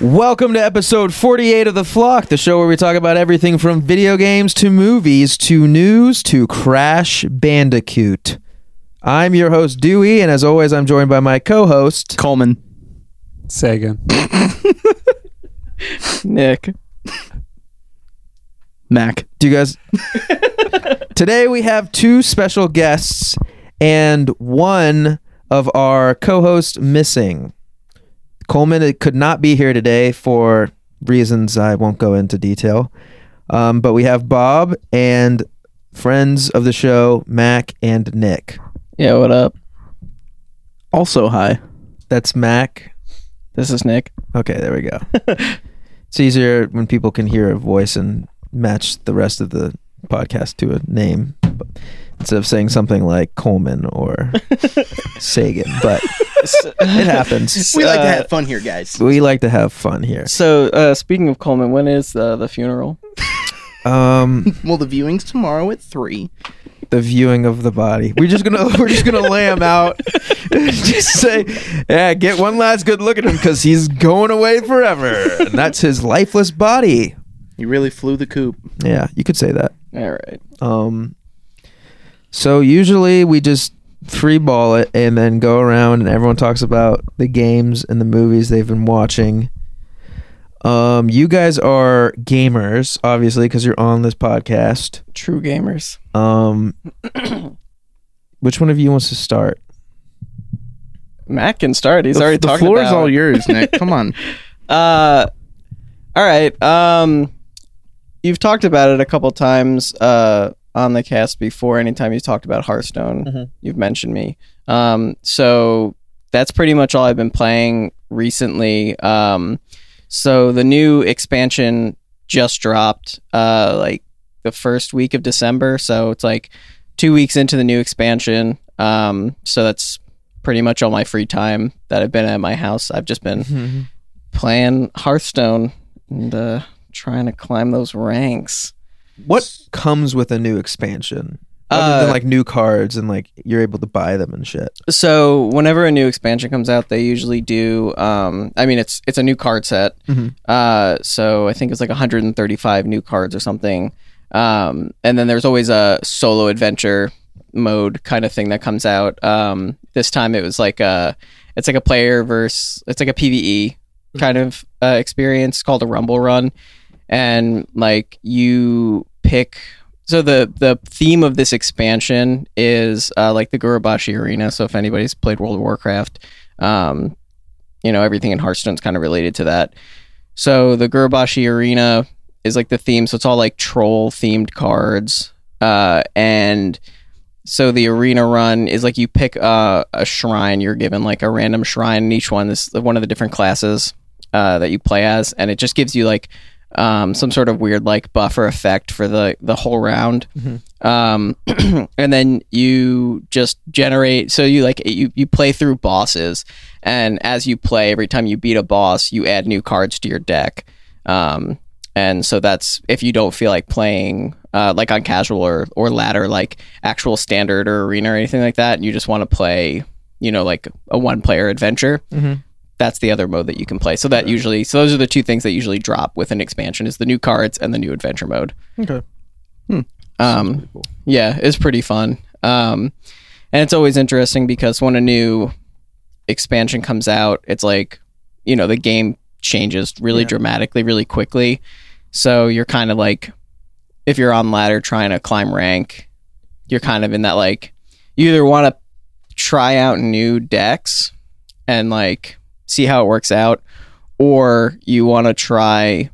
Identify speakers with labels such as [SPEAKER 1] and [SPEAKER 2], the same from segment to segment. [SPEAKER 1] Welcome to episode 48 of The Flock, the show where we talk about everything from video games to movies to news to Crash Bandicoot. I'm your host, Dewey, and as always, I'm joined by my co host.
[SPEAKER 2] Coleman.
[SPEAKER 3] Sagan.
[SPEAKER 2] Nick. Mac.
[SPEAKER 1] Do you guys. Today we have two special guests and one of our co hosts missing. Coleman uh, could not be here today for reasons I won't go into detail. Um, but we have Bob and friends of the show, Mac and Nick.
[SPEAKER 2] Yeah, what up? Also, hi.
[SPEAKER 1] That's Mac.
[SPEAKER 2] This is Nick.
[SPEAKER 1] Okay, there we go. it's easier when people can hear a voice and match the rest of the podcast to a name but instead of saying something like Coleman or Sagan. But it happens.
[SPEAKER 4] We like to
[SPEAKER 5] Uh,
[SPEAKER 4] have fun here, guys.
[SPEAKER 1] We like to have fun here.
[SPEAKER 5] So, uh, speaking of Coleman, when is uh, the funeral?
[SPEAKER 1] Um,
[SPEAKER 4] Well, the viewing's tomorrow at three.
[SPEAKER 1] the viewing of the body. We're just gonna we're just gonna lay him out. just say, yeah, get one last good look at him because he's going away forever. And that's his lifeless body.
[SPEAKER 4] You really flew the coop.
[SPEAKER 1] Yeah, you could say that.
[SPEAKER 5] All right.
[SPEAKER 1] Um, so usually we just free ball it and then go around and everyone talks about the games and the movies they've been watching. Um, you guys are gamers, obviously, because you're on this podcast.
[SPEAKER 5] True gamers.
[SPEAKER 1] Um, which one of you wants to start?
[SPEAKER 5] Mac can start. He's
[SPEAKER 4] the,
[SPEAKER 5] already
[SPEAKER 4] the
[SPEAKER 5] talking
[SPEAKER 4] floor is
[SPEAKER 5] about-
[SPEAKER 4] all yours, Nick. Come on.
[SPEAKER 5] Uh, all right. Um, you've talked about it a couple times uh, on the cast before. Anytime you've talked about Hearthstone, you've mentioned me. Um, so that's pretty much all I've been playing recently. Um, so the new expansion just dropped, uh, like the first week of December. So it's like two weeks into the new expansion. Um, so that's pretty much all my free time that I've been at my house. I've just been playing Hearthstone and uh, trying to climb those ranks.
[SPEAKER 1] What comes with a new expansion? Other than
[SPEAKER 5] Uh,
[SPEAKER 1] like new cards and like you're able to buy them and shit.
[SPEAKER 5] So whenever a new expansion comes out, they usually do. Um, I mean, it's it's a new card set.
[SPEAKER 1] Mhm.
[SPEAKER 5] Uh, so I think it's like 135 new cards or something. Um, and then there's always a solo adventure mode kind of thing that comes out. Um, this time it was like a it's like a player versus it's like a PVE kind of uh, experience It's called a Rumble Run, and like you pick. So the the theme of this expansion is uh, like the Gurubashi Arena. So if anybody's played World of Warcraft, um, you know everything in Hearthstone's kind of related to that. So the Gurubashi Arena is like the theme. So it's all like troll themed cards, uh, and so the arena run is like you pick uh, a shrine you're given like a random shrine in each one this one of the different classes uh, that you play as and it just gives you like um, some sort of weird like buffer effect for the the whole round um, and then you just generate so you like you, you play through bosses and as you play every time you beat a boss you add new cards to your deck um, and so that's if you don't feel like playing uh, like on casual or, or ladder like actual standard or arena or anything like that and you just want to play you know like a one player adventure
[SPEAKER 1] Mhm.
[SPEAKER 5] that's the other mode that you can play so that usually so those are the two things that usually drop with an expansion is the new cards and the new adventure mode
[SPEAKER 1] Okay.
[SPEAKER 5] um, yeah, it's pretty fun. Um, and it's always interesting because when a new expansion comes out, it's like, you know, the game changes really dramatically, really quickly. So you're kind of like, if you're on ladder trying to climb rank, you're kind of in that like, you either want to try out new decks and like see how it works out, or you want to try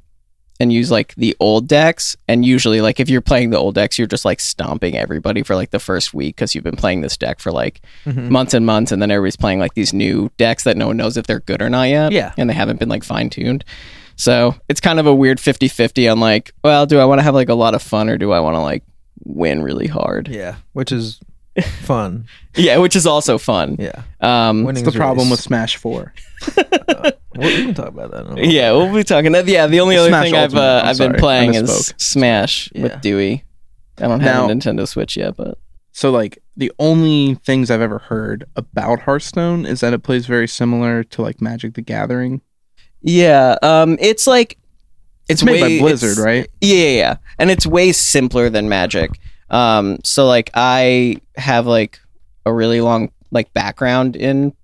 [SPEAKER 5] and use like the old decks. And usually, like if you're playing the old decks, you're just like stomping everybody for like the first week because you've been playing this deck for like
[SPEAKER 1] Mm-hmm.
[SPEAKER 5] months and months, and then everybody's playing like these new decks that no one knows if they're good or not yet.
[SPEAKER 1] Yeah.
[SPEAKER 5] and they haven't been like fine tuned. So it's kind of a weird 50 50 on like, well, do I want to have like a lot of fun or do I want to like win really hard? Yeah,
[SPEAKER 1] Yeah, which is fun.
[SPEAKER 5] which is also fun.
[SPEAKER 1] Yeah.
[SPEAKER 5] Um,
[SPEAKER 1] Winning
[SPEAKER 4] It's the
[SPEAKER 1] is
[SPEAKER 4] problem with
[SPEAKER 1] race.
[SPEAKER 4] Smash Four.
[SPEAKER 1] Well, we can talk about that. in a little
[SPEAKER 5] Yeah, we'll be talking. that- Yeah, the only other
[SPEAKER 4] Smash
[SPEAKER 5] thing I've
[SPEAKER 4] Ultimate,
[SPEAKER 5] uh,
[SPEAKER 4] I'm
[SPEAKER 5] I've been
[SPEAKER 4] sorry, I
[SPEAKER 5] playing is
[SPEAKER 4] misspoke.
[SPEAKER 5] Smash
[SPEAKER 1] Yeah.
[SPEAKER 5] with Dewey. I don't have
[SPEAKER 4] Now-
[SPEAKER 5] a Nintendo Switch yet, but
[SPEAKER 4] So, like, the only things I've ever heard about Hearthstone is that it plays very similar to like Magic: The Gathering.
[SPEAKER 5] Yeah, um, it's like
[SPEAKER 4] It's
[SPEAKER 5] it's,
[SPEAKER 4] made
[SPEAKER 5] way-
[SPEAKER 4] by Blizzard,
[SPEAKER 5] it's-
[SPEAKER 4] right?
[SPEAKER 5] Yeah, yeah, yeah, and it's way simpler than Magic. Um, so like I have like a really long like background in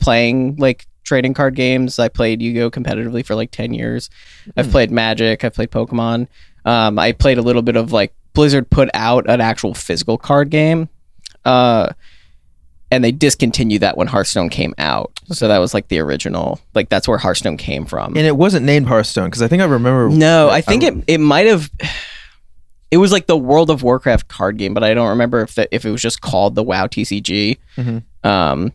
[SPEAKER 5] playing like trading card games. I played Yu-Gi-Oh competitively for like ten years. I've played Magic. I've played Pokemon. Um, I played a little bit of like Blizzard put out an actual physical card game. Uh, and they discontinued that when Hearthstone came out. So that was like the original, like that's where Hearthstone came from.
[SPEAKER 1] And it wasn't named Hearthstone because I think I remember.
[SPEAKER 5] No,
[SPEAKER 1] I-
[SPEAKER 5] I think
[SPEAKER 1] I-
[SPEAKER 5] it it might have. It was like the World of Warcraft card game, but I don't remember if the, if it was just called the WoW TCG.
[SPEAKER 1] Mhm.
[SPEAKER 5] Um,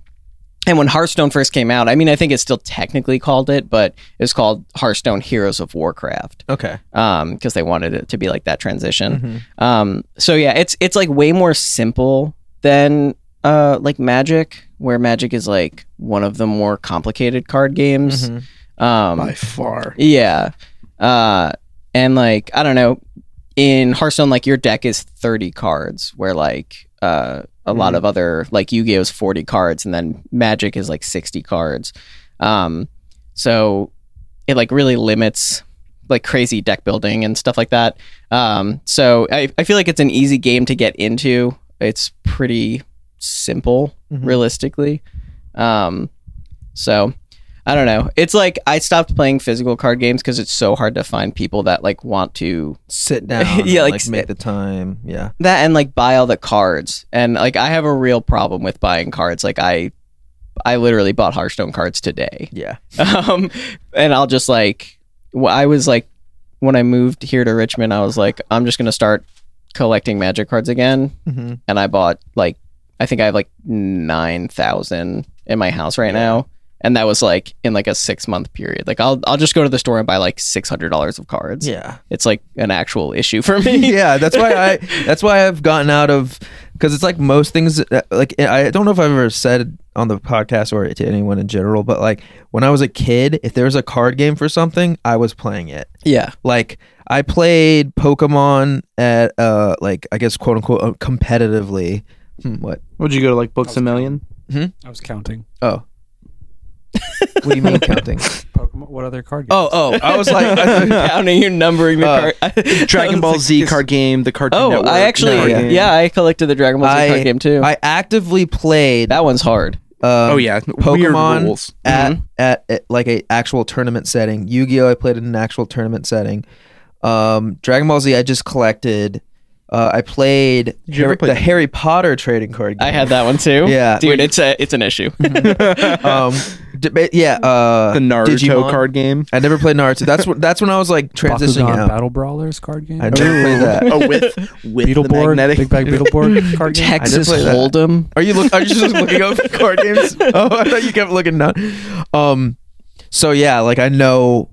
[SPEAKER 5] and when Hearthstone first came out, I mean, I think it's still technically called it, but it was called Hearthstone Heroes of Warcraft
[SPEAKER 1] Okay.
[SPEAKER 5] because they wanted it to be like that transition. Um, so yeah, it's it's like way more simple than uh like Magic, where Magic is like one of the more complicated card games.
[SPEAKER 1] Mhm.
[SPEAKER 5] Um,
[SPEAKER 4] By far.
[SPEAKER 5] yeah. Uh and like I don't know, in Hearthstone like your deck is 30 cards where like uh a lot of other like Yu-Gi-Oh is 40 cards and then Magic is like 60 cards. Um so it like really limits like crazy deck building and stuff like that. Um so I I feel like it's an easy game to get into. It's pretty simple
[SPEAKER 1] Mhm.
[SPEAKER 5] realistically. Um so I don't know. It's like I stopped playing physical card games because it's so hard to find people that like want to
[SPEAKER 1] Sit down.
[SPEAKER 5] Yeah,
[SPEAKER 1] and,
[SPEAKER 5] like,
[SPEAKER 1] like make the time. Yeah.
[SPEAKER 5] that and like buy all the cards. And like I have a real problem with buying cards. Like I, I literally bought Hearthstone cards today.
[SPEAKER 1] Yeah.
[SPEAKER 5] Um, and I'll just like wh- I was like when I moved here to Richmond, I was like I'm just gonna start collecting Magic cards again.
[SPEAKER 1] Mm-hmm.
[SPEAKER 5] And I bought like I think I have like nine thousand in my house right now. And that was like in like a six month period. Like I'll I'll just go to the store and buy like six hundred dollars of cards.
[SPEAKER 1] Yeah.
[SPEAKER 5] It's like an actual issue for me.
[SPEAKER 1] yeah. That's why I. That's why I've gotten out of because it's like most things. that- Like I don't know if I've ever said on the podcast or to anyone in general, but like when I was a kid, if there was a card game for something, I was playing it.
[SPEAKER 5] yeah.
[SPEAKER 1] Like I played Pokemon at uh like I guess quote unquote uh, competitively. Hmm, what?
[SPEAKER 2] Would you go to like Books a Million?
[SPEAKER 3] I was counting
[SPEAKER 1] Oh. what do you mean counting?
[SPEAKER 3] Pokemon. What other card games?
[SPEAKER 1] Oh, oh! I was like, I-
[SPEAKER 5] Counting you numbering the
[SPEAKER 1] Uh,
[SPEAKER 5] card.
[SPEAKER 4] Dragon Ball Z card game, the Cartoon
[SPEAKER 5] Oh,
[SPEAKER 4] Network
[SPEAKER 5] I
[SPEAKER 4] card
[SPEAKER 5] actually
[SPEAKER 1] No,
[SPEAKER 5] yeah.
[SPEAKER 4] game.
[SPEAKER 5] I collected the Dragon Ball Z
[SPEAKER 1] I-
[SPEAKER 5] card game too.
[SPEAKER 1] I actively played. Um,
[SPEAKER 5] that one's hard.
[SPEAKER 4] Oh yeah,
[SPEAKER 1] Pokemon
[SPEAKER 4] Weird rules.
[SPEAKER 1] at,
[SPEAKER 5] Mhm.
[SPEAKER 1] at at like a actual tournament setting. Yu Gi Oh! I played in an actual tournament setting. Um, Dragon Ball Z I just collected. Uh, I played
[SPEAKER 4] Did you ever
[SPEAKER 1] Harry-
[SPEAKER 4] play-
[SPEAKER 1] the Harry Potter trading card game.
[SPEAKER 5] I had that one too.
[SPEAKER 1] Yeah.
[SPEAKER 5] Dude, it's a it's an issue.
[SPEAKER 1] Um, d- but yeah, uh,
[SPEAKER 4] The Naruto
[SPEAKER 1] Digimon.
[SPEAKER 4] card game.
[SPEAKER 1] I never played Naruto. That's wh- that's when I was like Oh, transitioning
[SPEAKER 3] Bakugan
[SPEAKER 1] out.
[SPEAKER 3] Battle Brawlers card game.
[SPEAKER 1] I never played that.
[SPEAKER 4] Oh, with with the
[SPEAKER 3] Beetleborg,
[SPEAKER 4] magnetic.
[SPEAKER 3] Big Bag Beetleborg card game.
[SPEAKER 5] Texas
[SPEAKER 1] play that.
[SPEAKER 5] Hold'em.
[SPEAKER 1] Are you look? Are you just looking up card games? Oh, I thought you kept looking down. Um, so yeah, like I know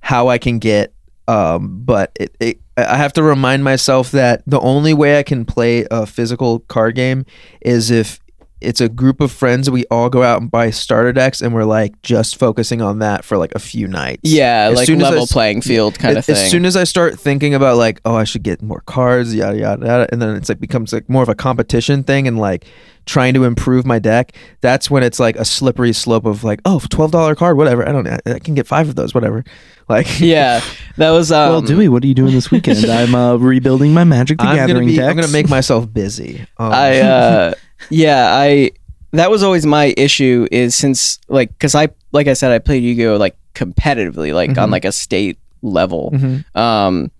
[SPEAKER 1] how I can get, um, but it, it I have to remind myself that the only way I can play a physical card game is if it's a group of friends. We all go out and buy starter decks, and we're like just focusing on that for like a few nights.
[SPEAKER 5] Yeah,
[SPEAKER 1] As
[SPEAKER 5] like
[SPEAKER 1] soon as I
[SPEAKER 5] level
[SPEAKER 1] s-
[SPEAKER 5] playing field kind
[SPEAKER 1] A-
[SPEAKER 5] of thing.
[SPEAKER 1] As soon as I start thinking about like, oh, I should get more cards, yada yada yada, and then it's like becomes like more of a competition thing and like trying to improve my deck. That's when it's like a slippery slope of like, oh, twelve dollar card, whatever. I don't, I, I can get five of those, whatever. Like,
[SPEAKER 5] yeah, that was um,
[SPEAKER 4] well, Dewey, what are you doing this weekend? I'm uh, rebuilding my Magic the
[SPEAKER 1] I'm gonna
[SPEAKER 4] Gathering
[SPEAKER 1] be,
[SPEAKER 4] deck.
[SPEAKER 1] I'm gonna make myself busy. Um,
[SPEAKER 5] I uh yeah, I that was always my issue is since like cuz I like I said I played Yu-Gi-Oh like competitively like on
[SPEAKER 1] Mhm.
[SPEAKER 5] like a state level.
[SPEAKER 1] mhm.
[SPEAKER 5] Um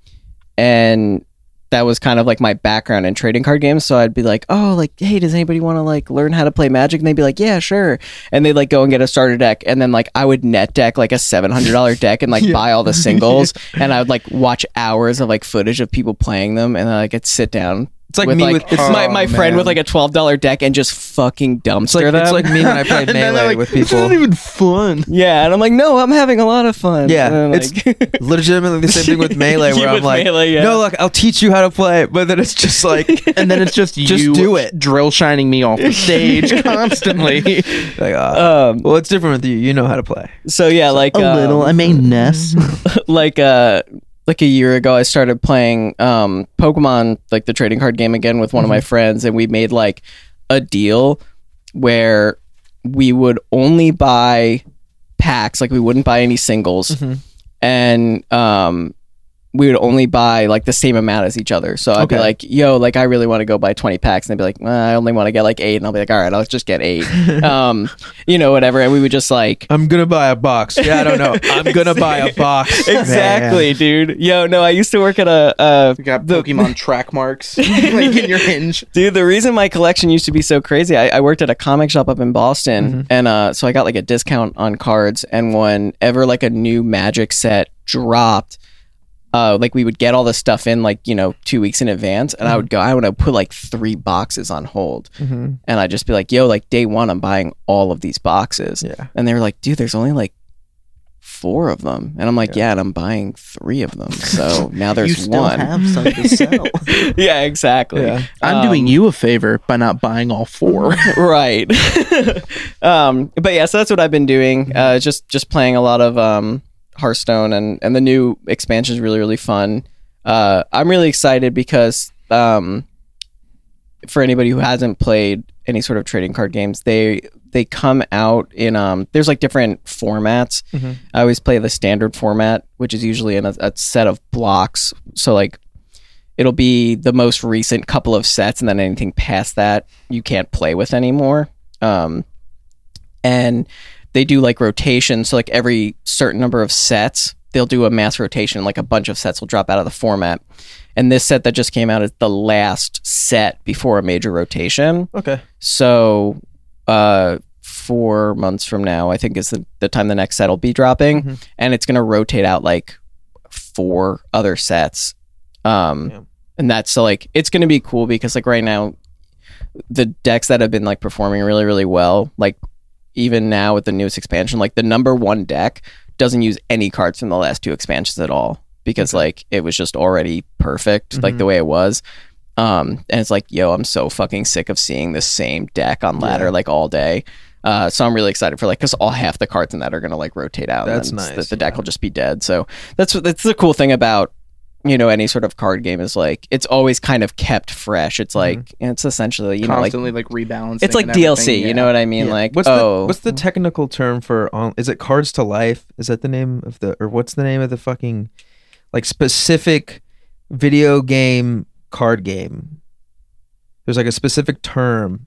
[SPEAKER 5] and that was kind of like my background in trading card games so I'd be like, "Oh, like hey, does anybody want to like learn how to play Magic?" and they'd be like, "Yeah, sure." And they'd like go and get a starter deck and then like I would net deck like a $700 deck and like buy all the singles and I would like watch hours of like footage of people playing them and then I could sit down
[SPEAKER 1] it's like me with
[SPEAKER 5] it's
[SPEAKER 1] it's,
[SPEAKER 5] my,
[SPEAKER 4] Oh,
[SPEAKER 5] my friend with
[SPEAKER 4] man.
[SPEAKER 5] like a twelve dollar deck and just fucking dumpster
[SPEAKER 1] it's like
[SPEAKER 5] them.
[SPEAKER 1] it's like me when I play
[SPEAKER 4] And then they're
[SPEAKER 1] melee
[SPEAKER 4] like,
[SPEAKER 1] with
[SPEAKER 4] This
[SPEAKER 1] people.
[SPEAKER 4] isn't even fun.
[SPEAKER 5] yeah, and I'm like, no, I'm having a lot of fun.
[SPEAKER 1] Yeah,
[SPEAKER 5] And I'm
[SPEAKER 1] it's-
[SPEAKER 5] like,
[SPEAKER 1] Legitimately, the same thing with melee,
[SPEAKER 5] You
[SPEAKER 1] where I'm
[SPEAKER 5] with
[SPEAKER 1] like,
[SPEAKER 5] Melee, yeah.
[SPEAKER 1] no, look, I'll teach you how to play, but then it's just like, like
[SPEAKER 4] And then it's just,
[SPEAKER 1] Just
[SPEAKER 4] you
[SPEAKER 1] do it.
[SPEAKER 4] drill shining me off the stage constantly.
[SPEAKER 1] ah.
[SPEAKER 5] um,
[SPEAKER 1] well, it's different with you. You know how to play.
[SPEAKER 5] so yeah, like
[SPEAKER 4] a
[SPEAKER 5] um,
[SPEAKER 4] little, I may ness.
[SPEAKER 5] like uh like a year ago I started playing um Pokemon like the trading card game again with one of my friends and we made like a deal where we would only buy packs. Like we wouldn't buy any singles, and um, we would only buy like the same amount as each other. So I'd be
[SPEAKER 1] Okay.
[SPEAKER 5] like, "Yo, like I really want to go buy twenty packs," and they'd be like, "Uh, "I only want to get like eight. and I'll be like, "All right, I'll just get eight. um, you know, whatever." And we would just like
[SPEAKER 1] I'm gonna buy a box. Yeah, I don't know. I'm gonna buy a box.
[SPEAKER 5] exactly, dude. Yo, no, I used to work at a. a
[SPEAKER 4] You got Pokemon track marks like in your hinge.
[SPEAKER 5] Dude, the reason my collection used to be so crazy, I, I worked at a comic shop up in Boston, and uh, so I got like a discount on cards. And whenever like a new Magic set dropped, uh, like we would get all the stuff in like you know two weeks in advance, and I would go, I want to put like three boxes on hold,
[SPEAKER 4] Mm-hmm.
[SPEAKER 1] Mhm.
[SPEAKER 5] and I'd just be like, Yo, like day one, I'm buying all of these boxes,
[SPEAKER 1] Yeah.
[SPEAKER 5] and they were like, Dude, there's only like four of them, and I'm like, Yeah, and I'm buying three of them, so now there's
[SPEAKER 4] you still
[SPEAKER 5] one.
[SPEAKER 4] have some to sell.
[SPEAKER 5] yeah, exactly.
[SPEAKER 1] Yeah.
[SPEAKER 4] I'm
[SPEAKER 5] Um,
[SPEAKER 4] doing you a favor by not buying all four.
[SPEAKER 5] right um but yeah so that's what i've been doing uh just just playing a lot of um hearthstone and and the new expansion is really really fun uh i'm really excited because um for anybody who hasn't played any sort of trading card games they they come out in um there's like different formats
[SPEAKER 1] Mhm.
[SPEAKER 5] i always play the standard format which is usually in a, a set of blocks so like it'll be the most recent couple of sets and then anything past that you can't play with anymore um, and they do like rotations so like every certain number of sets they'll do a mass rotation like a bunch of sets will drop out of the format and this set that just came out is the last set before a major rotation
[SPEAKER 1] Okay.
[SPEAKER 5] so uh, four months from now i think is the, the time the next set will be dropping
[SPEAKER 1] Mhm.
[SPEAKER 5] and it's going to rotate out like four other sets um
[SPEAKER 1] Yeah.
[SPEAKER 5] and that's so like it's going to be cool because like right now the decks that have been like performing really really well like even now with the newest expansion like the number one deck doesn't use any cards from the last two expansions at all because like it was just already perfect like the way it was um and it's like yo i'm so fucking sick of seeing the same deck on ladder like all day uh so i'm really excited for like because all half the cards in that are gonna like rotate out
[SPEAKER 1] That's
[SPEAKER 5] and then
[SPEAKER 1] nice,
[SPEAKER 5] the, the deck will just be dead so that's what that's the cool thing about you know any sort of card game is like it's always kind of kept fresh it's
[SPEAKER 1] Mm-hmm.
[SPEAKER 5] like it's essentially you know like
[SPEAKER 4] Constantly like, rebalancing.
[SPEAKER 5] it's like
[SPEAKER 4] and
[SPEAKER 5] DLC,
[SPEAKER 4] everything, yeah.
[SPEAKER 5] you know what I mean? Like,
[SPEAKER 1] what's
[SPEAKER 5] oh,
[SPEAKER 1] the what's the technical term for on is it cards to life? Is that the name of the or what's the name of the fucking like specific video game card game? There's like a specific term. I'm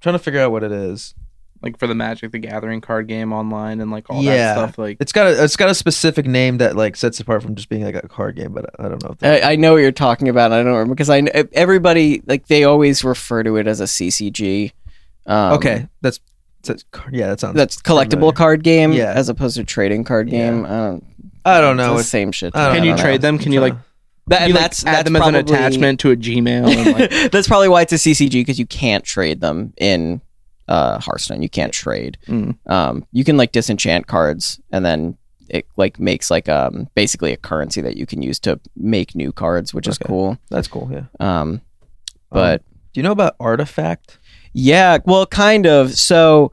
[SPEAKER 1] trying to figure out what it is.
[SPEAKER 4] Like for the Magic the Gathering card game online and like all that
[SPEAKER 1] Yeah.
[SPEAKER 4] stuff. Like
[SPEAKER 1] It's got a it's got a specific name that like sets it apart from just being like a card game, but I don't know if that,
[SPEAKER 5] I, I know what you're talking about. I don't remember because I kn- everybody like they always refer to it as a CCG. Um,
[SPEAKER 1] Okay, that's, that's card- yeah, that sounds
[SPEAKER 5] that's collectible
[SPEAKER 1] familiar.
[SPEAKER 5] card game,
[SPEAKER 1] Yeah.
[SPEAKER 5] as opposed to trading card
[SPEAKER 1] Yeah.
[SPEAKER 5] game. I don't,
[SPEAKER 1] I don't
[SPEAKER 5] it's
[SPEAKER 1] know.
[SPEAKER 5] the
[SPEAKER 1] It's,
[SPEAKER 5] same shit.
[SPEAKER 1] I don't
[SPEAKER 4] can you
[SPEAKER 1] know.
[SPEAKER 4] trade them? Can you like,
[SPEAKER 5] That,
[SPEAKER 4] you,
[SPEAKER 5] and
[SPEAKER 4] like,
[SPEAKER 5] that's
[SPEAKER 4] add
[SPEAKER 5] that's
[SPEAKER 4] them
[SPEAKER 5] probably,
[SPEAKER 4] as an attachment to a Gmail? And, like,
[SPEAKER 5] that's probably why it's a CCG because you can't trade them in uh, Hearthstone. You can't trade.
[SPEAKER 4] Mm.
[SPEAKER 5] Um, you can like disenchant cards, and then it like makes like um basically a currency that you can use to make new cards, which is
[SPEAKER 1] Okay.
[SPEAKER 5] cool.
[SPEAKER 1] that's cool. Yeah, Um,
[SPEAKER 5] Um, but
[SPEAKER 1] do you know about Artifact?
[SPEAKER 5] yeah, well, kind of. So,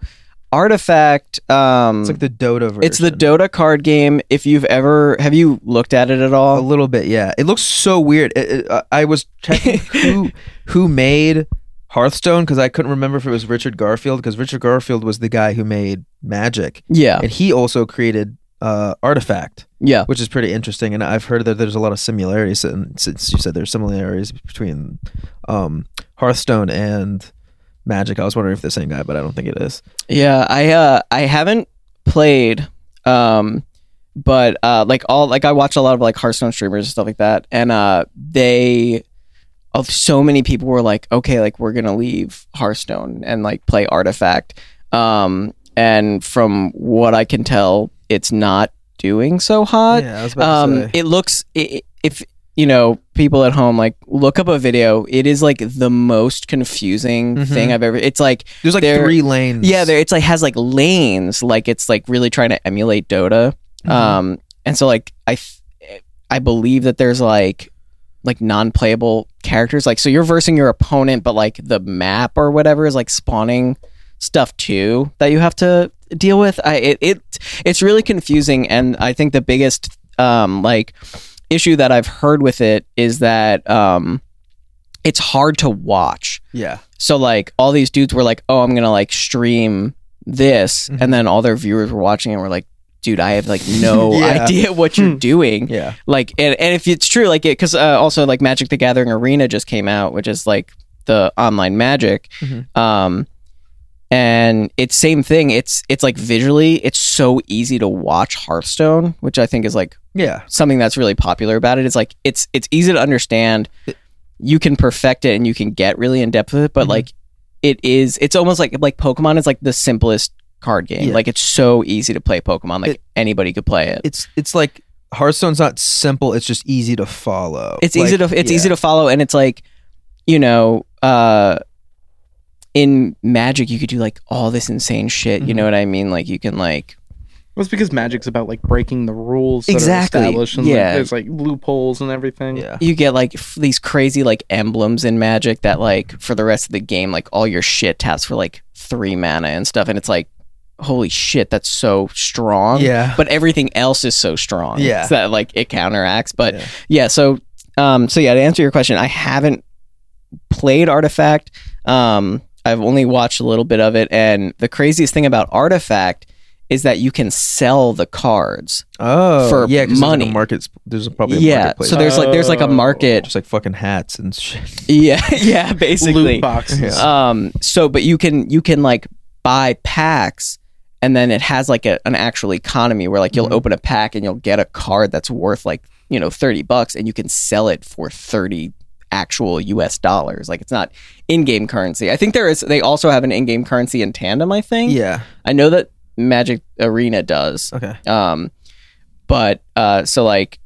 [SPEAKER 5] Artifact. Um,
[SPEAKER 1] It's like the Dota version.
[SPEAKER 5] it's the Dota card game. If you've ever have you looked at it at
[SPEAKER 1] A
[SPEAKER 5] all?
[SPEAKER 1] little bit, yeah. It looks so weird. It, it, I- I was checking who who made Hearthstone because I couldn't remember if it was Richard Garfield because Richard Garfield was the guy who made Magic,
[SPEAKER 5] Yeah,
[SPEAKER 1] and he also created uh, Artifact,
[SPEAKER 5] yeah,
[SPEAKER 1] which is pretty interesting. And I've heard that there's a lot of similarities, and since you said there's similarities between um, Hearthstone and Magic, I was wondering if they're the same guy, but I don't think it is.
[SPEAKER 5] yeah. I uh, I haven't played. Um, but uh, like all like I watch a lot of like Hearthstone streamers and stuff like that, and uh, they of so many people were like, okay, like we're gonna leave Hearthstone and like play Artifact. Um, and from what I can tell, it's not doing so hot.
[SPEAKER 1] yeah, I was about to
[SPEAKER 5] um
[SPEAKER 1] say.
[SPEAKER 5] it looks i i- if you know people at home like look up a video it is like the most confusing
[SPEAKER 1] Mhm.
[SPEAKER 5] thing i've ever it's like
[SPEAKER 1] There's like
[SPEAKER 5] there-
[SPEAKER 1] three lanes.
[SPEAKER 5] yeah there it's like has like lanes like it's like really trying to emulate dota um and so like i th- i believe that there's like like non-playable characters like so you're versing your opponent but like the map or whatever is like spawning stuff too that you have to deal with i it, it it's really confusing and i think the biggest um like issue that i've heard with it is that um it's hard to watch
[SPEAKER 1] yeah.
[SPEAKER 5] so like all these dudes were like, "Oh, I'm gonna like stream this," and then all their viewers were watching and were like, dude, I have like no
[SPEAKER 1] Yeah.
[SPEAKER 5] idea what you're doing.
[SPEAKER 1] Yeah.
[SPEAKER 5] Like, and, and if it's true, like it, because uh, also like Magic the Gathering Arena just came out, which is like the online Magic. Um, and it's same thing. It's it's like visually, it's so easy to watch Hearthstone, which I think is like
[SPEAKER 1] Yeah.
[SPEAKER 5] something that's really popular about it. It's like it's it's easy to understand. You can perfect it and you can get really in depth with it, but
[SPEAKER 1] Mm-hmm.
[SPEAKER 5] like it is it's almost like like Pokemon is like the simplest card game.
[SPEAKER 1] Yeah.
[SPEAKER 5] Like it's so easy to play Pokemon. Like
[SPEAKER 1] It-
[SPEAKER 5] anybody could play it.
[SPEAKER 1] It's it's like Hearthstone's not simple. It's just easy to follow.
[SPEAKER 5] It's
[SPEAKER 1] Like,
[SPEAKER 5] easy to it's
[SPEAKER 1] yeah.
[SPEAKER 5] easy to follow and it's like, you know, uh in magic you could do like all this insane shit. You know
[SPEAKER 1] Mm-hmm.
[SPEAKER 5] what I mean? Like you can like
[SPEAKER 4] Well, it's because magic's about like breaking the rules that
[SPEAKER 5] Exactly,
[SPEAKER 4] are established, and like,
[SPEAKER 5] yeah.
[SPEAKER 4] there's like loopholes and everything.
[SPEAKER 1] Yeah.
[SPEAKER 5] you get like f- these crazy like emblems in magic that like for the rest of the game like all your shit taps for like three mana and stuff and it's like holy shit that's so strong
[SPEAKER 1] Yeah.
[SPEAKER 5] but everything else is so strong
[SPEAKER 1] Yeah.
[SPEAKER 5] so that like it counteracts but
[SPEAKER 1] Yeah.
[SPEAKER 5] yeah, so um so yeah to answer your question i haven't played artifact um i've only watched a little bit of it and the craziest thing about artifact is that you can sell the cards
[SPEAKER 1] Oh,
[SPEAKER 5] for
[SPEAKER 1] yeah, 'cause there's, like, a
[SPEAKER 5] money.
[SPEAKER 1] markets. There's a- probably a
[SPEAKER 5] yeah
[SPEAKER 1] marketplace.
[SPEAKER 5] so there's like there's like a
[SPEAKER 4] Oh.
[SPEAKER 5] market
[SPEAKER 1] just like fucking hats and shit.
[SPEAKER 5] yeah yeah basically
[SPEAKER 4] Loot boxes.
[SPEAKER 1] Yeah.
[SPEAKER 5] um so but you can you can like buy packs and then it has like a, an actual economy where like you'll
[SPEAKER 4] Mm-hmm.
[SPEAKER 5] open a pack and you'll get a card that's worth like you know 30 bucks and you can sell it for 30 actual US dollars like it's not in-game currency i think there is they also have an in-game currency in tandem i think
[SPEAKER 1] Yeah.
[SPEAKER 5] i know that magic arena does
[SPEAKER 1] Okay.
[SPEAKER 5] um, but uh, so like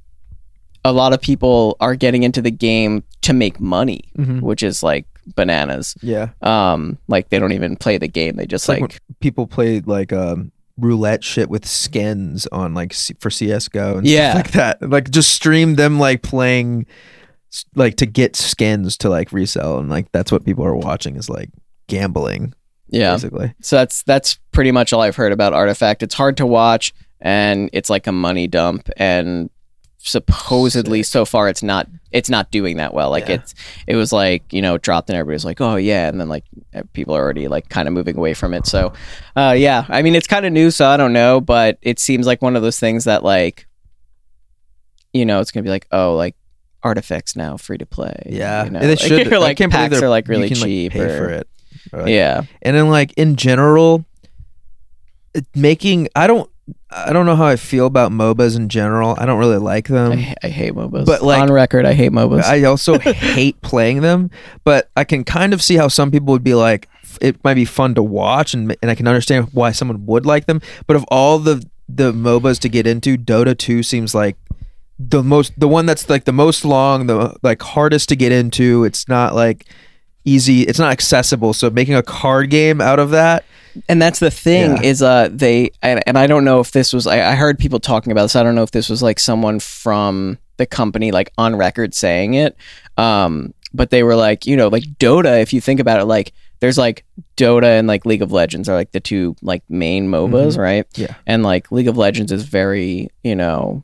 [SPEAKER 5] a lot of people are getting into the game to make money,
[SPEAKER 1] Mhm.
[SPEAKER 5] which is like bananas.
[SPEAKER 1] Yeah.
[SPEAKER 5] Um, like they don't even play the game; they just
[SPEAKER 1] It's like,
[SPEAKER 5] like,
[SPEAKER 1] when people play like um roulette shit with skins on like C- for CS:GO and
[SPEAKER 5] Yeah.
[SPEAKER 1] stuff like that. Like just stream them like playing s- like to get skins to like resell and like that's what people are watching is like gambling
[SPEAKER 5] yeah.
[SPEAKER 1] basically.
[SPEAKER 5] So that's that's pretty much all I've heard about Artifact. It's hard to watch, and it's like a money dump, and supposedly so far it's not it's not doing that well like
[SPEAKER 1] Yeah.
[SPEAKER 5] it's it was like you know it dropped and everybody's like oh yeah and then like people are already like kind of moving away from it so uh yeah i mean it's kind of new so i don't know but it seems like one of those things that like you know it's gonna be like oh like artifacts now free to play
[SPEAKER 1] Yeah.
[SPEAKER 5] you know?
[SPEAKER 1] And they
[SPEAKER 5] like,
[SPEAKER 1] should
[SPEAKER 5] or,
[SPEAKER 1] I
[SPEAKER 5] like
[SPEAKER 1] can't believe
[SPEAKER 5] packs
[SPEAKER 1] they're-
[SPEAKER 5] are like
[SPEAKER 1] you
[SPEAKER 5] really
[SPEAKER 1] can,
[SPEAKER 5] cheap
[SPEAKER 1] pay
[SPEAKER 5] or-
[SPEAKER 1] for it. Or, like,
[SPEAKER 5] yeah
[SPEAKER 1] And then like in general, it- making I don't I don't know how I feel about MOBAs in general. I don't really like
[SPEAKER 5] I,
[SPEAKER 1] them.
[SPEAKER 5] ha- I hate MOBAs.
[SPEAKER 1] but, like-
[SPEAKER 5] on record, Um, I hate MOBAs.
[SPEAKER 1] I also hate playing them, but I can kind of see how some people would be like f- it might be fun to watch and and I can understand why someone would like them, but of all the the MOBAs to get into, Dota 2 seems like the most the one that's like the most long, the like hardest to get into. It's not like easy, it's not accessible. So making a card game out of that,
[SPEAKER 5] and that's the thing
[SPEAKER 1] Yeah.
[SPEAKER 5] is, uh, they and, and I don't know if this was. I, I heard people talking about this. I don't know if this was like someone from the company, like on record, saying it. Um, but they were like, you know, like Dota. If you think about it, like there's like Dota and like League of Legends are like the two like main MOBAs, right?
[SPEAKER 1] Yeah.
[SPEAKER 5] And like League of Legends is very, you know,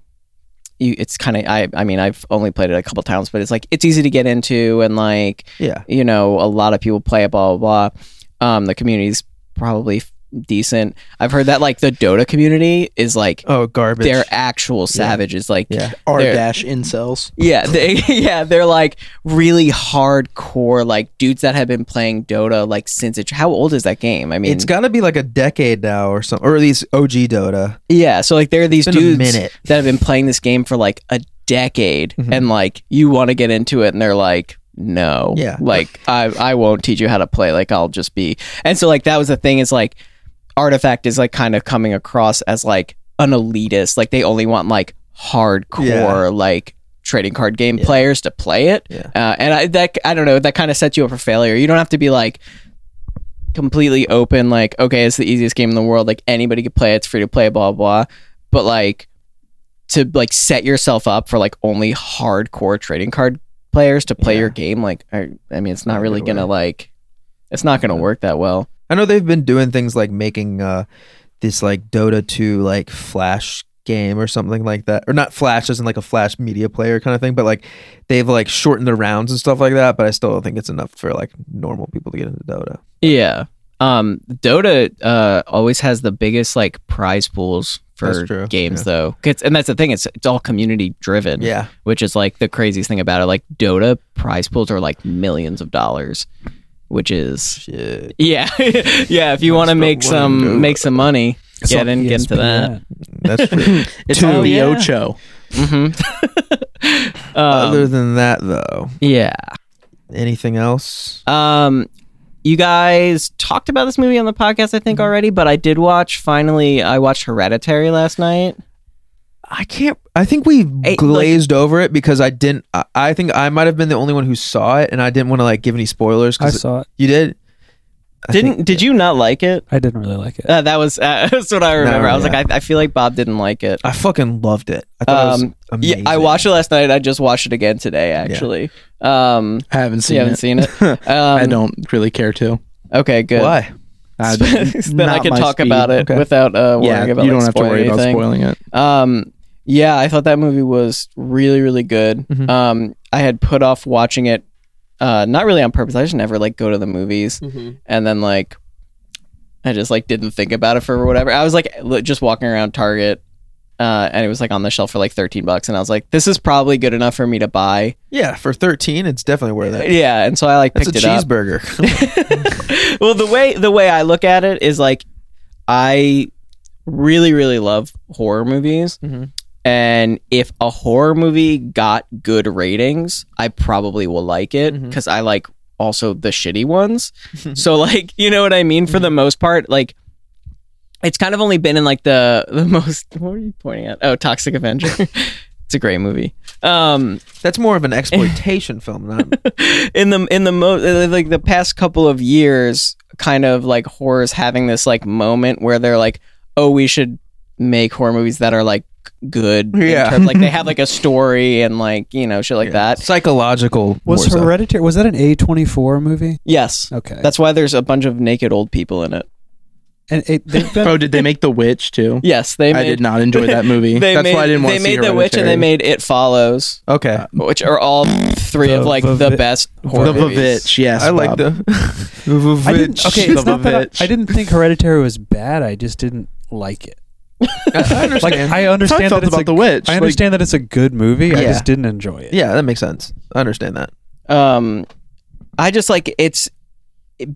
[SPEAKER 5] you, it's kind of. I I mean, I've only played it a couple times, but it's like it's easy to get into and like
[SPEAKER 1] yeah.
[SPEAKER 5] you know, a lot of people play it, blah, blah, blah. Um, the community's probably f- decent. I've heard that like the Dota community is like
[SPEAKER 1] Oh, garbage.
[SPEAKER 5] they're actual savages. Like,
[SPEAKER 1] Yeah.
[SPEAKER 2] R
[SPEAKER 5] There.
[SPEAKER 2] dash incels.
[SPEAKER 5] yeah, they, yeah, they're like really hardcore, like dudes that have been playing Dota like since it. How old is that game? I mean,
[SPEAKER 1] it's got to be like a decade now or something, or at least OG Dota.
[SPEAKER 5] yeah. So like, there are these
[SPEAKER 1] been a
[SPEAKER 5] dudes
[SPEAKER 1] minute.
[SPEAKER 5] that have been playing this game for like a decade,
[SPEAKER 1] Mhm.
[SPEAKER 5] and like you want to get into it, and they're like. No.
[SPEAKER 1] Yeah.
[SPEAKER 5] Like I I won't teach you how to play. Like I'll just be and so like that was the thing is like artifact is like kind of coming across as like an elitist like they only want like hardcore
[SPEAKER 1] Yeah.
[SPEAKER 5] like trading card game players to play it
[SPEAKER 1] Yeah.
[SPEAKER 5] uh, and i that i don't know that kind of sets you up for failure you don't have to be like completely open like okay it's the easiest game in the world like anybody could play it, it's free to play blah blah but like to like set yourself up for like only hardcore trading card players to play
[SPEAKER 1] Yeah.
[SPEAKER 5] your game like I, I mean it's
[SPEAKER 1] Not
[SPEAKER 5] not
[SPEAKER 1] a
[SPEAKER 5] really
[SPEAKER 1] good
[SPEAKER 5] gonna like it's not gonna work that well
[SPEAKER 1] I know they've been doing things like making uh, this like Dota 2 like flash game or something like that, or not flash as in like a flash media player kind of thing, but like they've like shortened the rounds and stuff like that. But I still don't think it's enough for like normal people to get into Dota.
[SPEAKER 5] Hmm. Yeah. Um, Dota uh, always has the biggest like prize pools
[SPEAKER 1] That's
[SPEAKER 5] for
[SPEAKER 1] true,
[SPEAKER 5] games
[SPEAKER 1] yeah.
[SPEAKER 5] though. 'Cause- and that's the thing; it's it's all community driven.
[SPEAKER 1] Yeah.
[SPEAKER 5] which is like the craziest thing about it. Like Dota prize pools are like millions of dollars, which is
[SPEAKER 1] Shit.
[SPEAKER 5] yeah, yeah. If you want to make some make some money, get in,
[SPEAKER 3] E
[SPEAKER 5] get into that. E
[SPEAKER 1] That's true.
[SPEAKER 2] It's
[SPEAKER 1] Two.
[SPEAKER 2] all the
[SPEAKER 5] yeah.
[SPEAKER 2] Ocho.
[SPEAKER 5] Mm-hmm.
[SPEAKER 1] Other than that, though,
[SPEAKER 5] yeah.
[SPEAKER 1] anything else?
[SPEAKER 5] Um, you guys talked about this movie on the podcast, I think, already, but I did watch finally. I watched Hereditary last night.
[SPEAKER 1] I can't. I think we
[SPEAKER 5] Hey,
[SPEAKER 1] glazed over it because I didn't. I, I think I might have been the only one who saw it, and I didn't want to like give any spoilers.
[SPEAKER 3] I
[SPEAKER 1] Because
[SPEAKER 3] saw it.
[SPEAKER 1] you did. I
[SPEAKER 5] Didn't
[SPEAKER 1] think-
[SPEAKER 5] did you not like it?
[SPEAKER 3] I didn't really like it.
[SPEAKER 5] Uh, that was uh, that's what I remember. I was
[SPEAKER 1] yeah.
[SPEAKER 5] like, I, I feel like Bob didn't like it.
[SPEAKER 1] I fucking loved it. I thought it
[SPEAKER 5] Um,
[SPEAKER 1] was amazing.
[SPEAKER 5] Yeah, I watched it last night. I just watched it again today, actually. Um,
[SPEAKER 2] I haven't
[SPEAKER 5] so
[SPEAKER 2] seen
[SPEAKER 5] you haven't
[SPEAKER 2] it.
[SPEAKER 5] seen it. Um,
[SPEAKER 2] I don't really care to.
[SPEAKER 5] Okay, good.
[SPEAKER 1] Why?
[SPEAKER 2] I-
[SPEAKER 5] then I
[SPEAKER 2] not
[SPEAKER 5] can
[SPEAKER 2] my
[SPEAKER 5] talk
[SPEAKER 2] speed.
[SPEAKER 5] about it
[SPEAKER 1] Okay.
[SPEAKER 5] without uh, worrying
[SPEAKER 2] Yeah, you
[SPEAKER 5] about
[SPEAKER 2] don't
[SPEAKER 5] like,
[SPEAKER 2] have to worry
[SPEAKER 5] spoiling
[SPEAKER 2] about
[SPEAKER 5] anything.
[SPEAKER 2] spoiling it.
[SPEAKER 5] Um, yeah, I thought that movie was really, really good.
[SPEAKER 2] Mm-hmm.
[SPEAKER 1] Mhm.
[SPEAKER 5] Um, I had put off watching it, uh, not really on purpose. I just never like go to the movies, and then like, I just like didn't think about it for whatever. I was like li- just walking around Target, uh, and it was like on the shelf for like thirteen bucks, and I was like, this is probably good enough for me to buy.
[SPEAKER 1] Yeah, for thirteen, it's definitely worth it.
[SPEAKER 5] Yeah, and so I like
[SPEAKER 1] That's a
[SPEAKER 5] picked it up
[SPEAKER 1] cheeseburger.
[SPEAKER 5] well, the way the way I look at it is like I really really love horror movies.
[SPEAKER 1] Mhm.
[SPEAKER 5] And if a horror movie got good ratings, I probably will like it
[SPEAKER 1] Mhm.
[SPEAKER 5] cuz I like also the shitty ones. so like, you know what I mean for the most part, like it's kind of only been in like the the most what are you pointing at? Oh, Toxic Avenger. it's a great movie. Um
[SPEAKER 1] That's more of an exploitation film. Not,
[SPEAKER 5] in the in the mo- like the past couple of years kind of like horror's having this like moment where they're like oh we should make horror movies that are like good in
[SPEAKER 1] Yeah.
[SPEAKER 5] term- like they have like a story and like you know shit like that
[SPEAKER 1] psychological.
[SPEAKER 3] Was
[SPEAKER 1] more so.
[SPEAKER 3] Hereditary? Was that an A twenty four movie?
[SPEAKER 5] yes
[SPEAKER 3] Okay.
[SPEAKER 5] that's why there's a bunch of naked old people in it
[SPEAKER 3] and it, they've been,
[SPEAKER 2] Oh, did they make The Witch too?
[SPEAKER 5] yes they made
[SPEAKER 2] I did not enjoy that movie.
[SPEAKER 5] they
[SPEAKER 2] That's
[SPEAKER 5] made,
[SPEAKER 2] why I didn't want
[SPEAKER 5] they
[SPEAKER 2] to see
[SPEAKER 5] made the witch and they
[SPEAKER 2] Hereditary.
[SPEAKER 5] made it follows
[SPEAKER 1] Okay,
[SPEAKER 5] which are all three
[SPEAKER 3] The
[SPEAKER 5] of like
[SPEAKER 3] Vavi-
[SPEAKER 5] the best horror
[SPEAKER 2] the
[SPEAKER 5] movies.
[SPEAKER 2] Vavitch. Yes,
[SPEAKER 1] I like
[SPEAKER 2] Bob.
[SPEAKER 1] the.
[SPEAKER 3] I didn't, okay, it's
[SPEAKER 2] The
[SPEAKER 3] not that
[SPEAKER 2] Vavitch.
[SPEAKER 3] I, I didn't think Hereditary was bad. I just didn't like it.
[SPEAKER 1] I
[SPEAKER 3] Like
[SPEAKER 1] understand.
[SPEAKER 3] I
[SPEAKER 2] That's how
[SPEAKER 3] understand
[SPEAKER 2] I felt
[SPEAKER 3] that it's
[SPEAKER 2] about
[SPEAKER 3] a,
[SPEAKER 2] The Witch.
[SPEAKER 3] I
[SPEAKER 2] Like,
[SPEAKER 3] understand that it's a good movie. I
[SPEAKER 1] Yeah.
[SPEAKER 3] just didn't enjoy it.
[SPEAKER 1] yeah, that makes sense. I understand that.
[SPEAKER 5] um i just like it's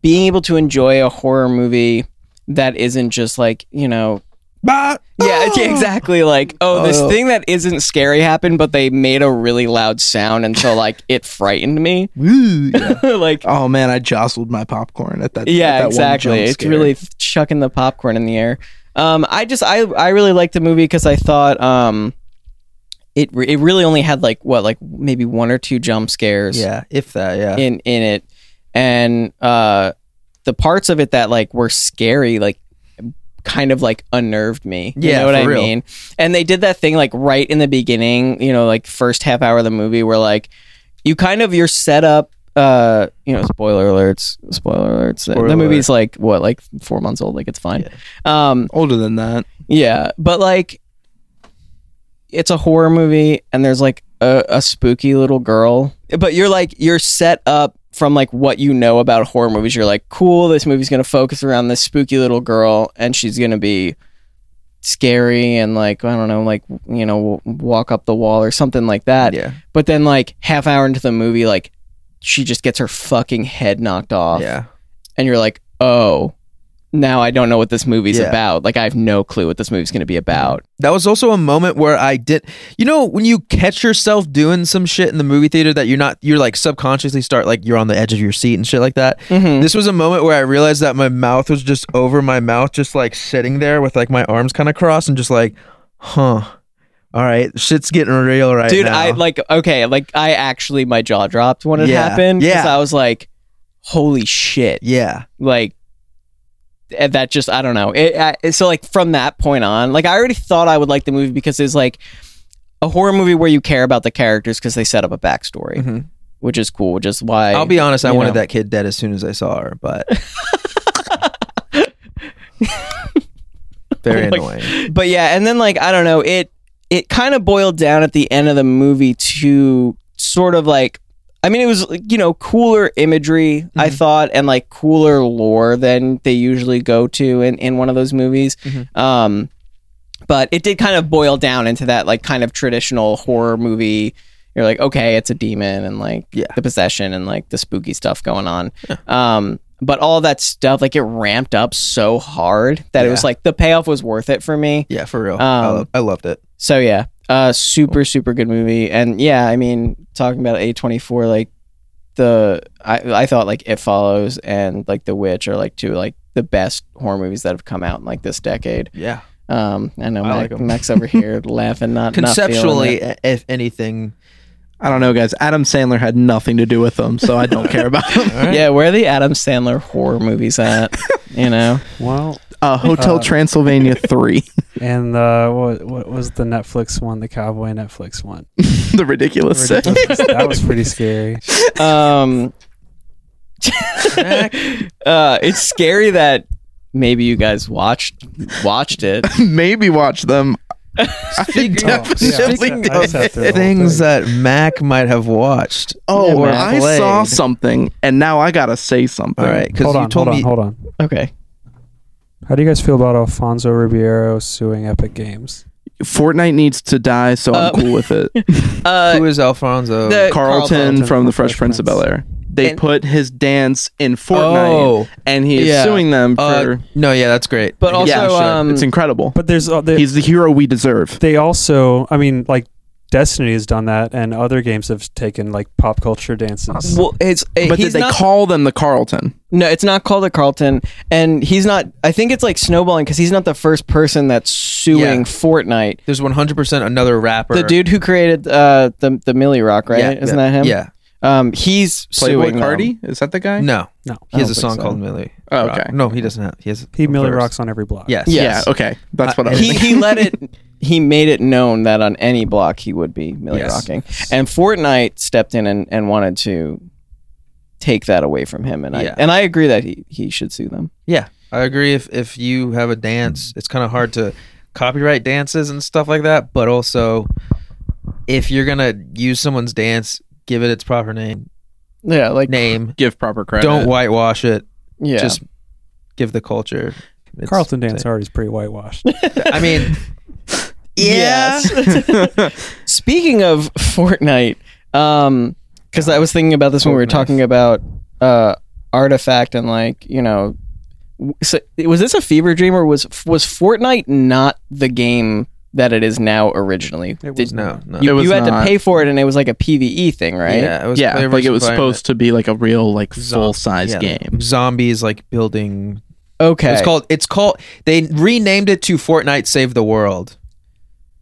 [SPEAKER 5] being able to enjoy a horror movie that isn't just like you know
[SPEAKER 1] But
[SPEAKER 5] yeah, it's- yeah, exactly like oh this
[SPEAKER 1] Oh.
[SPEAKER 5] thing that isn't scary happened but they made a really loud sound and so like it frightened me like
[SPEAKER 2] Oh man, I jostled my popcorn at that. at that
[SPEAKER 5] yeah
[SPEAKER 2] one jump
[SPEAKER 5] exactly it's
[SPEAKER 2] scare.
[SPEAKER 5] really chucking the popcorn in the air um i just i i really liked the movie because i thought um it, re- it really only had like what like maybe one or two jump scares
[SPEAKER 1] yeah, if that. Yeah,
[SPEAKER 5] in in it and uh the parts of it that like were scary like kind of like unnerved me you
[SPEAKER 1] Yeah,
[SPEAKER 5] know what
[SPEAKER 1] for
[SPEAKER 5] i
[SPEAKER 1] real.
[SPEAKER 5] mean and they did that thing like right in the beginning you know like first half hour of the movie where like you kind of you're set up uh you know spoiler alerts spoiler alerts The- the
[SPEAKER 1] Spoiler
[SPEAKER 5] movie's like what like four months old like it's fine um
[SPEAKER 2] older than that.
[SPEAKER 5] yeah, but like, it's a horror movie, and there's like a, a spooky little girl. But you're like you're set up from like what you know about horror movies. You're like, cool, this movie's gonna focus around this spooky little girl, and she's gonna be scary and like I don't know, like you know, w- walk up the wall or something like that.
[SPEAKER 1] yeah,
[SPEAKER 5] But then like half hour into the movie, like she just gets her fucking head knocked off
[SPEAKER 1] yeah.
[SPEAKER 5] and you're like, oh, now I don't know what this movie's
[SPEAKER 1] Yeah.
[SPEAKER 5] about. Like I have no clue what this movie's going to be about.
[SPEAKER 1] That was also a moment where I did. You know, when you catch yourself doing some shit in the movie theater that you're not, you're like subconsciously start like you're on the edge of your seat and shit like that. This was a moment where I realized that my mouth was just over my mouth, just like sitting there with like my arms kind of crossed and just like, huh. All right, shit's getting real right
[SPEAKER 5] Dude,
[SPEAKER 1] now.
[SPEAKER 5] I like okay, like I actually my jaw dropped when it
[SPEAKER 1] Yeah.
[SPEAKER 5] happened
[SPEAKER 1] Yeah.
[SPEAKER 5] I was like, holy shit,
[SPEAKER 1] yeah,
[SPEAKER 5] like. and that just I don't know. It, I, so like from that point on, like I already thought I would like the movie because it's like a horror movie where you care about the characters because they set up a backstory,
[SPEAKER 1] Mhm.
[SPEAKER 5] which is cool. Which is why
[SPEAKER 1] I'll be honest. I
[SPEAKER 5] you
[SPEAKER 1] wanted
[SPEAKER 5] know.
[SPEAKER 1] that kid dead as soon as I saw her, but very
[SPEAKER 5] Like-
[SPEAKER 1] annoying.
[SPEAKER 5] but yeah, and then like I don't know, it it kind of boiled down at the end of the movie to sort of like I mean it was like, you know cooler imagery I
[SPEAKER 1] Mm-hmm.
[SPEAKER 5] thought and like
[SPEAKER 1] Mm-hmm.
[SPEAKER 5] cooler lore than they usually go to in in one of those movies.
[SPEAKER 1] Mhm.
[SPEAKER 5] Um but it did kind of boil down into that like kind of traditional horror movie you're like okay it's a demon and like
[SPEAKER 1] Yeah.
[SPEAKER 5] the possession and like the spooky stuff going on um but all that stuff like it ramped up so hard that it was
[SPEAKER 1] Yeah.
[SPEAKER 5] like the payoff was worth it for me
[SPEAKER 1] Yeah, for real. I,
[SPEAKER 5] Um,
[SPEAKER 1] lo- I loved it.
[SPEAKER 5] so yeah uh super super good movie and yeah i mean talking about a24 like the i i thought like it follows and like the witch are like two like the best horror movies that have come out in like this decade
[SPEAKER 1] Yeah.
[SPEAKER 5] um, I know
[SPEAKER 1] I
[SPEAKER 5] Mac,
[SPEAKER 1] like 'em.
[SPEAKER 5] Mac's over here laughing, not not feeling
[SPEAKER 1] Conceptually,
[SPEAKER 5] it.
[SPEAKER 1] i- if anything,
[SPEAKER 2] I don't know, guys. Adam Sandler had nothing to do with them, so I don't care about them.
[SPEAKER 3] All right.
[SPEAKER 5] Yeah, where are the Adam Sandler horror movies at? you know,
[SPEAKER 3] Well,
[SPEAKER 2] Uh, Hotel
[SPEAKER 3] Uh,
[SPEAKER 2] Transylvania three,
[SPEAKER 3] and uh, what, what was the Netflix one? The cowboy Netflix one.
[SPEAKER 2] the ridiculous
[SPEAKER 3] That
[SPEAKER 2] set.
[SPEAKER 3] was- that was pretty scary.
[SPEAKER 5] um, uh, it's scary that maybe you guys watched watched it.
[SPEAKER 2] Maybe watch them. I
[SPEAKER 3] Definitely
[SPEAKER 2] definitely
[SPEAKER 3] yeah, I
[SPEAKER 2] did.
[SPEAKER 3] was- I was after the whole
[SPEAKER 1] things
[SPEAKER 3] thing.
[SPEAKER 1] that Mac might have watched.
[SPEAKER 2] Oh,
[SPEAKER 1] or
[SPEAKER 2] I
[SPEAKER 1] played.
[SPEAKER 2] saw something, and now I gotta say something.
[SPEAKER 1] All right, because
[SPEAKER 3] Hold
[SPEAKER 1] you
[SPEAKER 3] on,
[SPEAKER 1] told
[SPEAKER 3] hold on,
[SPEAKER 1] me.
[SPEAKER 3] hold on.
[SPEAKER 5] Okay,
[SPEAKER 3] How do you guys feel about Alfonso Ribeiro suing Epic Games?
[SPEAKER 2] Fortnite needs to die, so
[SPEAKER 5] Uh,
[SPEAKER 2] I'm cool with it.
[SPEAKER 5] uh,
[SPEAKER 1] Who is uh, Alfonso?
[SPEAKER 5] the-
[SPEAKER 2] Carlton,
[SPEAKER 5] Carlton
[SPEAKER 2] from The Fresh Prince of Bel Air. They
[SPEAKER 5] And-
[SPEAKER 2] put his dance in Fortnite,
[SPEAKER 1] oh,
[SPEAKER 2] and he is
[SPEAKER 5] Yeah.
[SPEAKER 2] suing them
[SPEAKER 1] uh,
[SPEAKER 2] for.
[SPEAKER 1] no, yeah, that's great.
[SPEAKER 5] but also
[SPEAKER 2] Yeah,
[SPEAKER 1] sure.
[SPEAKER 5] um,
[SPEAKER 2] it's incredible.
[SPEAKER 3] But there's uh, there,
[SPEAKER 2] He's the hero we deserve.
[SPEAKER 3] they also i mean like destiny has done that and other games have taken like pop culture dances
[SPEAKER 5] well, it's eh,
[SPEAKER 2] But did
[SPEAKER 5] he's
[SPEAKER 2] they
[SPEAKER 5] not
[SPEAKER 2] call them the Carlton?
[SPEAKER 5] No, it's not called a Carlton, and he's not. I think it's like snowballing because he's not the first person that's suing
[SPEAKER 1] Yeah.
[SPEAKER 5] Fortnite.
[SPEAKER 1] there's 100 percent another rapper.
[SPEAKER 5] The dude who created uh, the the Millie Rock, right?
[SPEAKER 1] yeah,
[SPEAKER 5] Isn't
[SPEAKER 1] yeah,
[SPEAKER 5] that him?
[SPEAKER 1] Yeah,
[SPEAKER 5] Um, he's
[SPEAKER 4] Playboy
[SPEAKER 5] suing them.
[SPEAKER 4] Cardi? Is that the guy?
[SPEAKER 1] no,
[SPEAKER 3] No,
[SPEAKER 1] he has
[SPEAKER 5] I
[SPEAKER 1] a
[SPEAKER 5] don't
[SPEAKER 1] song
[SPEAKER 5] think so.
[SPEAKER 1] called Millie.
[SPEAKER 4] Oh,
[SPEAKER 1] Rock.
[SPEAKER 4] okay.
[SPEAKER 1] no, he doesn't have. He has
[SPEAKER 3] he millie
[SPEAKER 1] verse.
[SPEAKER 3] rocks on every block
[SPEAKER 1] Yes,
[SPEAKER 5] Yes.
[SPEAKER 2] Yeah. Okay, that's what I.
[SPEAKER 5] He he let it. He made it known that on any block he would be Millie
[SPEAKER 1] Yes.
[SPEAKER 5] Rocking, and Fortnite stepped in and, and wanted to take that away from him. And I
[SPEAKER 1] Yeah.
[SPEAKER 5] and I agree that he he should sue them.
[SPEAKER 1] Yeah, I agree. If if you have a dance, it's kind of hard to copyright dances and stuff like that. But also, if you're gonna use someone's dance, give it its proper name.
[SPEAKER 5] Yeah, like
[SPEAKER 1] Name.
[SPEAKER 4] Give proper credit.
[SPEAKER 1] Don't whitewash it.
[SPEAKER 5] yeah.
[SPEAKER 1] Just give the culture. its
[SPEAKER 3] carlton dance
[SPEAKER 1] thing.
[SPEAKER 3] already is pretty whitewashed
[SPEAKER 1] I mean,
[SPEAKER 5] Yeah. Speaking of Fortnite, um, because I was thinking about this when we were talking about uh, artifact and like you know, w- so, was this a fever dream or was was Fortnite not the game that it is now originally?
[SPEAKER 3] It was
[SPEAKER 5] Did-
[SPEAKER 1] no, no.
[SPEAKER 5] You,
[SPEAKER 2] It was
[SPEAKER 5] you had
[SPEAKER 2] not.
[SPEAKER 5] to pay for it, and it was like a PVE thing, right?
[SPEAKER 1] Yeah, it was
[SPEAKER 2] yeah,
[SPEAKER 1] player
[SPEAKER 2] like it
[SPEAKER 1] versus
[SPEAKER 2] was
[SPEAKER 1] environment.
[SPEAKER 2] supposed to be like a real, like
[SPEAKER 1] Zom-
[SPEAKER 2] full size
[SPEAKER 1] yeah,
[SPEAKER 2] game.
[SPEAKER 1] Zombies like building.
[SPEAKER 5] Okay.
[SPEAKER 1] It's called. It's called. They renamed it to Fortnite Save the World.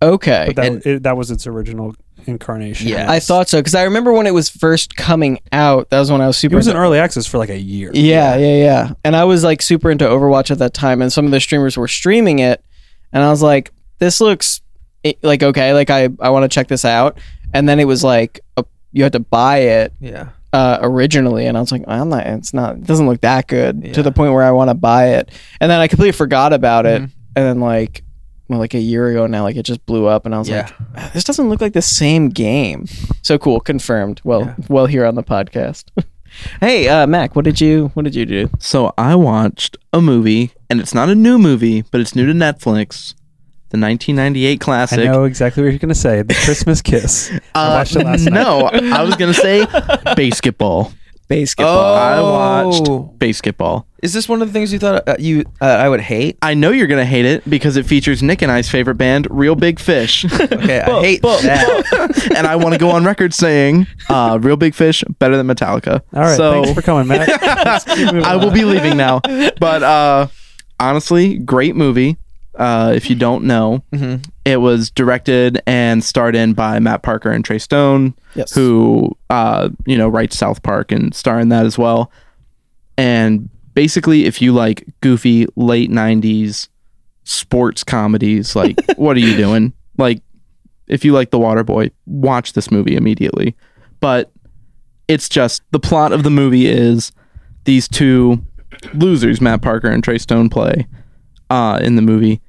[SPEAKER 5] okay.
[SPEAKER 3] but that,
[SPEAKER 1] And-
[SPEAKER 3] it, that was its original incarnation
[SPEAKER 1] Yeah.
[SPEAKER 5] I thought so because I remember when it was first coming out. That was when I was
[SPEAKER 3] it
[SPEAKER 5] super.
[SPEAKER 3] was in
[SPEAKER 5] into-
[SPEAKER 3] early access for like a year
[SPEAKER 5] Yeah, yeah, yeah. And I was like super into Overwatch at that time, and some of the streamers were streaming it, and I was like, this looks eh, like okay, like I I want to check this out. And then it was like a, you had to buy it
[SPEAKER 1] Yeah,
[SPEAKER 5] uh, originally, and I was like, I'm not. It's not. It doesn't look that good
[SPEAKER 1] Yeah. Mm-hmm.
[SPEAKER 5] to the point where I want to buy it. And then I completely forgot about it, and then like. Well, like a year ago now, like it just blew up, and I was
[SPEAKER 1] yeah.
[SPEAKER 5] like, "This doesn't look like the same game." So cool, confirmed. Well, well, here on the podcast. hey, uh, Mac, what did you what did you do?
[SPEAKER 2] So I watched a movie, and it's not a new movie, but it's new to Netflix. The 1998
[SPEAKER 3] i
[SPEAKER 2] classic.
[SPEAKER 3] know exactly what you're gonna say the christmas kiss i
[SPEAKER 2] Uh,
[SPEAKER 3] watched it last night
[SPEAKER 2] no, I was gonna say basketball.
[SPEAKER 5] basketball.
[SPEAKER 2] I watched
[SPEAKER 1] Oh.
[SPEAKER 2] basketball.
[SPEAKER 1] Is this one of the things you thought uh, you uh, I would hate?
[SPEAKER 2] I know you're gonna hate it because it features Nick and I's favorite band, Real Big Fish.
[SPEAKER 1] Okay, I hate that.
[SPEAKER 2] and I want to go on record saying, uh, Real Big Fish better than Metallica.
[SPEAKER 3] all right
[SPEAKER 2] so
[SPEAKER 3] thanks for coming matt Let's keep moving
[SPEAKER 2] I will
[SPEAKER 3] on.
[SPEAKER 2] be leaving now. But uh, honestly, great movie. Uh, if you don't know,
[SPEAKER 3] Mm-hmm.
[SPEAKER 1] Mhm.
[SPEAKER 2] it was directed and starred in by Matt Parker and Trey Stone,
[SPEAKER 5] Yes.
[SPEAKER 2] who uh, you know writes South Park and star in that as well. And basically, if you like goofy late '90s sports comedies, like what are you doing? Like, if you like The Waterboy, watch this movie immediately. But it's just the plot of the movie is these two losers, Matt Parker and Trey Stone, play uh, in the movie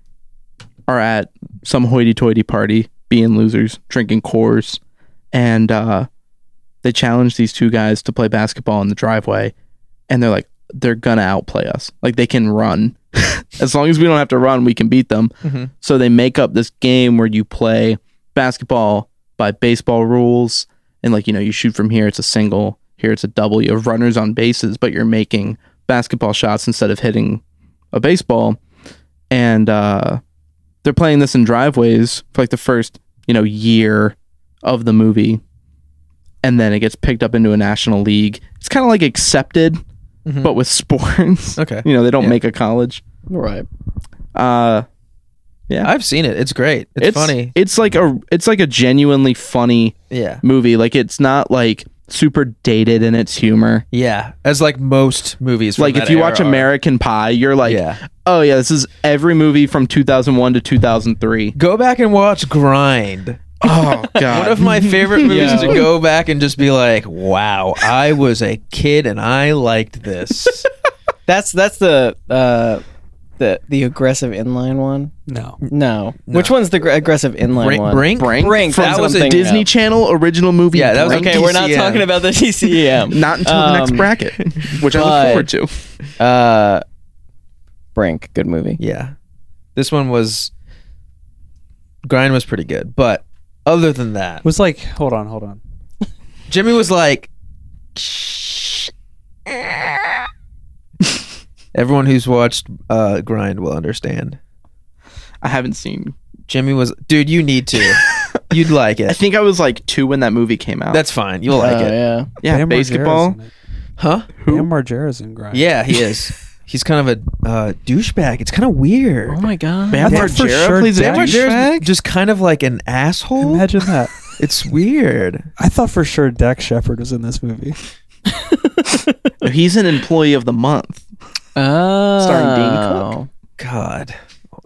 [SPEAKER 2] are at some hoity-toity party, being losers, drinking Coors, and uh, they challenge these two guys to play basketball in the driveway, and they're like, they're gonna outplay us. Like they can run as long as we don't have to run, we can beat them.
[SPEAKER 1] Mhm.
[SPEAKER 2] So they make up this game where you play basketball by baseball rules. And like, you know, you shoot from here, it's a single, here it's a double. You have runners on bases, but you're making basketball shots instead of hitting a baseball. And uh, they're playing this in driveways for like the first, you know, year of the movie. And then it gets picked up into a national league. It's kind of like accepted,
[SPEAKER 1] Mhm.
[SPEAKER 2] but with sports.
[SPEAKER 1] Okay.
[SPEAKER 2] You know, they don't
[SPEAKER 1] Yeah.
[SPEAKER 2] make a college.
[SPEAKER 5] Right.
[SPEAKER 2] Uh,
[SPEAKER 1] I've seen it. It's great. It's, funny.
[SPEAKER 2] It's like a it's like a genuinely funny
[SPEAKER 1] Yeah.
[SPEAKER 2] movie. Like it's not like super dated in its humor.
[SPEAKER 1] Yeah. As like most movies. From
[SPEAKER 2] Like if
[SPEAKER 1] that
[SPEAKER 2] you
[SPEAKER 1] era
[SPEAKER 2] watch
[SPEAKER 1] are.
[SPEAKER 2] American Pie, you're like,
[SPEAKER 1] Yeah.
[SPEAKER 2] oh yeah, this is every movie from 2001 to 2003.
[SPEAKER 1] Go back and watch Grind.
[SPEAKER 2] Oh god,
[SPEAKER 1] One of my favorite movies
[SPEAKER 2] Yeah.
[SPEAKER 1] to go back and just be like, wow, I was a kid and I liked this.
[SPEAKER 5] That's that's the uh, the the aggressive inline one.
[SPEAKER 3] No.
[SPEAKER 5] No. Which one's the gr- aggressive inline
[SPEAKER 1] Brink?
[SPEAKER 5] one?
[SPEAKER 1] Brink?
[SPEAKER 2] Brink?
[SPEAKER 5] Brink.
[SPEAKER 2] From
[SPEAKER 5] that was a
[SPEAKER 1] something
[SPEAKER 2] Disney Channel original movie.
[SPEAKER 1] Yeah, that was-
[SPEAKER 2] Brink.
[SPEAKER 5] Okay, we're not
[SPEAKER 1] TCM.
[SPEAKER 5] talking about the TCM.
[SPEAKER 2] Not until the next
[SPEAKER 5] Um,
[SPEAKER 2] bracket, which I
[SPEAKER 5] but-
[SPEAKER 2] look forward to.
[SPEAKER 5] Uh, Brink, good movie.
[SPEAKER 1] Yeah. This one was Grind was pretty good, but other than that,
[SPEAKER 3] was like, hold on, hold on.
[SPEAKER 1] Jimmy was like Everyone who's watched uh, Grind will understand.
[SPEAKER 2] I haven't seen.
[SPEAKER 1] Jimmy was dude, you need to. You'd like
[SPEAKER 2] I
[SPEAKER 1] it.
[SPEAKER 2] think I was like two when that movie came out.
[SPEAKER 1] That's fine. You'll like
[SPEAKER 5] Oh,
[SPEAKER 1] it.
[SPEAKER 5] yeah.
[SPEAKER 2] yeah,
[SPEAKER 3] Bam Margera's
[SPEAKER 2] basketball.
[SPEAKER 3] in it.
[SPEAKER 1] Huh?
[SPEAKER 3] Bam Margera's in grind.
[SPEAKER 1] Yeah, he is. He's kind of a uh, douchebag. It's kind of weird.
[SPEAKER 5] Oh my god.
[SPEAKER 2] Bam
[SPEAKER 3] I thought for
[SPEAKER 2] Margera
[SPEAKER 3] sure
[SPEAKER 2] plays a
[SPEAKER 1] Sam
[SPEAKER 3] Douchebag?
[SPEAKER 1] Margera's
[SPEAKER 2] douchebag.
[SPEAKER 1] just kind of like an asshole.
[SPEAKER 3] Imagine that.
[SPEAKER 1] It's weird.
[SPEAKER 3] I thought for sure Dak Shepard was in this movie.
[SPEAKER 2] He's an employee of the month.
[SPEAKER 5] Oh.
[SPEAKER 2] Starring Dean
[SPEAKER 1] God.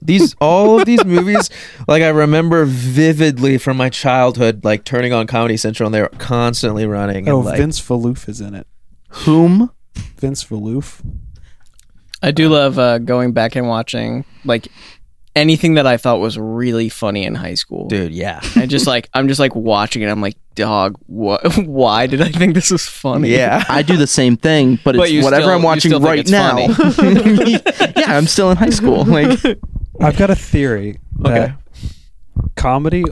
[SPEAKER 1] These all of these movies, like I remember vividly from my childhood, like turning on Comedy Central and they were constantly running.
[SPEAKER 3] Oh,
[SPEAKER 1] and like,
[SPEAKER 3] Vince Valoof is in it.
[SPEAKER 2] Whom?
[SPEAKER 3] Vince Valoof.
[SPEAKER 5] I do love uh, going back and watching like anything that I thought was really funny in high school.
[SPEAKER 1] dude, yeah,
[SPEAKER 5] And just like I'm just like watching it, I'm like, dog, what? Why did I think this was funny?
[SPEAKER 1] yeah.
[SPEAKER 2] I do the same thing, but,
[SPEAKER 5] But you
[SPEAKER 2] it's whatever
[SPEAKER 5] still-
[SPEAKER 2] I'm
[SPEAKER 5] you
[SPEAKER 2] watching
[SPEAKER 5] still think
[SPEAKER 2] right
[SPEAKER 5] it's
[SPEAKER 2] now. yeah, I'm still in high school. Like,
[SPEAKER 3] I've got a theory that
[SPEAKER 1] Okay.
[SPEAKER 3] comedy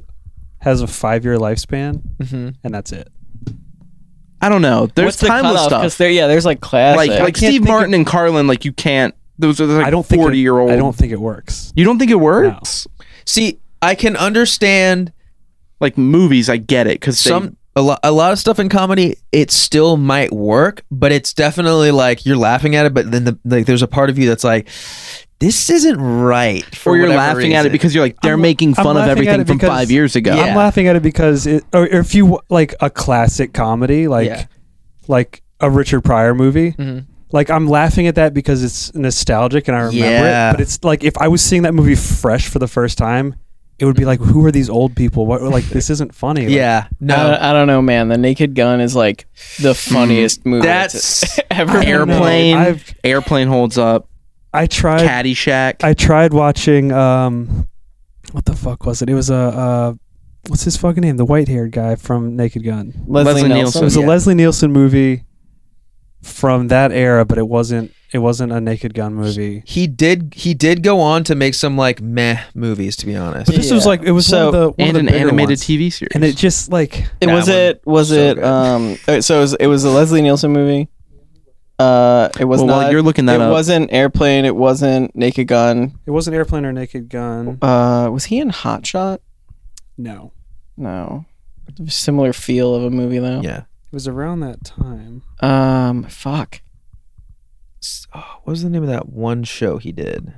[SPEAKER 3] has a five-year lifespan,
[SPEAKER 1] hmm
[SPEAKER 3] and that's it.
[SPEAKER 2] I don't know. There's
[SPEAKER 5] What's the
[SPEAKER 2] timeless
[SPEAKER 5] cutoff? 'Cause
[SPEAKER 2] stuff.
[SPEAKER 5] there, yeah, there's like
[SPEAKER 2] Like,
[SPEAKER 5] classic.
[SPEAKER 2] like
[SPEAKER 3] can't
[SPEAKER 2] Steve
[SPEAKER 3] think
[SPEAKER 2] Martin and Carlin. Like, you can't. Those are like
[SPEAKER 3] I don't think it-
[SPEAKER 2] forty year old.
[SPEAKER 3] I don't think it works.
[SPEAKER 2] You don't think it works?
[SPEAKER 1] See, I can understand
[SPEAKER 2] Like movies, I get it because
[SPEAKER 1] some a lot, a lot of stuff in comedy. It still might work, but it's definitely like you're laughing at it, but then the, like there's a part of you that's like, this isn't right. For
[SPEAKER 2] or you're
[SPEAKER 1] whatever
[SPEAKER 2] laughing at it
[SPEAKER 1] reason.
[SPEAKER 2] because you're like they're
[SPEAKER 3] I'm-
[SPEAKER 2] making
[SPEAKER 3] I'm
[SPEAKER 2] fun of
[SPEAKER 3] laughing at
[SPEAKER 2] everything
[SPEAKER 3] it
[SPEAKER 2] from
[SPEAKER 3] because-
[SPEAKER 2] five years ago.
[SPEAKER 1] Yeah.
[SPEAKER 3] I'm laughing at it because it, or if you like a classic comedy, like
[SPEAKER 1] Yeah.
[SPEAKER 3] like a Richard Pryor movie,
[SPEAKER 1] Mhm.
[SPEAKER 3] like I'm laughing at that because it's nostalgic and I remember
[SPEAKER 1] Yeah.
[SPEAKER 3] it. But it's like if I was seeing that movie fresh for the first time, it would be like, who are these old people? What like this isn't funny. Like,
[SPEAKER 1] yeah, no,
[SPEAKER 5] I,
[SPEAKER 2] Uh,
[SPEAKER 5] don't, I don't know, man. The Naked Gun is like the
[SPEAKER 2] Hmm.
[SPEAKER 5] funniest movie
[SPEAKER 1] That's-
[SPEAKER 5] ever.
[SPEAKER 3] I don't know.
[SPEAKER 2] Airplane.
[SPEAKER 3] I've
[SPEAKER 2] Airplane holds up.
[SPEAKER 3] I tried
[SPEAKER 2] Caddyshack.
[SPEAKER 3] I tried watching um, what the fuck was it? It was a uh, what's his fucking name? The white haired guy from Naked Gun.
[SPEAKER 5] Leslie,
[SPEAKER 2] Leslie
[SPEAKER 5] Nielsen.
[SPEAKER 3] It was
[SPEAKER 2] Nielsen.
[SPEAKER 3] a Leslie Nielsen movie from that era, but it wasn't it wasn't a Naked Gun movie.
[SPEAKER 1] he did he did go on to make some like meh movies to be honest.
[SPEAKER 3] But this was
[SPEAKER 5] Yeah.
[SPEAKER 3] like it was
[SPEAKER 5] So-
[SPEAKER 3] one of the one
[SPEAKER 2] and
[SPEAKER 3] of
[SPEAKER 2] an
[SPEAKER 3] the bigger
[SPEAKER 2] animated
[SPEAKER 3] ones.
[SPEAKER 2] TV series.
[SPEAKER 3] and it just like
[SPEAKER 5] It
[SPEAKER 1] That
[SPEAKER 5] was
[SPEAKER 1] one.
[SPEAKER 5] it was
[SPEAKER 1] So
[SPEAKER 5] it
[SPEAKER 1] good.
[SPEAKER 5] um all right, so it was, it was a Leslie Nielsen movie. Uh it was
[SPEAKER 2] well,
[SPEAKER 5] not
[SPEAKER 2] while you're looking that
[SPEAKER 5] it
[SPEAKER 2] up,
[SPEAKER 5] wasn't Airplane, it wasn't Naked Gun.
[SPEAKER 3] it wasn't Airplane or Naked Gun.
[SPEAKER 5] Uh was he in Hot Shot?
[SPEAKER 3] No,
[SPEAKER 5] No. Similar feel of a movie though.
[SPEAKER 1] Yeah.
[SPEAKER 3] it was around that time.
[SPEAKER 5] Um fuck.
[SPEAKER 1] S- oh, what was the name of that one show he did?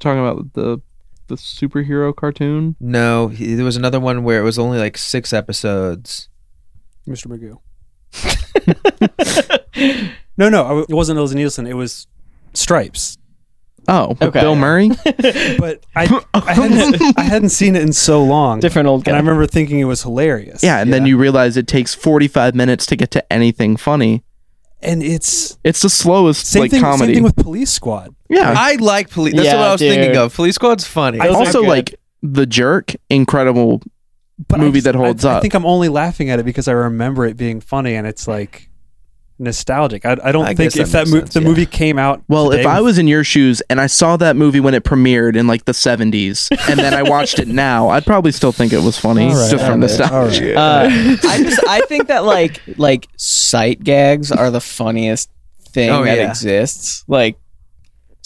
[SPEAKER 2] talking about the the superhero cartoon.
[SPEAKER 1] No, he, there was another one where it was only like six episodes.
[SPEAKER 3] Mr. Magoo. no, no, I w- it wasn't Leslie Nielsen. It was Stripes.
[SPEAKER 2] Oh, with
[SPEAKER 5] Okay.
[SPEAKER 2] Bill Murray.
[SPEAKER 3] But I, I, hadn't, I hadn't seen it in so long.
[SPEAKER 5] Different old
[SPEAKER 3] And I
[SPEAKER 5] guy.
[SPEAKER 3] remember thinking it was hilarious.
[SPEAKER 2] Yeah, and then
[SPEAKER 1] Yeah.
[SPEAKER 2] you realize it takes 45 minutes to get to anything funny.
[SPEAKER 3] And it's
[SPEAKER 2] It's the slowest
[SPEAKER 3] same
[SPEAKER 2] like
[SPEAKER 3] thing. Same
[SPEAKER 2] comedy.
[SPEAKER 3] thing with Police Squad.
[SPEAKER 2] yeah.
[SPEAKER 1] I like police. That's
[SPEAKER 5] Yeah,
[SPEAKER 1] what I was
[SPEAKER 5] dude.
[SPEAKER 1] thinking of. Police Squad's funny.
[SPEAKER 5] I- those are
[SPEAKER 2] also
[SPEAKER 5] good.
[SPEAKER 2] like The Jerk, incredible.
[SPEAKER 3] But I
[SPEAKER 2] Movie
[SPEAKER 3] just-
[SPEAKER 2] that holds
[SPEAKER 3] I, I
[SPEAKER 2] up.
[SPEAKER 3] think I'm only laughing at it because I remember it being funny, and it's like nostalgic. I, I don't
[SPEAKER 1] I
[SPEAKER 3] think
[SPEAKER 1] guess
[SPEAKER 3] if
[SPEAKER 1] that
[SPEAKER 3] that,
[SPEAKER 1] makes
[SPEAKER 3] mo-
[SPEAKER 1] sense,
[SPEAKER 3] the
[SPEAKER 1] yeah.
[SPEAKER 3] movie came out.
[SPEAKER 2] Well, if
[SPEAKER 3] today
[SPEAKER 2] I
[SPEAKER 3] with-
[SPEAKER 2] was in your shoes and I saw that movie when it premiered in like the 70s and then I watched it now, I'd probably still think it was funny
[SPEAKER 3] All right,
[SPEAKER 2] just
[SPEAKER 3] all
[SPEAKER 2] from
[SPEAKER 3] right, all right.
[SPEAKER 2] nostalgia.
[SPEAKER 5] Uh, I just I think that like like sight gags are the funniest thing
[SPEAKER 1] Oh,
[SPEAKER 5] that
[SPEAKER 1] yeah.
[SPEAKER 5] exists. Like,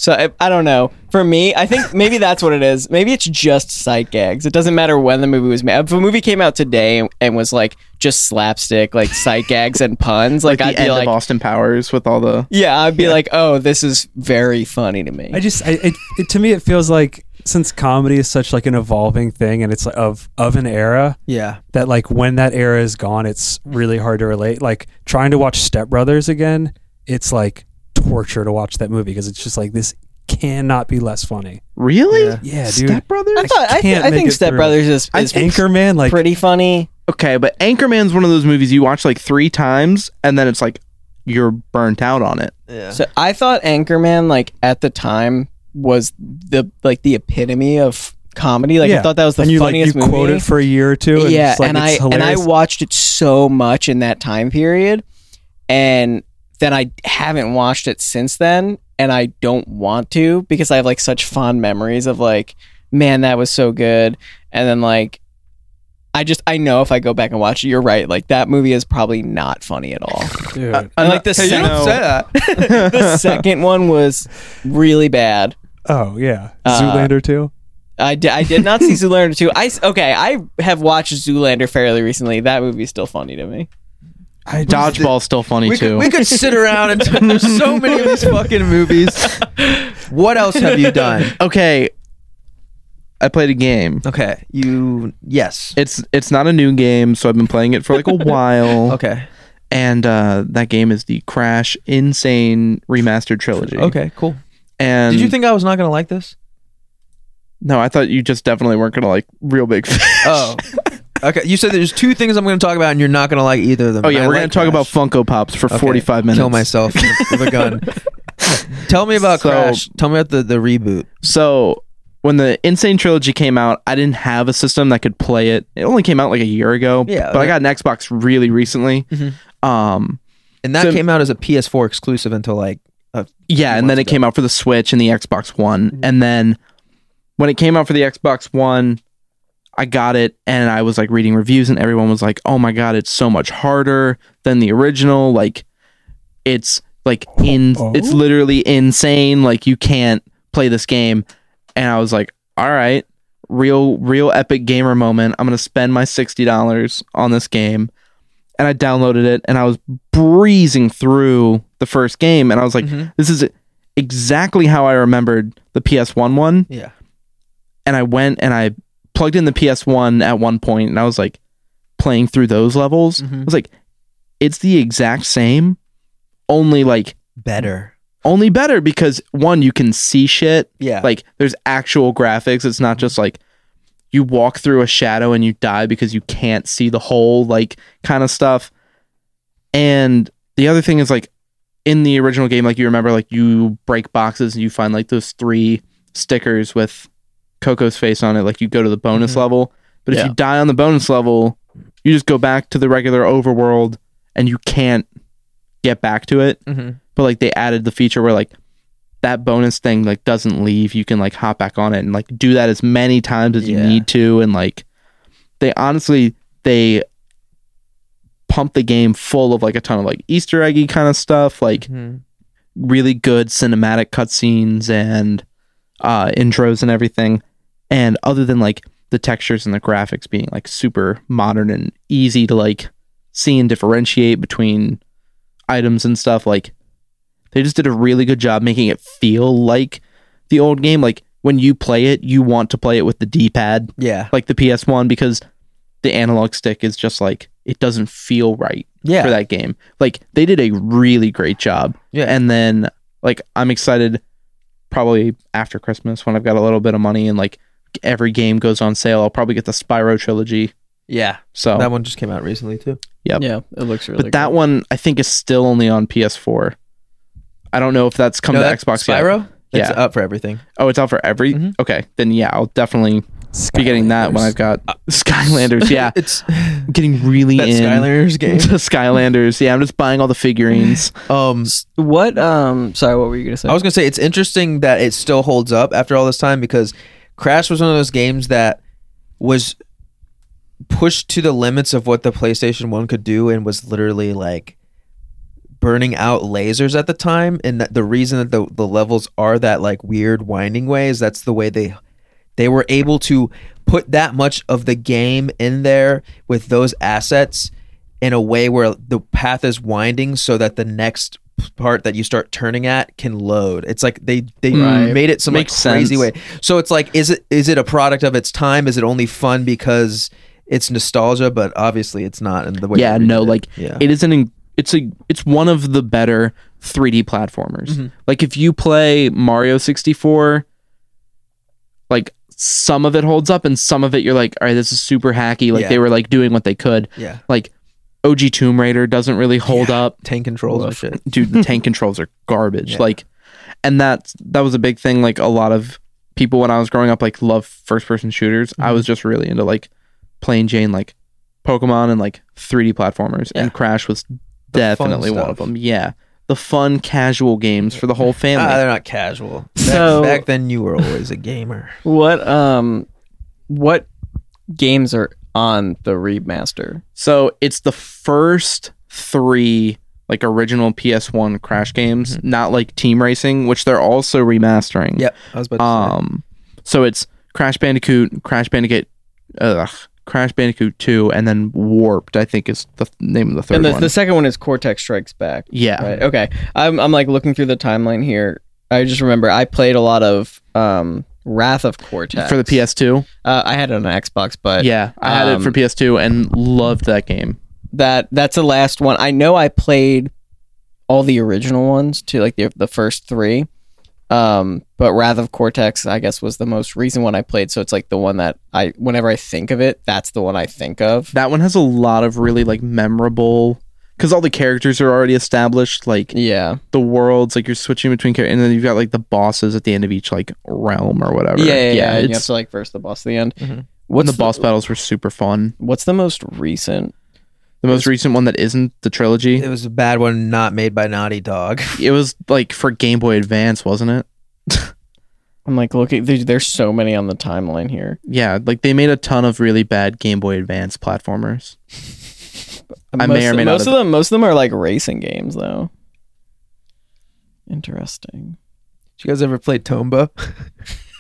[SPEAKER 5] so I, I don't know. For me, I think maybe that's what it is. Maybe it's just sight gags. It doesn't matter when the movie was made. If a movie came out today and, and was like just slapstick, like sight gags and puns, like,
[SPEAKER 2] Like, the
[SPEAKER 5] I'd
[SPEAKER 2] end
[SPEAKER 5] be
[SPEAKER 2] of
[SPEAKER 5] like,
[SPEAKER 2] Austin Powers with all the
[SPEAKER 5] yeah, I'd be like, oh, this is very funny to me.
[SPEAKER 3] I just I, it, it to me it feels like since comedy is such like an evolving thing and it's like of of an era
[SPEAKER 1] Yeah.
[SPEAKER 3] that like when that era is gone it's really hard to relate. Like trying to watch Step Brothers again, it's like torture to watch that movie because it's just like this cannot be less funny.
[SPEAKER 2] Really?
[SPEAKER 1] Yeah.
[SPEAKER 3] Yeah, dude.
[SPEAKER 2] Step Brothers?
[SPEAKER 5] I thought I, th-
[SPEAKER 3] can't
[SPEAKER 5] I
[SPEAKER 3] make
[SPEAKER 5] think
[SPEAKER 3] it
[SPEAKER 5] Step
[SPEAKER 3] through.
[SPEAKER 5] Brothers is,
[SPEAKER 3] I,
[SPEAKER 5] is
[SPEAKER 3] Anchorman like
[SPEAKER 5] pretty funny.
[SPEAKER 2] Okay, but Anchorman's one of those movies you watch like 3 times and then it's like you're burnt out on it.
[SPEAKER 1] Yeah.
[SPEAKER 5] So I thought Anchorman, like at the time, was the like the epitome of comedy. Like
[SPEAKER 3] Yeah.
[SPEAKER 5] I thought that was the
[SPEAKER 3] and you like you
[SPEAKER 5] funniest movie.
[SPEAKER 3] quote it for a year or two. And
[SPEAKER 5] yeah,
[SPEAKER 3] it's, like,
[SPEAKER 5] and I
[SPEAKER 3] it's
[SPEAKER 5] and I
[SPEAKER 3] hilarious.
[SPEAKER 5] watched it so much in that time period, and then I haven't watched it since then, and I don't want to because I have like such fond memories of like, man, that was so good, and then like. I just I know if I go back and watch it, you're right. Like that movie is probably not funny at all.
[SPEAKER 3] Dude.
[SPEAKER 5] And like the
[SPEAKER 1] Hey, you
[SPEAKER 5] second,
[SPEAKER 1] don't say that.
[SPEAKER 5] the second one was really bad.
[SPEAKER 3] oh yeah,
[SPEAKER 5] Uh,
[SPEAKER 3] Zoolander too.
[SPEAKER 5] I di- I did not see Zoolander 2. I s- okay, I have watched Zoolander fairly recently. That movie's still funny to me.
[SPEAKER 3] I
[SPEAKER 2] Dodgeball's still funny
[SPEAKER 1] We
[SPEAKER 2] too.
[SPEAKER 1] could, we could sit around and talk. There's so many of these fucking movies. What else have you done?
[SPEAKER 2] okay. I played a game.
[SPEAKER 1] Okay. You. Yes.
[SPEAKER 2] It's it's not a new game, so I've been playing it for like a while.
[SPEAKER 1] Okay.
[SPEAKER 2] And uh, that game is the Crash Insane Remastered Trilogy.
[SPEAKER 1] Okay. Cool.
[SPEAKER 2] And
[SPEAKER 1] Did you think I was not going to like this?
[SPEAKER 2] No, I thought you just definitely weren't gonna like real big. Fish.
[SPEAKER 1] Oh. Okay. You said there's two things I'm going to talk about, and you're not going to like either of them.
[SPEAKER 2] Oh yeah,
[SPEAKER 1] I
[SPEAKER 2] we're
[SPEAKER 1] like
[SPEAKER 2] gonna talk
[SPEAKER 1] Crash.
[SPEAKER 2] about Funko Pops for
[SPEAKER 1] Okay,
[SPEAKER 2] forty five minutes.
[SPEAKER 1] Kill myself with a gun. Tell me about
[SPEAKER 2] So-
[SPEAKER 1] Crash. Tell me about the, the reboot.
[SPEAKER 2] So when the Insane Trilogy came out, I didn't have a system that could play it. It only came out like a year ago.
[SPEAKER 1] Yeah, Mm-hmm.
[SPEAKER 2] but I got an Xbox really recently. Um,
[SPEAKER 1] And that
[SPEAKER 2] So-
[SPEAKER 1] came out as a PS4 exclusive until like
[SPEAKER 2] yeah, and
[SPEAKER 1] months
[SPEAKER 2] then it
[SPEAKER 1] ago. Mm-hmm.
[SPEAKER 2] came out for the Switch and the Xbox One, and then when it came out for the Xbox One, I got it, and I was like reading reviews, and everyone was like, "Oh my god, it's so much harder than the original. Like, it's like in,
[SPEAKER 3] Oh.
[SPEAKER 2] it's literally insane. Like, you can't play this game." And I was like, "All right, real, real epic gamer moment. I'm gonna spend my sixty dollars on this game." And I downloaded it, and I was breezing through the first game, and I was like, "This is exactly how I remembered the PS1 one."
[SPEAKER 1] yeah.
[SPEAKER 2] and I went and I plugged in the PS1 at one point and I was like playing through those levels.
[SPEAKER 1] Mhm.
[SPEAKER 2] I was like, it's the exact same, only like
[SPEAKER 1] Better.
[SPEAKER 2] only better because one, you can see shit.
[SPEAKER 1] Yeah.
[SPEAKER 2] Like there's actual graphics. It's not just like you walk through a shadow and you die because you can't see the whole like kind of stuff. And the other thing is like in the original game, like you remember, like you break boxes and you find like those three stickers with Coco's face on it. Like you go to the bonus
[SPEAKER 1] Mhm.
[SPEAKER 2] level, but if
[SPEAKER 5] Yeah.
[SPEAKER 2] you die on the bonus level, you just go back to the regular overworld and you can't get back to it
[SPEAKER 1] hmm
[SPEAKER 2] but like they added the feature where like that bonus thing like doesn't leave you can like hop back on it and like do that as many times as you
[SPEAKER 1] Yeah.
[SPEAKER 2] need to and like they honestly they pump the game full of like a ton of like easter eggy kind of stuff like really good cinematic cutscenes and uh intros and everything and other than like the textures and the graphics being like super modern and easy to like see and differentiate between items and stuff like they just did a really good job making it feel like the old game like when you play it you want to play it with the d-pad
[SPEAKER 1] Yeah.
[SPEAKER 2] like the ps1 because the analog stick is just like it doesn't feel right
[SPEAKER 1] Yeah.
[SPEAKER 2] for that game like they did a really great job
[SPEAKER 1] Yeah.
[SPEAKER 2] and then like i'm excited probably after christmas when i've got a little bit of money and like every game goes on sale i'll probably get the spyro trilogy
[SPEAKER 1] yeah.
[SPEAKER 2] so
[SPEAKER 1] That one just came out recently too.
[SPEAKER 2] Yep.
[SPEAKER 5] Yeah, it looks really.
[SPEAKER 2] but that one i think is still only on ps4 i don't know if that's come
[SPEAKER 1] No,
[SPEAKER 2] to
[SPEAKER 1] that-
[SPEAKER 2] xbox yet.
[SPEAKER 1] Spyro. It's
[SPEAKER 2] Yeah.
[SPEAKER 1] up for everything.
[SPEAKER 2] Oh, it's out for every.
[SPEAKER 1] Mhm.
[SPEAKER 2] Okay, then yeah, I'll definitely be getting that when I've got Skylanders. Yeah,
[SPEAKER 1] It's
[SPEAKER 2] getting really
[SPEAKER 1] that
[SPEAKER 2] in
[SPEAKER 1] Skylanders game.
[SPEAKER 2] to Skylanders. Yeah, I'm just buying all the figurines.
[SPEAKER 1] Um,
[SPEAKER 5] What? Um. Sorry. What were you gonna say?
[SPEAKER 1] I
[SPEAKER 2] Oh.
[SPEAKER 1] was gonna say it's interesting that it still holds up after all this time because Crash was one of those games that was pushed to the limits of what the PlayStation One could do and was literally like burning out lasers at the time. And that the reason that the the levels are that like weird winding way is that's the way they they were able to put that much of the game in there with those assets in a way where the path is winding so that the next part that you start turning at can load it's like they they
[SPEAKER 2] Right.
[SPEAKER 1] made it some like,
[SPEAKER 2] Makes
[SPEAKER 1] crazy way
[SPEAKER 2] sense.
[SPEAKER 1] so it's like is it is it a product of its time is it only fun because it's nostalgia but obviously it's not in the way
[SPEAKER 2] yeah,
[SPEAKER 1] they
[SPEAKER 2] no,
[SPEAKER 1] redid it.
[SPEAKER 2] like
[SPEAKER 1] yeah
[SPEAKER 2] it is an in- it's a it's one of the better 3D platformers. Like if you play Mario 64, like some of it holds up and some of it you're like, all right, this is super hacky. Like
[SPEAKER 1] Yeah.
[SPEAKER 2] they were like doing what they could.
[SPEAKER 1] yeah
[SPEAKER 2] Like OG Tomb Raider doesn't really hold up.
[SPEAKER 1] tank controls and shit
[SPEAKER 2] dude the tank controls are garbage
[SPEAKER 1] Yeah.
[SPEAKER 2] like and that that was a big thing like a lot of people when i was growing up like love first person shooters i
[SPEAKER 1] Mm-hmm.
[SPEAKER 2] was just really into like plain jane like pokemon and like 3d platformers
[SPEAKER 1] Yeah.
[SPEAKER 2] and crash was
[SPEAKER 1] The fun
[SPEAKER 2] definitely one of
[SPEAKER 1] stuff.
[SPEAKER 2] them yeah the fun casual games for the whole family
[SPEAKER 1] ah, they're not casual back,
[SPEAKER 5] So-
[SPEAKER 1] back then you were always a gamer
[SPEAKER 5] What? Um. What games are on the remaster?
[SPEAKER 2] So it's the first three like original PS1 Crash games,
[SPEAKER 1] Mm-hmm.
[SPEAKER 2] not like Team Racing, which they're also remastering.
[SPEAKER 1] yep i was about to
[SPEAKER 2] Um, so it's Crash Bandicoot, Crash Bandicoot, ugh, Crash Bandicoot Two, and then Warped. I think is the th- name of the third
[SPEAKER 5] and the,
[SPEAKER 2] one.
[SPEAKER 5] the second one is Cortex Strikes Back.
[SPEAKER 2] yeah,
[SPEAKER 5] Right. Okay. I'm I'm like looking through the timeline here. I just remember I played a lot of um Wrath of Cortex
[SPEAKER 2] for the PS2.
[SPEAKER 5] Uh, I had it on an Xbox, but
[SPEAKER 2] Yeah, I had it for
[SPEAKER 5] um,
[SPEAKER 2] PS2 and loved that game.
[SPEAKER 5] that that's the last one. I know I played all the original ones too, like the the first three. Um, but Wrath of Cortex, I guess, was the most recent one I played. So it's like the one that I, whenever I think of it, that's the one I think of.
[SPEAKER 2] That one has a lot of really like memorable because all the characters are already established. Like
[SPEAKER 5] Yeah,
[SPEAKER 2] the worlds, like you're switching between characters, and then you've got like the bosses at the end of each like realm or whatever.
[SPEAKER 5] yeah, yeah. yeah, and you have
[SPEAKER 2] it's, Mm-hmm.
[SPEAKER 5] to like verse the boss at the end.
[SPEAKER 1] Mhm.
[SPEAKER 2] when
[SPEAKER 5] What's
[SPEAKER 2] the boss battles were super fun.
[SPEAKER 5] What's the most recent?
[SPEAKER 2] The most recent one that isn't the trilogy,
[SPEAKER 1] say. it was a bad one not made by naughty dog
[SPEAKER 2] it was like for Game Boy Advance, wasn't it?
[SPEAKER 5] I'm like looking. There's, there's so many on the timeline here.
[SPEAKER 2] Yeah, like they made a ton of really bad Game Boy Advance platformers. I
[SPEAKER 5] most,
[SPEAKER 2] may or may not
[SPEAKER 5] most
[SPEAKER 2] have-
[SPEAKER 5] of them. Most of them are like racing games, though. Interesting.
[SPEAKER 1] Did you guys ever play Tomba?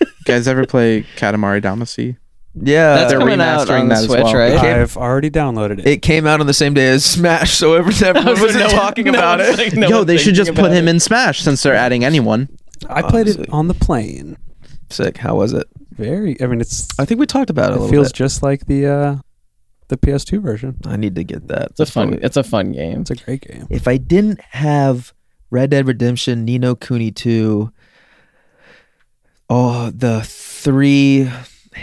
[SPEAKER 2] You guys ever play Katamari Damacy?
[SPEAKER 1] yeah.
[SPEAKER 5] That's
[SPEAKER 2] Uh, they're
[SPEAKER 5] coming out
[SPEAKER 2] remastering
[SPEAKER 5] on the
[SPEAKER 2] that as
[SPEAKER 5] Switch,
[SPEAKER 2] well.
[SPEAKER 5] right?
[SPEAKER 1] Okay.
[SPEAKER 3] I've already downloaded it.
[SPEAKER 1] it came out on the same day as Smash, so everyone, everyone was talking about it.
[SPEAKER 2] Yo, they should just put him in Smash since they're adding anyone.
[SPEAKER 3] I played it
[SPEAKER 1] Honestly.
[SPEAKER 3] on the plane.
[SPEAKER 1] Sick. How was it?
[SPEAKER 3] Very. I mean, it's.
[SPEAKER 1] I think we talked about it, a
[SPEAKER 3] It
[SPEAKER 1] little
[SPEAKER 3] feels
[SPEAKER 1] bit.
[SPEAKER 3] just like the uh, the PS2 version.
[SPEAKER 1] I need to get that.
[SPEAKER 5] It's a fun. It's a fun game.
[SPEAKER 3] It's a great game.
[SPEAKER 1] If I didn't have Red Dead Redemption, Nino Cooney 2, oh, the three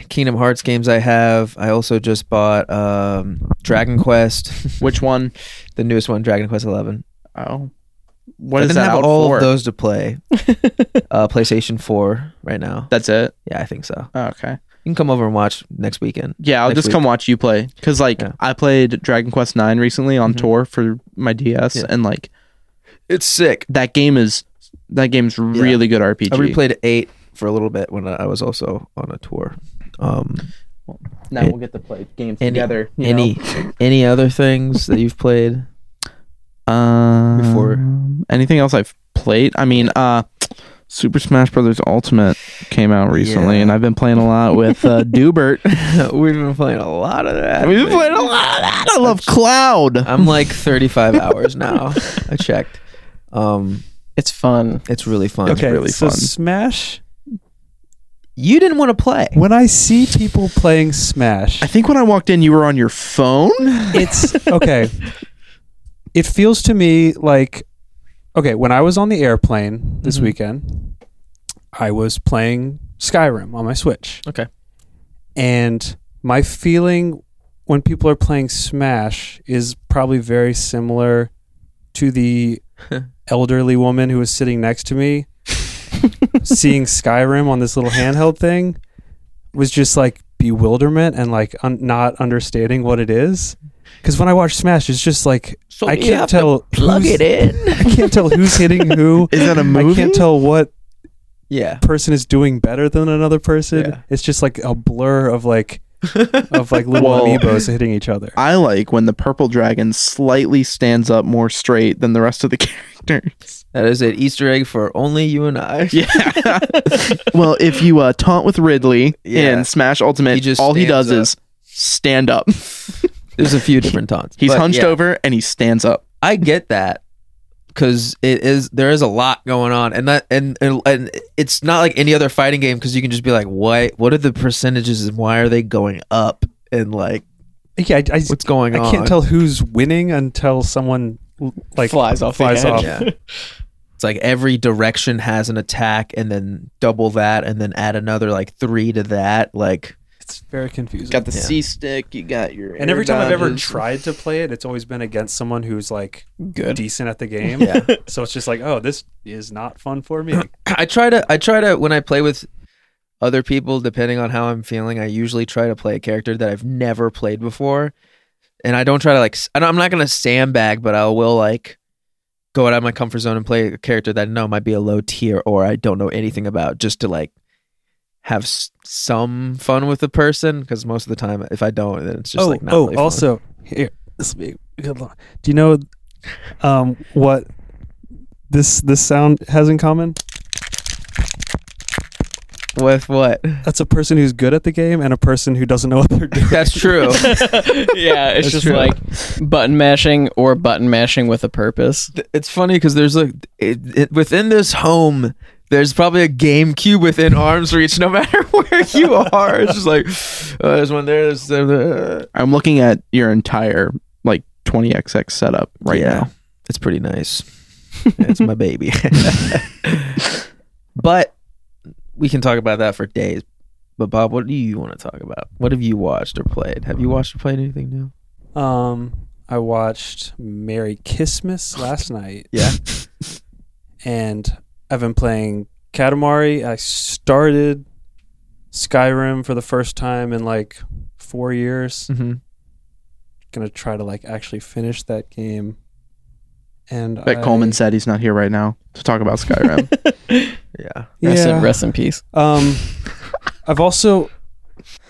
[SPEAKER 1] Kingdom Hearts games I have, I also just bought um, Dragon Quest,
[SPEAKER 2] Which one?
[SPEAKER 1] the newest one, Dragon Quest 11.
[SPEAKER 2] Oh, what
[SPEAKER 1] I
[SPEAKER 2] is
[SPEAKER 1] didn't
[SPEAKER 2] that
[SPEAKER 1] have
[SPEAKER 2] out
[SPEAKER 1] all
[SPEAKER 2] for?
[SPEAKER 1] of those to play. uh, PlayStation 4 right now.
[SPEAKER 2] That's it.
[SPEAKER 1] Yeah, I think so.
[SPEAKER 2] Oh, okay.
[SPEAKER 1] You can come over and watch next weekend.
[SPEAKER 2] Yeah, I'll
[SPEAKER 1] Next
[SPEAKER 2] just come watch you play because like
[SPEAKER 1] Yeah.
[SPEAKER 2] I played Dragon Quest Nine recently on
[SPEAKER 1] Mhm.
[SPEAKER 2] tour for my DS,
[SPEAKER 1] Yeah.
[SPEAKER 2] and like
[SPEAKER 1] It's sick.
[SPEAKER 2] that game is that game's really good RPG.
[SPEAKER 1] I replayed eight for a little bit when I I was also on a tour. Um,
[SPEAKER 2] now
[SPEAKER 1] it-
[SPEAKER 2] we'll get to play games
[SPEAKER 1] any-
[SPEAKER 2] together. you know?
[SPEAKER 1] any any other things that you've played?
[SPEAKER 2] Um,
[SPEAKER 1] Before-
[SPEAKER 2] anything else I've played. I mean, uh, Super Smash Brothers Ultimate came out recently,
[SPEAKER 1] Yeah.
[SPEAKER 2] and I've been playing a lot with uh, Dubert.
[SPEAKER 1] We've been playing a lot of that.
[SPEAKER 2] We've been playing a lot. Of that. I love Cloud.
[SPEAKER 1] I'm like 35 hours now. I checked. Um,
[SPEAKER 5] It's fun.
[SPEAKER 1] it's really fun.
[SPEAKER 3] okay,
[SPEAKER 2] really
[SPEAKER 3] so
[SPEAKER 2] fun.
[SPEAKER 3] Smash.
[SPEAKER 1] You didn't want to play.
[SPEAKER 3] When I see people playing Smash,
[SPEAKER 2] I think when I walked in, you were on your phone.
[SPEAKER 3] it's okay. It feels to me like okay, when I was on the airplane this
[SPEAKER 1] Mhm.
[SPEAKER 3] weekend, I was playing Skyrim on my Switch.
[SPEAKER 1] Okay.
[SPEAKER 3] And my feeling when people are playing Smash is probably very similar to the elderly woman who was sitting next to me seeing Skyrim on this little handheld thing was just like bewilderment and like un- not understanding what it is. Because when I watch Smash, it's just like
[SPEAKER 1] So
[SPEAKER 3] I
[SPEAKER 1] you have
[SPEAKER 3] can't
[SPEAKER 1] to
[SPEAKER 3] tell.
[SPEAKER 1] Plug
[SPEAKER 3] who's-
[SPEAKER 1] it in.
[SPEAKER 3] I can't tell who's hitting who.
[SPEAKER 2] Is that a
[SPEAKER 3] I
[SPEAKER 2] movie?
[SPEAKER 3] can't tell what
[SPEAKER 1] Yeah.
[SPEAKER 3] person is doing better than another person.
[SPEAKER 1] Yeah.
[SPEAKER 3] It's just like a blur of like of like little
[SPEAKER 2] Well-
[SPEAKER 3] amiibos hitting each other.
[SPEAKER 2] I like when the purple dragon slightly stands up more straight than the rest of the characters.
[SPEAKER 1] That is an Easter egg for only you and I.
[SPEAKER 2] Yeah. well, if you uh, taunt with Ridley
[SPEAKER 1] Yeah.
[SPEAKER 2] in Smash Ultimate,
[SPEAKER 1] He just
[SPEAKER 2] all he
[SPEAKER 1] stands
[SPEAKER 2] does is stand up.
[SPEAKER 1] There's a few different taunts.
[SPEAKER 2] He's
[SPEAKER 1] But,
[SPEAKER 2] hunched
[SPEAKER 1] yeah,
[SPEAKER 2] over and he stands up.
[SPEAKER 1] I get that because it is there is a lot going on, and that and and, and it's not like any other fighting game because you can just be like, what What are the percentages and why are they going up? And like,
[SPEAKER 3] Yeah, I, I,
[SPEAKER 1] what's going
[SPEAKER 3] I
[SPEAKER 1] on?
[SPEAKER 3] can't tell who's winning until someone l- like
[SPEAKER 5] Flies off the
[SPEAKER 3] Flies
[SPEAKER 5] edge.
[SPEAKER 3] off.
[SPEAKER 1] Yeah. It's like every direction has an attack, and then double that, and then add another like three to that. Like,
[SPEAKER 3] It's very confusing.
[SPEAKER 2] Got the
[SPEAKER 1] Yeah.
[SPEAKER 2] C stick. You got your.
[SPEAKER 3] and every time I've ever
[SPEAKER 2] tried.
[SPEAKER 3] tried to play it, it's always been against someone who's like
[SPEAKER 5] Good.
[SPEAKER 3] decent at the game.
[SPEAKER 1] yeah.
[SPEAKER 3] So it's just like, oh, this is not fun for me.
[SPEAKER 1] I try to I try to when I play with other people, depending on how I'm feeling, I usually try to play a character that I've never played before, and I don't try to like s- I don't- I'm not gonna sandbag, but I will like go out of my comfort zone and play a character that I know might be a low tier or I don't know anything about, just to like have s- some fun with the person. Because most of the time, if I don't, then it's just
[SPEAKER 3] oh,
[SPEAKER 1] like not
[SPEAKER 3] oh,
[SPEAKER 1] really fun.
[SPEAKER 3] also here, this will be a good. One. Do you know um, what this this sound has in common?
[SPEAKER 1] with what
[SPEAKER 3] That's a person who's good at the game and a person who doesn't know what they're doing.
[SPEAKER 1] that's true.
[SPEAKER 5] yeah,
[SPEAKER 1] That's
[SPEAKER 5] it's just
[SPEAKER 1] true.
[SPEAKER 5] like button mashing or button mashing with a purpose.
[SPEAKER 1] Th- it's funny because there's a it, it, within this home there's probably a GameCube within arm's reach, no matter where you are. It's just like uh, there's one there. There's uh, there, there.
[SPEAKER 2] I'm looking at your entire like 20xx setup right
[SPEAKER 1] Yeah.
[SPEAKER 2] now.
[SPEAKER 1] It's pretty nice. it's my baby. but we can talk about that for days. But Bob, what do you want to talk about? What have you watched or played? Have you watched or played anything new?
[SPEAKER 3] Um, I watched Merry Christmas last night.
[SPEAKER 1] Yeah.
[SPEAKER 3] and I've been playing Katamari. I started Skyrim for the first time in like four years.
[SPEAKER 1] Mm-hmm.
[SPEAKER 3] Gonna try to like actually finish that game. And
[SPEAKER 2] But
[SPEAKER 3] I,
[SPEAKER 2] Coleman said he's not here right now to talk about Skyrim.
[SPEAKER 1] Yeah.
[SPEAKER 5] Rest,
[SPEAKER 3] yeah.
[SPEAKER 5] in, rest in peace.
[SPEAKER 3] Um, I've also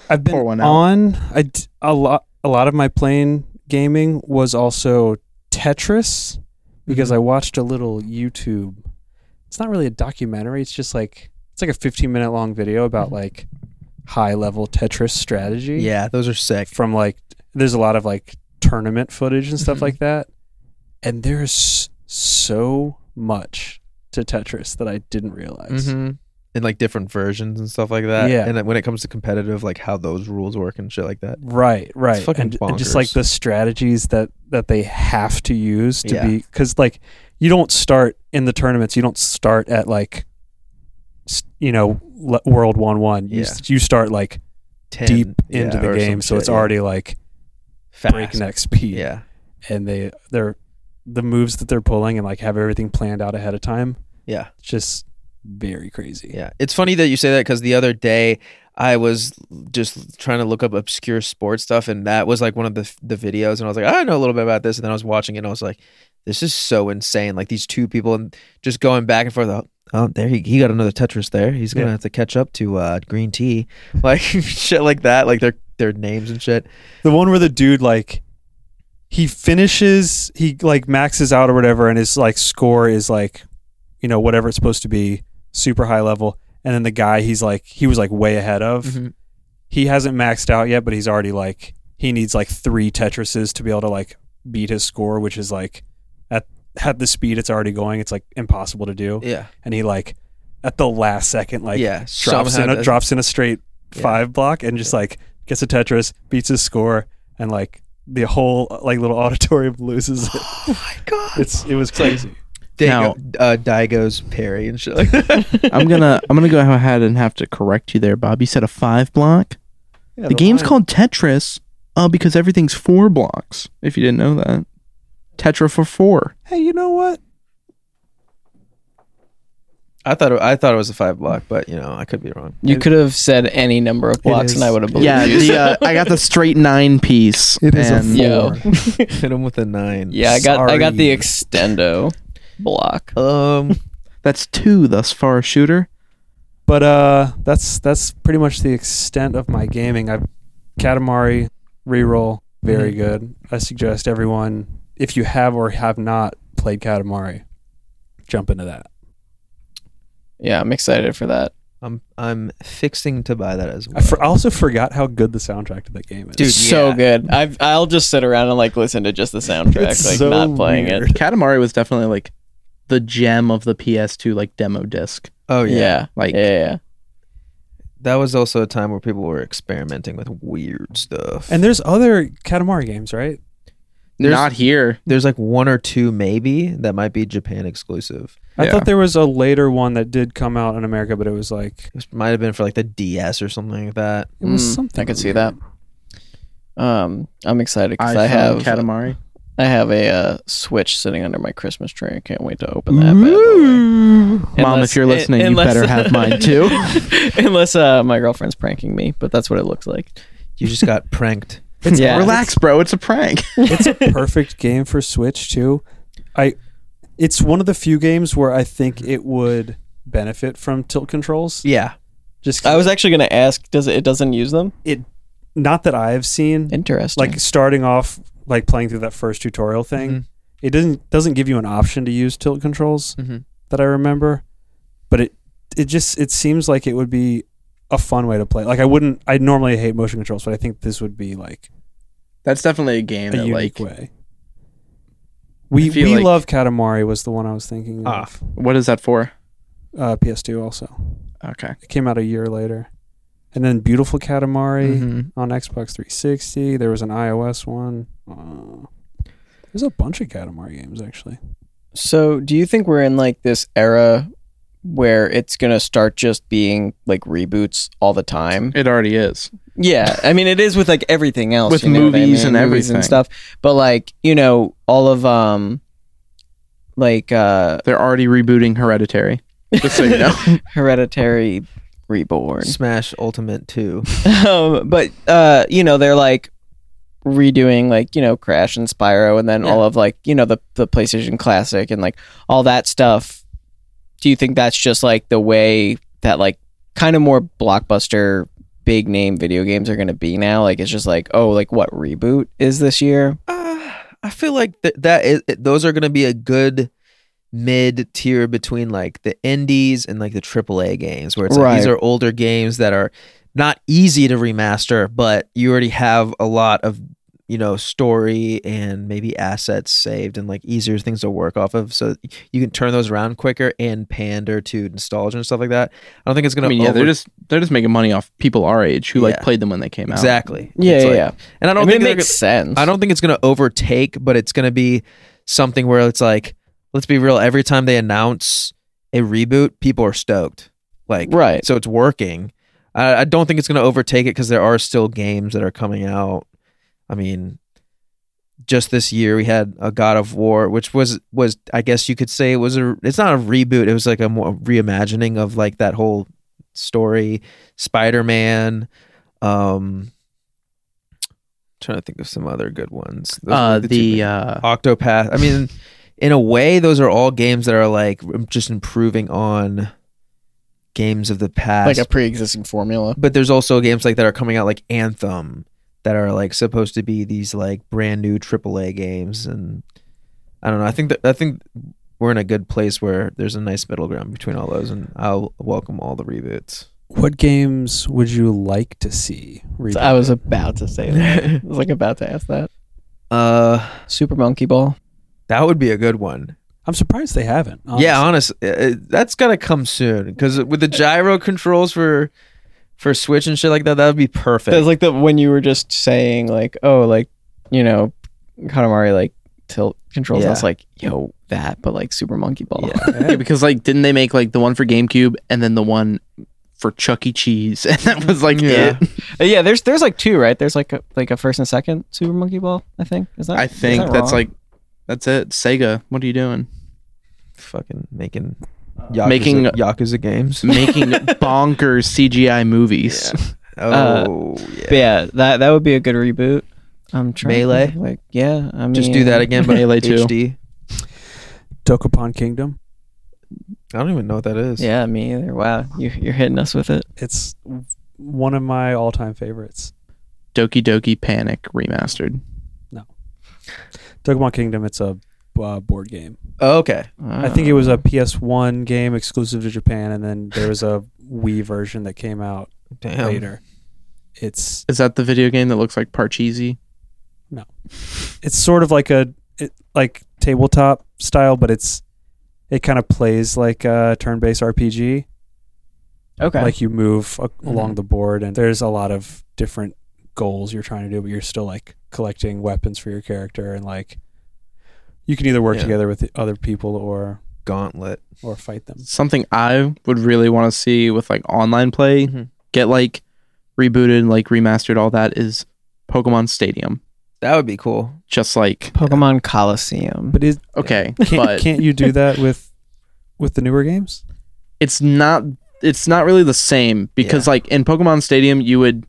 [SPEAKER 3] I've been
[SPEAKER 2] Pour one out.
[SPEAKER 3] on I d- a lot a lot of my playing gaming was also Tetris because
[SPEAKER 2] Mm-hmm.
[SPEAKER 3] I watched a little YouTube. It's not really a documentary. It's just like it's like a 15 minute long video
[SPEAKER 2] Mm-hmm.
[SPEAKER 3] about like high level Tetris strategy.
[SPEAKER 1] Yeah. Those are sick.
[SPEAKER 3] From like there's a lot of like tournament footage and
[SPEAKER 2] Mm-hmm.
[SPEAKER 3] stuff like that, and there's so much to Tetris that I didn't realize.
[SPEAKER 1] Mm-hmm. And like different versions and stuff like that.
[SPEAKER 3] Yeah.
[SPEAKER 1] And like, when it comes to competitive, like how those rules work and shit like that.
[SPEAKER 3] Right, right.
[SPEAKER 1] fucking
[SPEAKER 3] and, and just
[SPEAKER 1] bonkers.
[SPEAKER 3] like the strategies that that they have to use to
[SPEAKER 1] Yeah.
[SPEAKER 3] be cuz like you don't start in the tournaments, you don't start at like s- you know, le- world 1-1. You, s- you start like
[SPEAKER 1] 10,
[SPEAKER 3] deep
[SPEAKER 1] yeah,
[SPEAKER 3] into the
[SPEAKER 1] or some
[SPEAKER 3] game, so
[SPEAKER 1] shit,
[SPEAKER 3] it's
[SPEAKER 1] yeah.
[SPEAKER 3] already like
[SPEAKER 1] Fast.
[SPEAKER 3] breakneck speed.
[SPEAKER 1] Yeah.
[SPEAKER 3] And they they're the moves that they're pulling and like have everything planned out ahead of time.
[SPEAKER 1] Yeah.
[SPEAKER 3] It's just very crazy.
[SPEAKER 1] Yeah. It's funny that you say that because the other day I was just trying to look up obscure sports stuff and that was like one of the, the videos. And I was like, I know a little bit about this. And then I was watching it and I was like, this is so insane. Like these two people and just going back and forth. Oh, oh, there he, he got another Tetris there. He's going to
[SPEAKER 3] Yeah.
[SPEAKER 1] have to catch up to uh, Green Tea. Like shit like that. Like their, their names and shit.
[SPEAKER 3] The one where the dude like he finishes, he like maxes out or whatever, and his like score is like, you know, whatever it's supposed to be, super high level. And then the guy he's like he was like way ahead of.
[SPEAKER 1] Mhm.
[SPEAKER 3] He hasn't maxed out yet, but he's already like he needs like three Tetrises to be able to like beat his score, which is like at at the speed it's already going, it's like impossible to do.
[SPEAKER 1] Yeah.
[SPEAKER 3] And he like at the last second like
[SPEAKER 1] yeah.
[SPEAKER 3] drops in
[SPEAKER 1] somehow
[SPEAKER 3] a,
[SPEAKER 1] does-
[SPEAKER 3] drops in a straight
[SPEAKER 1] Yeah.
[SPEAKER 3] five block and just like gets a Tetris, beats his score, and like the whole like little auditorium loses it.
[SPEAKER 1] Oh my God.
[SPEAKER 3] It's it was crazy.
[SPEAKER 1] Dago, uh, Daigo's Perry and shit like that.
[SPEAKER 2] I'm gonna I'm gonna go ahead and have to correct you there, Bob. You said a five block. the, game's called Tetris, uh, because everything's four blocks. If you didn't know that, Tetra for four.
[SPEAKER 3] Hey, you know what?
[SPEAKER 1] I thought it, I thought it was a five block, but you know I could be wrong.
[SPEAKER 5] You could have said any number of blocks and I would have believed
[SPEAKER 2] yeah,
[SPEAKER 5] you.
[SPEAKER 2] the, uh, I got the straight nine piece.
[SPEAKER 3] It is a
[SPEAKER 2] and-
[SPEAKER 3] four.
[SPEAKER 5] Yo.
[SPEAKER 1] Hit him with a nine.
[SPEAKER 5] Yeah, I got I got the
[SPEAKER 1] Sorry.
[SPEAKER 5] extendo block.
[SPEAKER 1] um.
[SPEAKER 2] That's two thus far, shooter.
[SPEAKER 3] But uh, that's that's pretty much the extent of my gaming. I've Katamari reroll very good. I suggest everyone if you have or have not played Katamari, jump into that.
[SPEAKER 5] Yeah, I'm excited for that.
[SPEAKER 1] I'm I'm fixing to buy that as well.
[SPEAKER 3] I, for, I also forgot how good the soundtrack to that game is.
[SPEAKER 1] Dude,
[SPEAKER 5] It's so
[SPEAKER 1] yeah.
[SPEAKER 5] good. I've I'll just sit around and like listen to just the soundtrack,
[SPEAKER 3] It's
[SPEAKER 5] like
[SPEAKER 3] so
[SPEAKER 5] not playing
[SPEAKER 3] weird.
[SPEAKER 5] it.
[SPEAKER 2] Katamari was definitely like the gem of the PS2 like demo disc.
[SPEAKER 1] Oh yeah.
[SPEAKER 5] yeah,
[SPEAKER 2] like-
[SPEAKER 5] yeah, yeah.
[SPEAKER 1] that was also a time where people were experimenting with weird stuff.
[SPEAKER 3] And there's other Katamari games, right?
[SPEAKER 1] There's-
[SPEAKER 2] Not here.
[SPEAKER 1] there's like one or two maybe that might be Japan exclusive.
[SPEAKER 3] I
[SPEAKER 2] Yeah.
[SPEAKER 3] thought there was a later one that did come out in America, but it was like
[SPEAKER 1] This might have been for like the DS or something like that.
[SPEAKER 3] it was
[SPEAKER 5] Mm,
[SPEAKER 3] something.
[SPEAKER 5] I could see
[SPEAKER 3] weird.
[SPEAKER 5] that. Um, I'm excited because
[SPEAKER 2] iPhone
[SPEAKER 5] I, have
[SPEAKER 2] Katamari.
[SPEAKER 5] I have a uh, Switch sitting under my Christmas tree. I can't wait to open that. Bad boy.
[SPEAKER 2] Mom, if you're listening, you
[SPEAKER 5] Mm. unless-
[SPEAKER 2] better have mine too.
[SPEAKER 5] unless uh, my girlfriend's pranking me, but that's what it looks like.
[SPEAKER 1] You just got pranked.
[SPEAKER 5] It's yeah,
[SPEAKER 2] Relax, bro. It's a prank.
[SPEAKER 3] it's a perfect game for Switch too. I it's one of the few games where I think it would benefit from tilt controls.
[SPEAKER 1] Yeah.
[SPEAKER 3] Just 'cause-
[SPEAKER 5] I was actually gonna ask. Does it? It doesn't use them.
[SPEAKER 3] not that I have seen.
[SPEAKER 5] Interesting.
[SPEAKER 3] Like starting off, like playing through that first tutorial thing,
[SPEAKER 1] Mhm.
[SPEAKER 3] it doesn't doesn't give you an option to use tilt controls
[SPEAKER 1] Mhm.
[SPEAKER 3] that I remember. But it it just it seems like it would be a fun way to play. Like I wouldn't. I normally hate motion controls, but I think this would be like
[SPEAKER 2] That's definitely a game
[SPEAKER 3] a
[SPEAKER 2] that
[SPEAKER 3] unique
[SPEAKER 2] like
[SPEAKER 3] way. We
[SPEAKER 2] feel
[SPEAKER 3] we
[SPEAKER 2] like-
[SPEAKER 3] love Katamari was the one I was thinking
[SPEAKER 1] Ah.
[SPEAKER 3] of.
[SPEAKER 2] what is that for?
[SPEAKER 3] uh, PS2 also.
[SPEAKER 2] Okay.
[SPEAKER 3] It came out a year later. And then Beautiful Katamari
[SPEAKER 2] Mm-hmm.
[SPEAKER 1] Mhm.
[SPEAKER 3] on Xbox 360. There was an iOS one. Uh, there's a bunch of Katamari games actually.
[SPEAKER 5] So, do you think we're in like this era where it's going to start just being like reboots all the time?
[SPEAKER 2] It already is.
[SPEAKER 5] Yeah, I mean it is with like everything else,
[SPEAKER 2] With
[SPEAKER 5] you know what I
[SPEAKER 2] movies
[SPEAKER 5] mean?
[SPEAKER 2] and
[SPEAKER 5] Movies
[SPEAKER 2] everything.
[SPEAKER 5] and stuff. But like, you know, all of um like uh
[SPEAKER 2] They're already rebooting Hereditary. Just so you know.
[SPEAKER 5] Hereditary Reborn.
[SPEAKER 1] Smash Ultimate 2.
[SPEAKER 5] um, but uh, you know, they're like redoing like you know Crash and Spyro, and then all of like you know the the PlayStation Classic and like all that stuff. Do you think that's just like the way that like kind of more blockbuster big name video games are going to be now? Like it's just like oh like what reboot is this year?
[SPEAKER 1] Uh, I feel like th- that is it- those are going to be a good mid tier between like the indies and like the AAA games where it's like these
[SPEAKER 5] Right.
[SPEAKER 1] are older games that are not easy to remaster, but you already have a lot of you know story and maybe assets saved and like easier things to work off of so you can turn those around quicker and pander to nostalgia and stuff like that i don't think it's gonna
[SPEAKER 2] I mean, yeah,
[SPEAKER 1] over-
[SPEAKER 2] they're just they're just making money off people our age who like
[SPEAKER 1] Yeah.
[SPEAKER 2] played them when they came out.
[SPEAKER 1] exactly
[SPEAKER 5] Yeah,
[SPEAKER 1] It's
[SPEAKER 5] yeah,
[SPEAKER 1] like-
[SPEAKER 5] yeah.
[SPEAKER 1] and i
[SPEAKER 5] I,
[SPEAKER 1] don't
[SPEAKER 5] mean,
[SPEAKER 1] think
[SPEAKER 5] it
[SPEAKER 1] they're
[SPEAKER 5] makes sense.
[SPEAKER 1] I don't think it's going to overtake, but it's going to be something where it's like, let's be real. Every time they announce a reboot, people are stoked. Like,
[SPEAKER 5] Right.
[SPEAKER 1] So it's working. I, I don't think it's going to overtake it because there are still games that are coming out. I mean, just this year we had a God of War, which was was I guess you could say it was a. It's not a reboot. It was like a more reimagining of like that whole story. Spider Man. Um, trying to think of some other good ones. Those
[SPEAKER 2] Uh,
[SPEAKER 1] were two big-
[SPEAKER 2] the uh,
[SPEAKER 1] Octopath. I mean, in a way, those are all games that are like just improving on games of the past.
[SPEAKER 5] like a pre-existing formula.
[SPEAKER 1] but there's also games like that are coming out like Anthem that are like supposed to be these like brand new AAA games, and I don't know. I think that I think we're in a good place where there's a nice middle ground between all those, and I'll welcome all the reboots.
[SPEAKER 3] What games would you like to see?
[SPEAKER 5] So I was about to say that. I was like about to ask that.
[SPEAKER 1] Uh,
[SPEAKER 5] Super Monkey Ball.
[SPEAKER 1] that would be a good one.
[SPEAKER 3] am surprised they haven't.
[SPEAKER 1] Yeah,
[SPEAKER 3] honestly.
[SPEAKER 1] honestly, that's gotta come soon because with the gyro controls for for Switch and shit like that, that would be perfect.
[SPEAKER 5] That's like the when you were just saying like, oh, like you know, Katamari like tilt controls. I was
[SPEAKER 1] Yeah.
[SPEAKER 5] like, yo, that, but like Super Monkey Ball.
[SPEAKER 1] Yeah.
[SPEAKER 2] yeah, because like didn't they make like the one for GameCube and then the one for Chuck E. Cheese and that was like
[SPEAKER 1] Yeah.
[SPEAKER 2] it.
[SPEAKER 5] Uh, yeah, there's there's like two, right? There's like a, like a first and second Super Monkey Ball. I think is that.
[SPEAKER 2] I
[SPEAKER 5] is
[SPEAKER 2] think
[SPEAKER 5] that
[SPEAKER 2] that's
[SPEAKER 5] wrong?
[SPEAKER 2] like that's it. Sega, what are you doing?
[SPEAKER 1] fucking making Yakuza,
[SPEAKER 2] Making-
[SPEAKER 1] Yakuza games.
[SPEAKER 2] making bonkers CGI movies.
[SPEAKER 1] Oh, yeah.
[SPEAKER 5] But yeah, that that would be a good reboot. I'm trying to
[SPEAKER 1] Melee?
[SPEAKER 5] think, like yeah, I mean
[SPEAKER 1] Just do that again, but
[SPEAKER 2] Melee two.
[SPEAKER 1] HD.
[SPEAKER 3] Dokapon Kingdom.
[SPEAKER 1] I don't even know what that is.
[SPEAKER 5] Yeah, me either. Wow, you you're hitting us with it.
[SPEAKER 3] It's one of my all-time favorites.
[SPEAKER 2] Doki Doki Panic remastered.
[SPEAKER 3] Dokapon Kingdom. It's a uh, board game.
[SPEAKER 1] Okay.
[SPEAKER 3] I think it was a PS1 game exclusive to Japan, and then there was a Wii version that came out
[SPEAKER 1] Damn.
[SPEAKER 3] later. It's
[SPEAKER 2] Is that the video game that looks like Parcheesi?
[SPEAKER 3] it's sort of like a it, like tabletop style, but it's it kind of plays like a turn-based RPG.
[SPEAKER 5] Uh, okay.
[SPEAKER 3] like you move a- along the board and there's a lot of different goals you're trying to do but you're still like collecting weapons for your character and like you can either work
[SPEAKER 1] Yeah.
[SPEAKER 3] together with the other people or
[SPEAKER 1] Gauntlet.
[SPEAKER 3] or fight them
[SPEAKER 2] Something I would really want to see with like online play
[SPEAKER 1] Mhm.
[SPEAKER 2] get like rebooted, like remastered, all that is Pokemon Stadium.
[SPEAKER 1] That would be cool.
[SPEAKER 2] Just like
[SPEAKER 5] Pokemon Coliseum.
[SPEAKER 3] but is,
[SPEAKER 2] okay,
[SPEAKER 3] can't,
[SPEAKER 2] but
[SPEAKER 3] can't you do that with with the newer games
[SPEAKER 2] it's not it's not really the same because like in Pokemon Stadium you would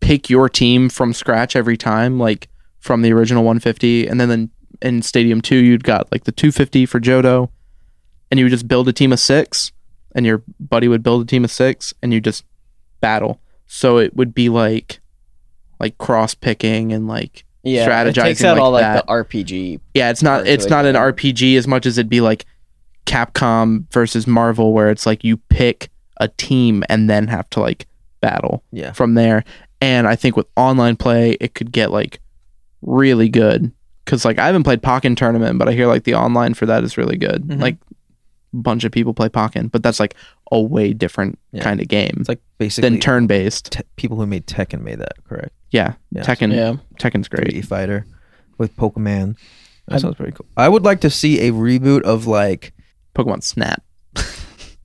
[SPEAKER 2] pick your team from scratch every time, like from the original 150, and then, then in Stadium 2 you'd got like the 250 for Johto, and you would just build a team of six, and your buddy would build a team of six, and you just battle. So it would be like like cross picking and like
[SPEAKER 5] yeah, It takes
[SPEAKER 2] strategizing
[SPEAKER 5] out
[SPEAKER 2] like
[SPEAKER 5] all like
[SPEAKER 2] that.
[SPEAKER 5] the RPG.
[SPEAKER 2] yeah, it's not
[SPEAKER 5] Or
[SPEAKER 2] it's
[SPEAKER 5] like-
[SPEAKER 2] not an RPG as much as it'd be like Capcom versus Marvel where it's like you pick a team and then have to like battle
[SPEAKER 1] Yeah.
[SPEAKER 2] from there. And I think with online play it could get like really good cuz like I haven't played Pokken tournament but I hear like the online for that is really good.
[SPEAKER 1] Mhm.
[SPEAKER 2] Like bunch of people play Pokken, but that's like a way different
[SPEAKER 1] Yeah.
[SPEAKER 2] kind of game
[SPEAKER 1] It's like basically
[SPEAKER 2] than turn based.
[SPEAKER 1] te- people who made Tekken made that, correct?
[SPEAKER 2] Yeah,
[SPEAKER 1] Yeah.
[SPEAKER 2] Tekken
[SPEAKER 5] Yeah.
[SPEAKER 2] Tekken's great.
[SPEAKER 1] 3D fighter with Pokemon. That
[SPEAKER 5] I'd-
[SPEAKER 1] sounds pretty cool. I would like to see a reboot of like
[SPEAKER 2] Pokemon Snap.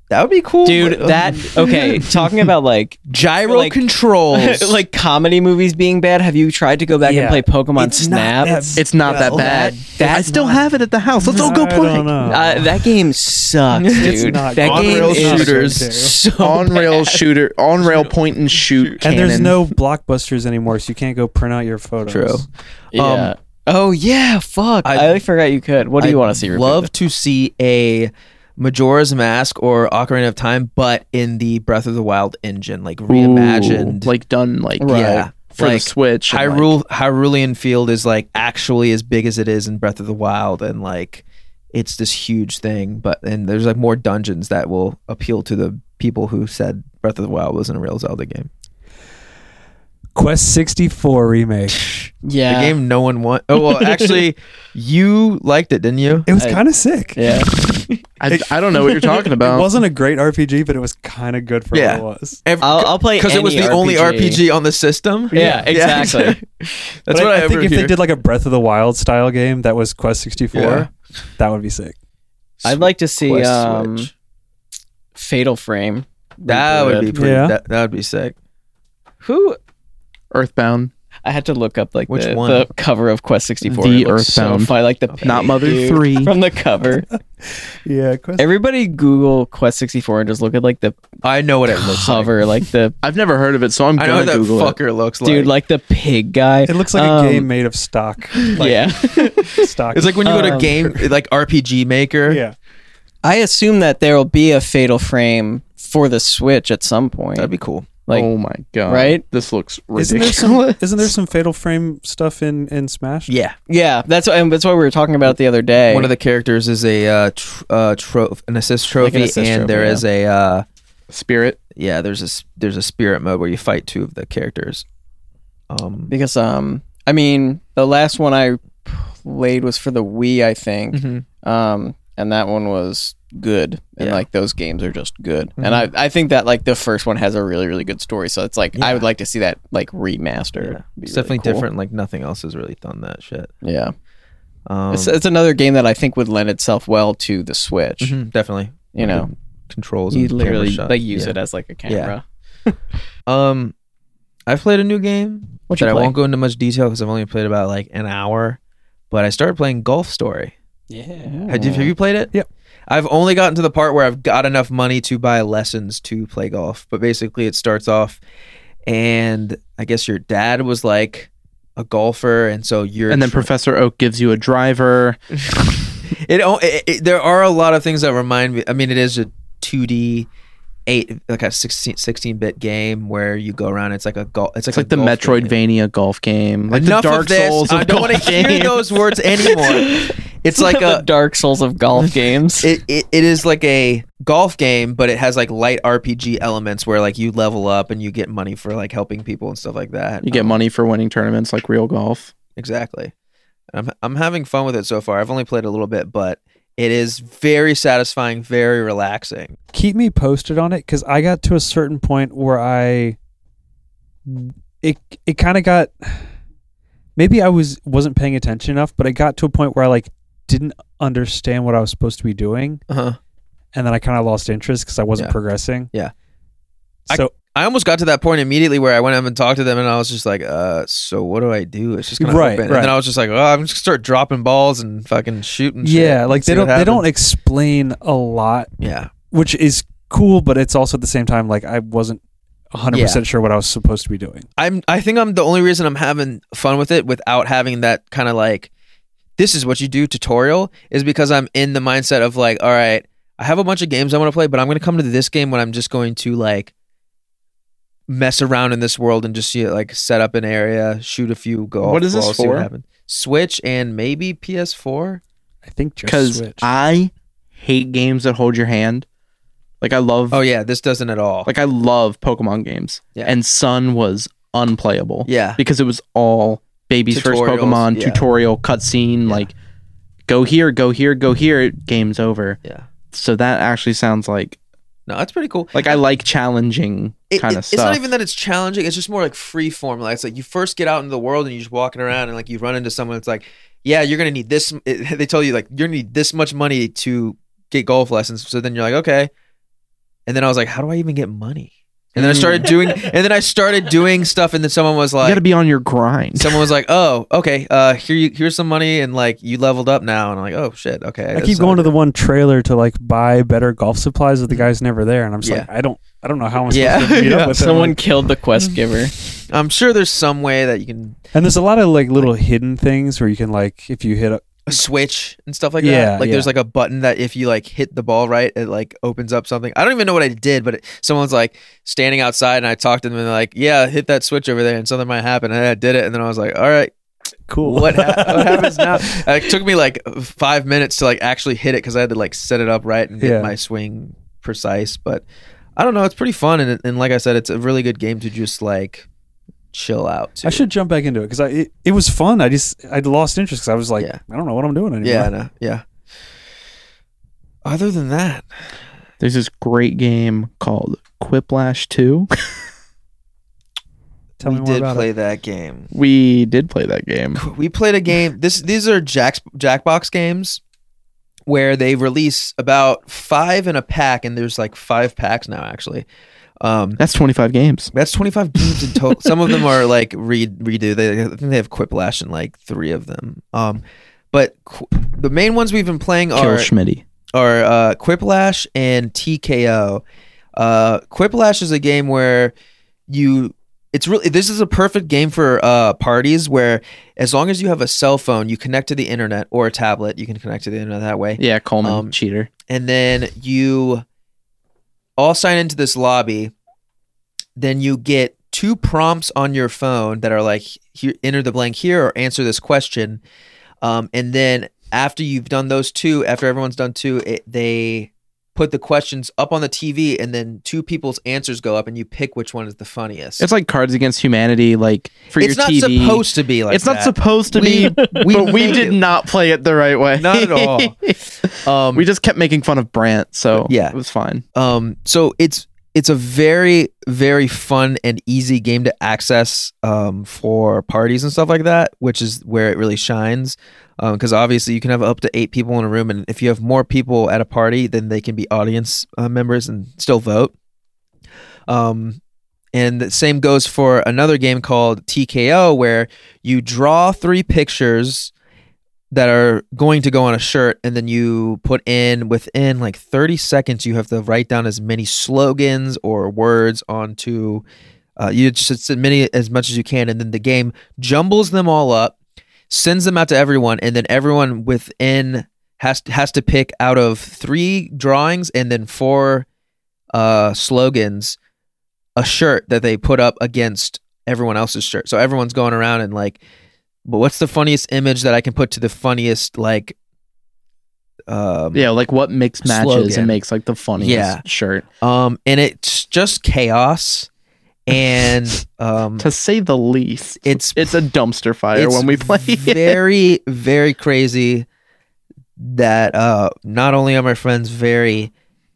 [SPEAKER 1] that would be cool.
[SPEAKER 5] Dude,
[SPEAKER 1] but- uh,
[SPEAKER 5] that okay. Talking about like
[SPEAKER 1] gyro
[SPEAKER 5] like-
[SPEAKER 1] controls.
[SPEAKER 5] like comedy movies being bad. Have you tried to go back
[SPEAKER 3] Yeah.
[SPEAKER 5] and play Pokemon
[SPEAKER 1] It's
[SPEAKER 5] Snap?
[SPEAKER 1] not that
[SPEAKER 2] It's not
[SPEAKER 1] Well,
[SPEAKER 2] that bad.
[SPEAKER 5] that-
[SPEAKER 2] I still have it at the house. Let's all go
[SPEAKER 3] I
[SPEAKER 2] play.
[SPEAKER 3] don't know.
[SPEAKER 5] Uh, that game sucks,
[SPEAKER 3] It's
[SPEAKER 5] dude.
[SPEAKER 3] not
[SPEAKER 5] that
[SPEAKER 3] good.
[SPEAKER 5] game
[SPEAKER 1] On-rail
[SPEAKER 5] is
[SPEAKER 1] shooters.
[SPEAKER 5] so
[SPEAKER 2] on rail shooter, on rail point and shoot.
[SPEAKER 3] and there's
[SPEAKER 2] cannon.
[SPEAKER 3] no blockbusters anymore so you can't go print out your photos
[SPEAKER 1] True.
[SPEAKER 5] Yeah.
[SPEAKER 1] Um,
[SPEAKER 5] oh yeah. Fuck.
[SPEAKER 1] I-
[SPEAKER 5] I, forgot you could. What do you
[SPEAKER 1] I'd
[SPEAKER 5] want to see? repeated?
[SPEAKER 1] Love to see a Majora's Mask or Ocarina of Time, but in the Breath of the Wild engine, like reimagined.
[SPEAKER 2] Ooh, like done, like
[SPEAKER 5] Right.
[SPEAKER 1] yeah,
[SPEAKER 2] for
[SPEAKER 1] like
[SPEAKER 2] the Switch. and, like-
[SPEAKER 1] Hyrule Hyrulean Field is like actually as big as it is in Breath of the Wild, and like it's this huge thing. But and there's like more dungeons that will appeal to the people who said Breath of the Wild wasn't a real Zelda game.
[SPEAKER 3] quest 64 remake
[SPEAKER 5] Yeah.
[SPEAKER 1] The game no one won. Oh well, actually, you liked it, didn't you?
[SPEAKER 3] it was
[SPEAKER 5] I-
[SPEAKER 3] kind of sick
[SPEAKER 5] Yeah.
[SPEAKER 2] I, I don't know what you're talking
[SPEAKER 3] it
[SPEAKER 2] about.
[SPEAKER 3] wasn't a great rpg but it was kind of good for
[SPEAKER 1] Yeah.
[SPEAKER 3] what it was
[SPEAKER 5] I'll, I'll play
[SPEAKER 1] because it was the
[SPEAKER 5] any
[SPEAKER 1] only RPG on the system.
[SPEAKER 5] Yeah, exactly.
[SPEAKER 1] That's
[SPEAKER 3] But
[SPEAKER 1] what I,
[SPEAKER 3] I, think. If they
[SPEAKER 1] overhear.
[SPEAKER 3] did like a Breath of the Wild style game that was Quest 64,
[SPEAKER 1] Yeah.
[SPEAKER 3] that would be sick.
[SPEAKER 5] I'd like to see
[SPEAKER 1] Quest
[SPEAKER 5] um,
[SPEAKER 1] Switch.
[SPEAKER 5] Fatal Frame.
[SPEAKER 1] that would be
[SPEAKER 5] rebooted.
[SPEAKER 1] pretty.
[SPEAKER 3] Yeah.
[SPEAKER 1] That, that would be sick.
[SPEAKER 5] who
[SPEAKER 2] Earthbound,
[SPEAKER 5] I had to look up like
[SPEAKER 1] Which
[SPEAKER 5] the,
[SPEAKER 1] one?
[SPEAKER 5] the cover of Quest 64.
[SPEAKER 2] The
[SPEAKER 5] It looks so
[SPEAKER 2] Earthbound.
[SPEAKER 5] fun, like the
[SPEAKER 2] not
[SPEAKER 5] paint,
[SPEAKER 2] Mother
[SPEAKER 5] dude,
[SPEAKER 2] Three.
[SPEAKER 5] from the cover.
[SPEAKER 3] Yeah, Quest.
[SPEAKER 5] Everybody Google Quest 64 and just look at like the
[SPEAKER 1] I know what it looks like.
[SPEAKER 5] cover, like the
[SPEAKER 2] I've never heard of it, so I'm
[SPEAKER 1] I know
[SPEAKER 2] gonna
[SPEAKER 1] what that
[SPEAKER 2] Google it.
[SPEAKER 1] fucker looks like.
[SPEAKER 5] dude, like the pig guy.
[SPEAKER 3] it looks like
[SPEAKER 5] Um,
[SPEAKER 3] a game made of stock.
[SPEAKER 5] yeah.
[SPEAKER 3] stock.
[SPEAKER 1] It's like when you go to
[SPEAKER 5] Um,
[SPEAKER 1] game like RPG Maker.
[SPEAKER 3] yeah,
[SPEAKER 5] I assume that there will be a Fatal Frame for the Switch at some point.
[SPEAKER 1] That'd be cool.
[SPEAKER 5] like
[SPEAKER 2] oh my god!
[SPEAKER 5] right?
[SPEAKER 2] This looks
[SPEAKER 3] isn't there
[SPEAKER 2] ridiculous.
[SPEAKER 3] some isn't there some Fatal Frame stuff in in Smash?
[SPEAKER 1] Yeah.
[SPEAKER 5] yeah, that's what, and that's what we were talking about the other day.
[SPEAKER 1] One of the characters is a uh, tr- uh tro- an assist
[SPEAKER 5] Like
[SPEAKER 1] trophy,
[SPEAKER 5] an assist
[SPEAKER 1] and
[SPEAKER 5] trophy,
[SPEAKER 1] there
[SPEAKER 5] yeah.
[SPEAKER 1] is a uh
[SPEAKER 2] Spirit.
[SPEAKER 1] yeah there's a s- there's a spirit mode where you fight two of the characters. Um.
[SPEAKER 5] because um I mean the last one I played was for the Wii, I think.
[SPEAKER 1] mhm.
[SPEAKER 5] um, and that one was good. And
[SPEAKER 1] Yeah.
[SPEAKER 5] like those games are just good. And I, I think that like the first one has a really really good story. So it's like I would like to see that like remastered.
[SPEAKER 1] Yeah.
[SPEAKER 5] It'd be
[SPEAKER 1] It's
[SPEAKER 5] really
[SPEAKER 1] definitely
[SPEAKER 5] cool.
[SPEAKER 1] different. Like nothing else has really done that shit.
[SPEAKER 5] Yeah,
[SPEAKER 1] Um,
[SPEAKER 5] it's, it's another game that I think would lend itself well to the Switch.
[SPEAKER 1] mhm, definitely
[SPEAKER 5] You know,
[SPEAKER 1] controls.
[SPEAKER 5] Mm-hmm. you
[SPEAKER 1] and camera
[SPEAKER 5] literally
[SPEAKER 1] shot.
[SPEAKER 5] like use
[SPEAKER 1] Yeah.
[SPEAKER 5] it as like a camera.
[SPEAKER 1] Um, I've played a new game
[SPEAKER 5] What
[SPEAKER 1] that
[SPEAKER 5] you
[SPEAKER 1] I
[SPEAKER 5] play?
[SPEAKER 1] won't go into much detail because I've only played about like an hour. But I started playing Golf Story.
[SPEAKER 5] Yeah,
[SPEAKER 1] Had you- Have you, played it?
[SPEAKER 3] Yep.
[SPEAKER 1] I've only gotten to the part where I've got enough money to buy lessons to play golf. But basically, it starts off, and I guess your dad was like a golfer, and so you're
[SPEAKER 2] and then Professor Oak gives you a driver.
[SPEAKER 1] it, o- it, it there are a lot of things that remind me i mean it is a 2d 8 like a 16 16 bit game where you go around it's like a golf it's like
[SPEAKER 2] It's
[SPEAKER 1] a
[SPEAKER 2] like the
[SPEAKER 1] golf game.
[SPEAKER 2] Metroidvania golf game, like
[SPEAKER 1] Enough
[SPEAKER 2] the Dark
[SPEAKER 1] of this.
[SPEAKER 2] Souls.
[SPEAKER 1] i
[SPEAKER 2] of
[SPEAKER 1] don't
[SPEAKER 2] golf
[SPEAKER 1] want to hear
[SPEAKER 2] games.
[SPEAKER 1] those words anymore it's like
[SPEAKER 5] the
[SPEAKER 1] a
[SPEAKER 5] Dark Souls of golf games.
[SPEAKER 1] it, it, it is like a golf game but it has like light rpg elements where like you level up and you get money for like helping people and stuff like that
[SPEAKER 2] You get
[SPEAKER 1] Um,
[SPEAKER 2] money for winning tournaments, like real golf.
[SPEAKER 1] Exactly. I'm I'm having fun with it so far. I've only played a little bit, but it is very satisfying, very relaxing.
[SPEAKER 3] keep me posted on it because I got to a certain point where I it it kind of got maybe I was wasn't paying attention enough, but it got to a point where I like didn't understand what I was supposed to be doing,
[SPEAKER 1] Uh-huh.
[SPEAKER 3] and then I kind of lost interest because I wasn't
[SPEAKER 1] Yeah.
[SPEAKER 3] progressing.
[SPEAKER 1] Yeah. I-
[SPEAKER 3] So
[SPEAKER 1] I almost got to that point immediately where I went up and talked to them, and I was just like, "Uh, so what do I do? It's just gonna
[SPEAKER 3] Right,
[SPEAKER 1] open."
[SPEAKER 3] right.
[SPEAKER 1] And then I was just like, "Oh, I'm just gonna start dropping balls and fucking shooting." shit
[SPEAKER 3] yeah,
[SPEAKER 1] and
[SPEAKER 3] like they
[SPEAKER 1] see what
[SPEAKER 3] don't they don't
[SPEAKER 1] happens."
[SPEAKER 3] e- explain a lot,
[SPEAKER 1] yeah,
[SPEAKER 3] which is cool, but it's also at the same time like I wasn't 100% sure what I was supposed to be doing.
[SPEAKER 1] I'm. I think I'm the only reason I'm having fun with it without having that kind of like, this is what you do tutorial is because I'm in the mindset of like, all right, I have a bunch of games I want to play, but I'm going to come to this game when I'm just going to like mess around in this world and just see it like set up an area, shoot a few golf
[SPEAKER 2] What is this
[SPEAKER 1] balls, see what
[SPEAKER 2] for?
[SPEAKER 1] happens. Switch and maybe PS4.
[SPEAKER 3] I think just
[SPEAKER 2] Because
[SPEAKER 3] Switch.
[SPEAKER 2] I hate games that hold your hand. Like I love,
[SPEAKER 1] Oh yeah, this doesn't at all.
[SPEAKER 2] like I love Pokemon games.
[SPEAKER 1] Yeah.
[SPEAKER 2] And Sun was unplayable
[SPEAKER 1] yeah,
[SPEAKER 2] because it was all baby's first
[SPEAKER 1] Tutorials,
[SPEAKER 2] Pokemon
[SPEAKER 1] yeah.
[SPEAKER 2] tutorial cutscene.
[SPEAKER 1] Yeah.
[SPEAKER 2] Like go here, go here, go here. Game's over.
[SPEAKER 1] yeah.
[SPEAKER 2] So that actually sounds like
[SPEAKER 1] No, that's pretty cool.
[SPEAKER 2] like I like challenging
[SPEAKER 1] It-
[SPEAKER 2] kind
[SPEAKER 1] it-
[SPEAKER 2] of
[SPEAKER 1] It's
[SPEAKER 2] stuff.
[SPEAKER 1] not even that it's challenging. It's just more like free form. Like it's like you first get out into the world and you're just walking around and like you run into someone. It's like, yeah, you're gonna need this. It, they tell you like you're gonna need this much money to get golf lessons. So then you're like, okay. And then I was like, how do I even get money? And then I
[SPEAKER 3] Mm.
[SPEAKER 1] started doing, and then I started doing stuff. And then someone was
[SPEAKER 2] you
[SPEAKER 1] like,
[SPEAKER 2] got to be on your grind.
[SPEAKER 1] someone was like, oh, okay, uh, here you here's some money, and like you leveled up now. And I'm like, oh shit, okay.
[SPEAKER 3] I
[SPEAKER 1] guess
[SPEAKER 3] keep
[SPEAKER 1] so.
[SPEAKER 3] going to the one trailer to like buy better golf supplies, but the guy's never there, and I'm just
[SPEAKER 1] Mm-hmm. Yeah.
[SPEAKER 3] like, I don't, I don't know how I'm
[SPEAKER 1] Yeah.
[SPEAKER 3] supposed to meet
[SPEAKER 1] Yeah.
[SPEAKER 3] up with him.
[SPEAKER 5] Someone
[SPEAKER 3] Like-
[SPEAKER 5] killed the quest giver.
[SPEAKER 1] I'm sure there's some way that you can
[SPEAKER 3] and there's a lot of like little hidden things where you can like, if you hit, a,
[SPEAKER 1] switch and stuff like
[SPEAKER 3] Yeah,
[SPEAKER 1] that. Like there's
[SPEAKER 3] yeah.
[SPEAKER 1] like a button that if you like hit the ball right, it like opens up something. I don't even know what I did, but it, someone's like standing outside, and I talked to them, and they're like, "Yeah, hit that switch over there, and something might happen." And I did it, and then I was like, "All right,
[SPEAKER 3] cool.
[SPEAKER 1] what, ha- what happens now?" Uh, It took me like five minutes to like actually hit it because I had to like set it up right and get
[SPEAKER 3] Yeah.
[SPEAKER 1] my swing precise. But I don't know, it's pretty fun, and, and like I said, it's a really good game to just like chill out. To.
[SPEAKER 3] I should jump back into it because I it, it was fun. I just I lost interest because I was like,
[SPEAKER 1] Yeah.
[SPEAKER 3] I don't know what I'm doing anymore.
[SPEAKER 1] yeah, I know, yeah. Other than that,
[SPEAKER 2] There's this great game called Quiplash 2.
[SPEAKER 3] Tell
[SPEAKER 1] we
[SPEAKER 3] me more
[SPEAKER 1] did
[SPEAKER 3] about
[SPEAKER 1] play
[SPEAKER 3] it.
[SPEAKER 1] that game.
[SPEAKER 2] We did play that game.
[SPEAKER 1] we played a game. This these are Jack's, Jackbox games where they release about five in a pack, and there's like five packs now actually. Um,
[SPEAKER 2] That's 25 games.
[SPEAKER 1] that's 25 games in total. Some of them are like re- redo. They I think they have Quiplash in like three of them. Um, but qu- the main ones we've been playing
[SPEAKER 2] Kill
[SPEAKER 1] are
[SPEAKER 2] Schmitty.
[SPEAKER 1] are uh, Quiplash and TKO. Uh, Quiplash is a game where you. It's really this is a perfect game for uh, parties where as long as you have a cell phone, you connect to the internet or a tablet. You can connect to the internet that way
[SPEAKER 2] Yeah, Coleman.
[SPEAKER 1] Um,
[SPEAKER 2] cheater.
[SPEAKER 1] and then you all sign into this lobby. Then you get two prompts on your phone that are like, here, enter the blank here or answer this question. Um, and then after you've done those two, after everyone's done two, it, they put the questions up on the TV, and then two people's answers go up, and you pick which one is the funniest.
[SPEAKER 2] It's like Cards Against Humanity, like for
[SPEAKER 1] It's
[SPEAKER 2] your
[SPEAKER 1] not
[SPEAKER 2] TV.
[SPEAKER 1] supposed to be like
[SPEAKER 2] it's not
[SPEAKER 1] that.
[SPEAKER 2] supposed to
[SPEAKER 1] We-
[SPEAKER 2] be,
[SPEAKER 1] we
[SPEAKER 2] but we
[SPEAKER 1] make
[SPEAKER 2] did
[SPEAKER 1] it-
[SPEAKER 2] not play it the right way.
[SPEAKER 1] Not at all. Um,
[SPEAKER 2] we just kept making fun of Brant, so
[SPEAKER 1] Yeah.
[SPEAKER 2] it was fine.
[SPEAKER 1] Um, so it's it's a very very fun and easy game to access um, for parties and stuff like that, which is where it really shines. Because obviously, you can have up to eight people in a room, and if you have more people at a party, then they can be audience uh, members and still vote. Um, and the same goes for another game called TKO, where you draw three pictures that are going to go on a shirt and then you put in within like 30 seconds you have to write down as many slogans or words onto uh, you just as many as much as you can and then the game jumbles them all up sends them out to everyone and then everyone within has has to pick out of three drawings and then four uh, slogans a shirt that they put up against everyone else's shirt so everyone's going around and like but what's the funniest image that I can put to the funniest like um
[SPEAKER 2] Yeah, like what makes matches
[SPEAKER 1] Slogan.
[SPEAKER 2] and makes like the funniest
[SPEAKER 1] Yeah.
[SPEAKER 2] shirt.
[SPEAKER 1] um and it's just chaos and um
[SPEAKER 2] To say the least.
[SPEAKER 1] it's
[SPEAKER 2] It's a dumpster fire
[SPEAKER 1] it's
[SPEAKER 2] when we play it.
[SPEAKER 1] very very crazy that uh not only are my friends very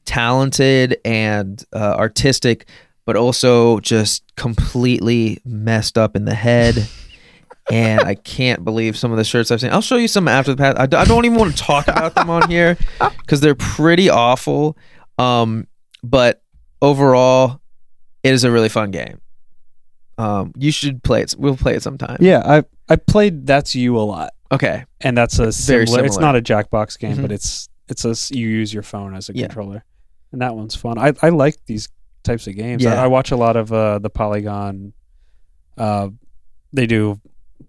[SPEAKER 1] talented and uh, artistic but also just completely messed up in the head and I can't believe some of the shirts I've seen. I'll show you some after the past. I, d- I don't even want to talk about them on here because they're pretty awful. Um, but overall, it is a really fun game. Um, you should play it. We'll play it sometime.
[SPEAKER 3] Yeah, I I played That's You a lot,
[SPEAKER 1] Okay.
[SPEAKER 3] and that's a
[SPEAKER 1] very
[SPEAKER 3] similar, It's
[SPEAKER 1] similar.
[SPEAKER 3] not a Jackbox game,
[SPEAKER 1] Mhm.
[SPEAKER 3] but it's it's a s- you use your phone as a
[SPEAKER 1] Yeah.
[SPEAKER 3] controller, and that one's fun. I I like these types of games.
[SPEAKER 1] Yeah.
[SPEAKER 3] I, I watch a lot of uh, the Polygon. Uh, they do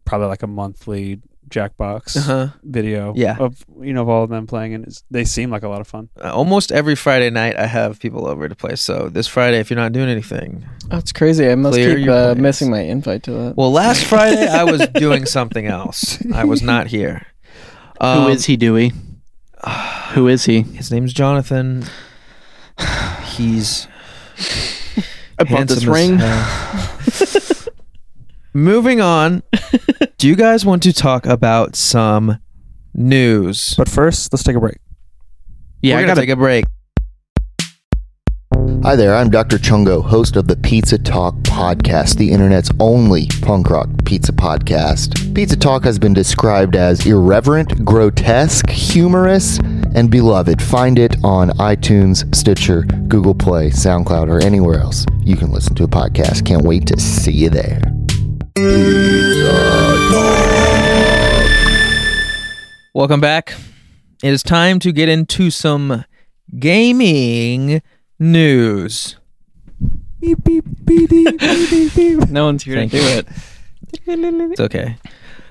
[SPEAKER 3] probably like a monthly Jackbox
[SPEAKER 1] Uh-huh.
[SPEAKER 3] video.
[SPEAKER 1] Yeah.
[SPEAKER 3] of you know of all of them playing, and it's, they seem like a lot of fun.
[SPEAKER 1] Uh, Almost every Friday night, I have people over to play. So this Friday, if you're not doing anything,
[SPEAKER 5] That's crazy. I must
[SPEAKER 1] Clear
[SPEAKER 5] keep
[SPEAKER 1] your
[SPEAKER 5] uh,
[SPEAKER 1] place.
[SPEAKER 5] missing my invite to that.
[SPEAKER 1] well, last Friday I was doing something else. I was not here. Um,
[SPEAKER 2] Who is he, Dewey? Who is he?
[SPEAKER 1] His name's Jonathan. He's
[SPEAKER 2] I bought
[SPEAKER 1] Handsome
[SPEAKER 2] this
[SPEAKER 1] as
[SPEAKER 2] ring.
[SPEAKER 1] hell. Moving on, do you guys want to talk about some news?
[SPEAKER 3] But first, let's take a break.
[SPEAKER 2] Yeah,
[SPEAKER 1] We're
[SPEAKER 2] I
[SPEAKER 1] gonna
[SPEAKER 2] got a
[SPEAKER 1] take a break.
[SPEAKER 6] Hi there, I'm Dr. Chungo, host of the Pizza Talk podcast, the internet's only punk rock pizza podcast. Pizza Talk has been described as irreverent, grotesque, humorous, and beloved. Find it on iTunes, Stitcher, Google Play, SoundCloud, or anywhere else you can listen to a podcast. Can't wait to see you there.
[SPEAKER 1] Welcome back. It is time to get into some gaming news.
[SPEAKER 5] no one's here
[SPEAKER 1] Thank
[SPEAKER 5] to do
[SPEAKER 1] you.
[SPEAKER 5] it.
[SPEAKER 1] It's okay.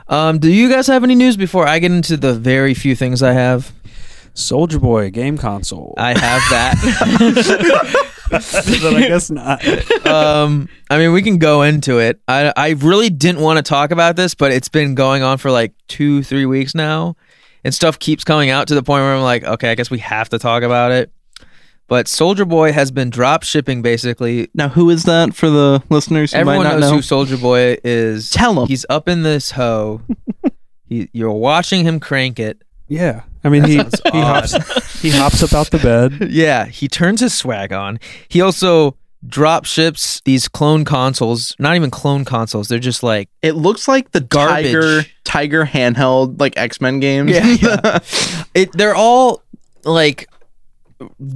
[SPEAKER 1] Um, do you guys have any news before I get into the very few things I have?
[SPEAKER 3] Soldier Boy game console.
[SPEAKER 1] I have that.
[SPEAKER 3] But I guess not.
[SPEAKER 1] um, I mean, we can go into it. I, I really didn't want to talk about this, but it's been going on for like two, three weeks now, and stuff keeps coming out to the point where I'm like, okay, I guess we have to talk about it. But Soldier Boy has been drop shipping basically.
[SPEAKER 2] Now, who is that for the listeners who
[SPEAKER 1] Everyone
[SPEAKER 2] might not
[SPEAKER 1] knows
[SPEAKER 2] know?
[SPEAKER 1] who Soldier Boy is.
[SPEAKER 2] Tell 'em.
[SPEAKER 1] he's up in this hoe. he, you're watching him crank it.
[SPEAKER 3] Yeah, I mean he he
[SPEAKER 1] That sounds odd.
[SPEAKER 3] hops he hops up out the bed.
[SPEAKER 1] Yeah, he turns his swag on. He also drop ships these clone consoles. Not even clone consoles. They're just like
[SPEAKER 2] It looks like the
[SPEAKER 1] Garbage.
[SPEAKER 2] Tiger Tiger handheld like X Men games.
[SPEAKER 1] Yeah, yeah. it they're all like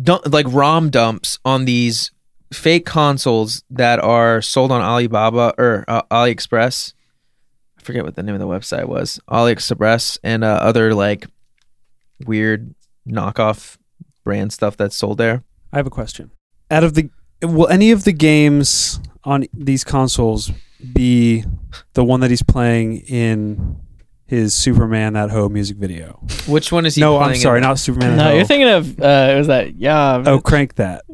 [SPEAKER 1] dump, like ROM dumps on these fake consoles that are sold on Alibaba or uh, AliExpress. I forget what the name of the website was. AliExpress and uh, other like weird knockoff brand stuff that's sold there.
[SPEAKER 3] I have a question. Out of the will any of the games on these consoles be the one that he's playing in his Superman that Ho music video?
[SPEAKER 1] Which one is he?
[SPEAKER 3] No,
[SPEAKER 1] playing
[SPEAKER 3] I'm sorry,
[SPEAKER 1] in?
[SPEAKER 3] not Superman.
[SPEAKER 5] No,
[SPEAKER 3] that Ho.
[SPEAKER 5] you're thinking of uh, it was that yeah.
[SPEAKER 3] Oh, crank that.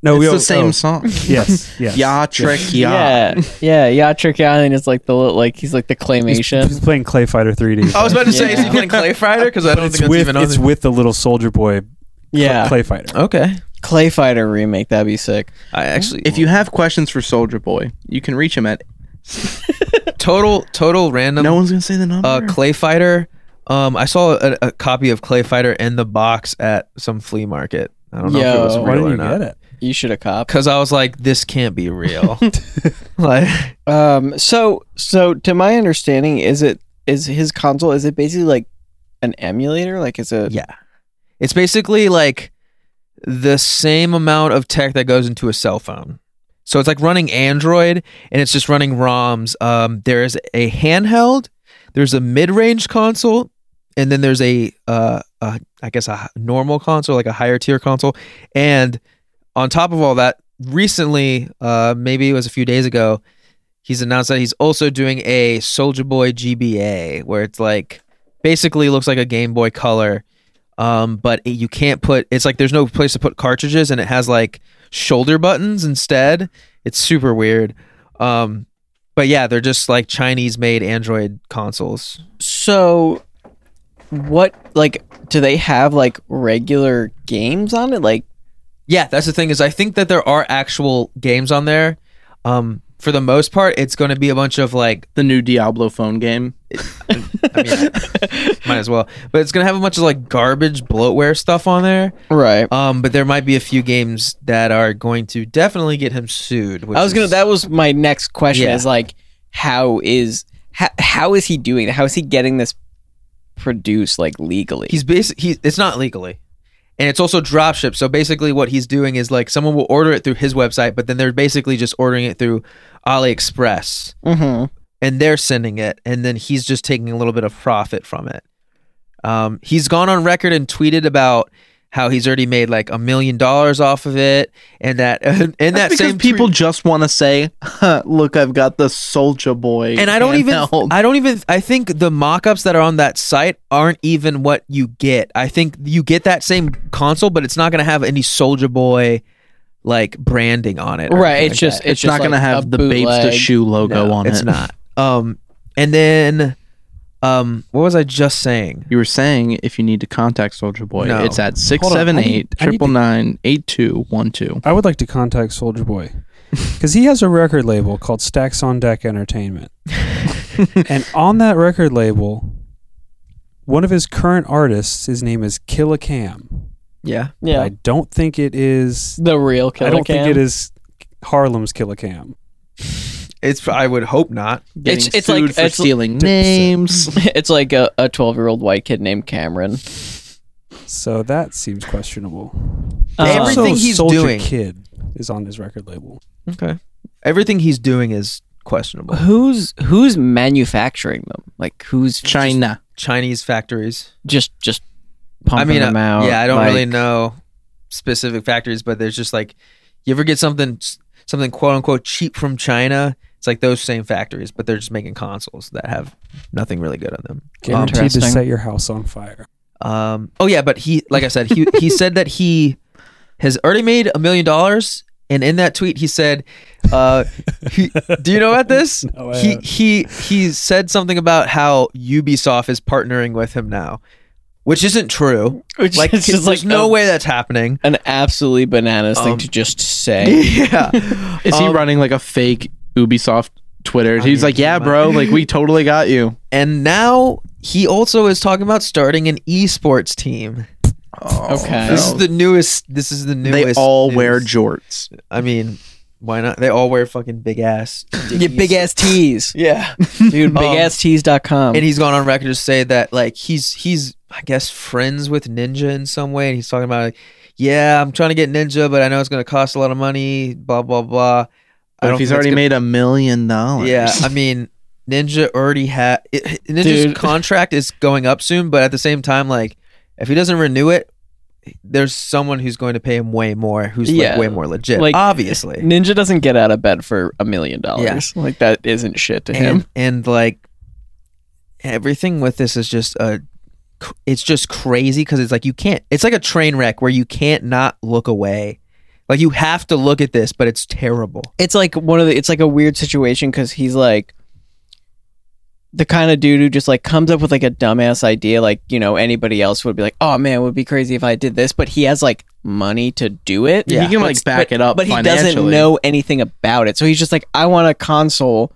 [SPEAKER 3] No,
[SPEAKER 2] it's
[SPEAKER 3] we
[SPEAKER 2] the
[SPEAKER 3] oh,
[SPEAKER 2] same
[SPEAKER 3] oh,
[SPEAKER 2] song.
[SPEAKER 3] Yes, yes.
[SPEAKER 2] Ya trick ya.
[SPEAKER 5] yeah, yeah, yeah. Trick Island is like the li- like he's like the
[SPEAKER 3] He's,
[SPEAKER 5] claymation.
[SPEAKER 3] he's playing Clay Fighter 3D.
[SPEAKER 1] I was about to say, is he
[SPEAKER 5] Yeah.
[SPEAKER 1] playing Clay Fighter? Because I don't
[SPEAKER 3] it's
[SPEAKER 1] think that's
[SPEAKER 3] with
[SPEAKER 1] even on.
[SPEAKER 3] it's
[SPEAKER 1] there.
[SPEAKER 3] with the little Soldier Boy.
[SPEAKER 1] Ah.
[SPEAKER 5] Yeah,
[SPEAKER 3] Clay Fighter.
[SPEAKER 1] okay,
[SPEAKER 5] Clay Fighter remake. That'd be sick.
[SPEAKER 1] I actually.
[SPEAKER 2] If you have questions for Soldier Boy, you can reach him at.
[SPEAKER 1] total total random
[SPEAKER 2] No one's gonna say the number.
[SPEAKER 1] uh, Clay Fighter. Um, I saw a, a copy of Clay Fighter in the box at some flea market. I don't know if it
[SPEAKER 5] Yo.
[SPEAKER 1] was real
[SPEAKER 3] Why didn't
[SPEAKER 1] or
[SPEAKER 3] you
[SPEAKER 1] not.
[SPEAKER 3] get it?
[SPEAKER 5] You should have copped.
[SPEAKER 1] Because I was like, this can't be real. like,
[SPEAKER 5] Um. So so to my understanding, is it is his console? Is it basically like an emulator? Like is a
[SPEAKER 1] yeah, it's basically like the same amount of tech that goes into a cell phone. So it's like running Android, and it's just running ROMs. Um, there is a handheld, there's a mid-range console, and then there's a, uh, uh, I guess a h- normal console, like a higher tier console, and on top of all that, recently, uh, maybe it was a few days ago, he's announced that he's also doing a Soldier Boy GBA, where it's like basically looks like a Game Boy Color, um, but it- you can't put. It's like there's no place to put cartridges, and it has like shoulder buttons instead. It's super weird. Um, but yeah, they're just like Chinese made Android consoles.
[SPEAKER 5] So, what like do they have like regular games on it? Like,
[SPEAKER 1] Yeah, that's the thing is I think that there are actual games on there. Um, for the most part, it's going to be a bunch of like,
[SPEAKER 2] The new Diablo phone game.
[SPEAKER 1] I mean, I- might as well, but it's going to have a bunch of like garbage bloatware stuff on there.
[SPEAKER 5] right?
[SPEAKER 1] Um, but there might be a few games that are going to definitely get him sued. Which
[SPEAKER 5] I was gonna.
[SPEAKER 1] is-
[SPEAKER 5] That was my next question.
[SPEAKER 1] Yeah.
[SPEAKER 5] Is like, how is how, how is he doing? it? How is he getting this produced like legally?
[SPEAKER 1] He's basic. He's it's not legally, and it's also dropship. So basically, what he's doing is like someone will order it through his website, but then they're basically just ordering it through AliExpress,
[SPEAKER 5] mm-hmm.
[SPEAKER 1] and they're sending it, and then he's just taking a little bit of profit from it. Um, he's gone on record and tweeted about how he's already made like a million dollars off of it, and that and, that
[SPEAKER 2] because
[SPEAKER 1] same
[SPEAKER 2] people
[SPEAKER 1] tweet-
[SPEAKER 2] just want to say, huh, "Look, I've got the Soldier Boy."
[SPEAKER 1] and I don't even
[SPEAKER 2] handheld."
[SPEAKER 1] I don't even I think the mock-ups that are on that site aren't even what you get. I think you get that same console, but it's not gonna have any Soldier Boy like branding on it. or
[SPEAKER 5] Right.
[SPEAKER 1] anything
[SPEAKER 5] It's
[SPEAKER 1] like
[SPEAKER 5] just
[SPEAKER 2] it's not going to have the Babes to Shoe
[SPEAKER 1] that.
[SPEAKER 2] logo
[SPEAKER 1] No,
[SPEAKER 2] on
[SPEAKER 1] it's
[SPEAKER 2] it.
[SPEAKER 1] not. Um and then um what was I just saying?
[SPEAKER 2] You were saying if you need to contact Soldier Boy,
[SPEAKER 1] No.
[SPEAKER 2] it's at six
[SPEAKER 3] Hold on, I
[SPEAKER 2] seven
[SPEAKER 3] need-
[SPEAKER 2] eight
[SPEAKER 3] I need to-
[SPEAKER 2] triple nine eight two one two.
[SPEAKER 3] I would like to contact Soldier Boy because he has a record label called Stacks on Deck Entertainment, and on that record label, one of his current artists, his name is Killa Cam.
[SPEAKER 1] Yeah.
[SPEAKER 5] Yeah,
[SPEAKER 3] I don't think it is.
[SPEAKER 5] the real killer.
[SPEAKER 3] I don't think it is Harlem's Killa Cam.
[SPEAKER 1] It's I would hope not.
[SPEAKER 2] Getting
[SPEAKER 5] It's- it's like-
[SPEAKER 2] sued for
[SPEAKER 5] it's-
[SPEAKER 2] stealing names.
[SPEAKER 5] It's like a a twelve year old white kid named Cameron.
[SPEAKER 3] So that seems questionable. Uh,
[SPEAKER 5] Um,
[SPEAKER 1] Everything
[SPEAKER 3] Also,
[SPEAKER 1] he's
[SPEAKER 3] Soulja
[SPEAKER 1] doing-
[SPEAKER 3] Kid is on his record label.
[SPEAKER 1] Okay. Everything he's doing is questionable.
[SPEAKER 5] who's who's manufacturing them? Like who's just-
[SPEAKER 2] China.
[SPEAKER 1] Chinese factories.
[SPEAKER 5] Just just, pumping
[SPEAKER 1] I mean,
[SPEAKER 5] them
[SPEAKER 1] uh,
[SPEAKER 5] out.
[SPEAKER 1] Yeah, I don't
[SPEAKER 5] like-
[SPEAKER 1] really know specific factories, but there's just like you ever get something something quote unquote cheap from China. It's like those same factories, but they're just making consoles that have nothing really good on them. Um,
[SPEAKER 3] Guaranteed to
[SPEAKER 5] Interesting.
[SPEAKER 3] set your house on fire.
[SPEAKER 1] um, oh yeah, but he, like I said, he he said that he has already made a million dollars, and in that tweet he said, uh, he, "Do you know about this?"
[SPEAKER 3] No, I
[SPEAKER 1] he
[SPEAKER 3] haven't.
[SPEAKER 1] he he said something about how Ubisoft is partnering with him now, which isn't true.
[SPEAKER 5] Which
[SPEAKER 1] Like,
[SPEAKER 5] is
[SPEAKER 1] there's
[SPEAKER 5] just like oh.
[SPEAKER 1] no
[SPEAKER 5] a-
[SPEAKER 1] way that's happening.
[SPEAKER 5] An absolutely bananas
[SPEAKER 1] Um,
[SPEAKER 5] thing to just say.
[SPEAKER 1] yeah.
[SPEAKER 2] Is he
[SPEAKER 1] Um,
[SPEAKER 2] running like a fake Ubisoft Twitter?
[SPEAKER 1] I
[SPEAKER 2] He's
[SPEAKER 1] mean,
[SPEAKER 2] like,
[SPEAKER 1] he
[SPEAKER 2] "Yeah,
[SPEAKER 1] might."
[SPEAKER 2] bro, like we totally got you."
[SPEAKER 1] And now he also is talking about starting an esports team.
[SPEAKER 5] Oh, okay.
[SPEAKER 1] This is the newest. This is the newest.
[SPEAKER 2] They all wear
[SPEAKER 1] news.
[SPEAKER 2] jorts.
[SPEAKER 1] I mean, why not? They all wear fucking big ass.
[SPEAKER 5] Get big ass tees.
[SPEAKER 1] Yeah.
[SPEAKER 5] Dude, bigasttees.com.
[SPEAKER 1] um, And he's gone on record to say that like he's he's I guess friends with Ninja in some way, and he's talking about like, yeah, I'm trying to get Ninja, but I know it's gonna cost a lot of money. Blah blah blah. I
[SPEAKER 2] But
[SPEAKER 1] don't
[SPEAKER 2] if he's
[SPEAKER 1] think it's
[SPEAKER 2] already
[SPEAKER 1] gonna-
[SPEAKER 2] made a million dollars,
[SPEAKER 1] Yeah, I mean, Ninja already had Ninja's
[SPEAKER 5] Dude.
[SPEAKER 1] contract is going up soon, but at the same time, like if he doesn't renew it, there's someone who's going to pay him way more, who's
[SPEAKER 5] Yeah.
[SPEAKER 1] like way more legit,
[SPEAKER 5] Like-
[SPEAKER 1] obviously.
[SPEAKER 5] Ninja doesn't get out of bed for a million dollars. Like that isn't shit to him.
[SPEAKER 1] And, and like everything with this is just a, cr- it's just crazy because it's like you can't. It's like a train wreck where you can't not look away. Like you have to look at this, but it's terrible.
[SPEAKER 5] It's like one of the it's like a weird situation cuz he's like the kind of dude who just like comes up with like a dumbass idea like, you know, anybody else would be like, "Oh man, it would be crazy if I did this," but he has like money to do it.
[SPEAKER 2] Yeah. He can, like, back
[SPEAKER 5] but-
[SPEAKER 2] it up
[SPEAKER 5] But he doesn't
[SPEAKER 2] financially.
[SPEAKER 5] know anything about it. So he's just like, "I want a console."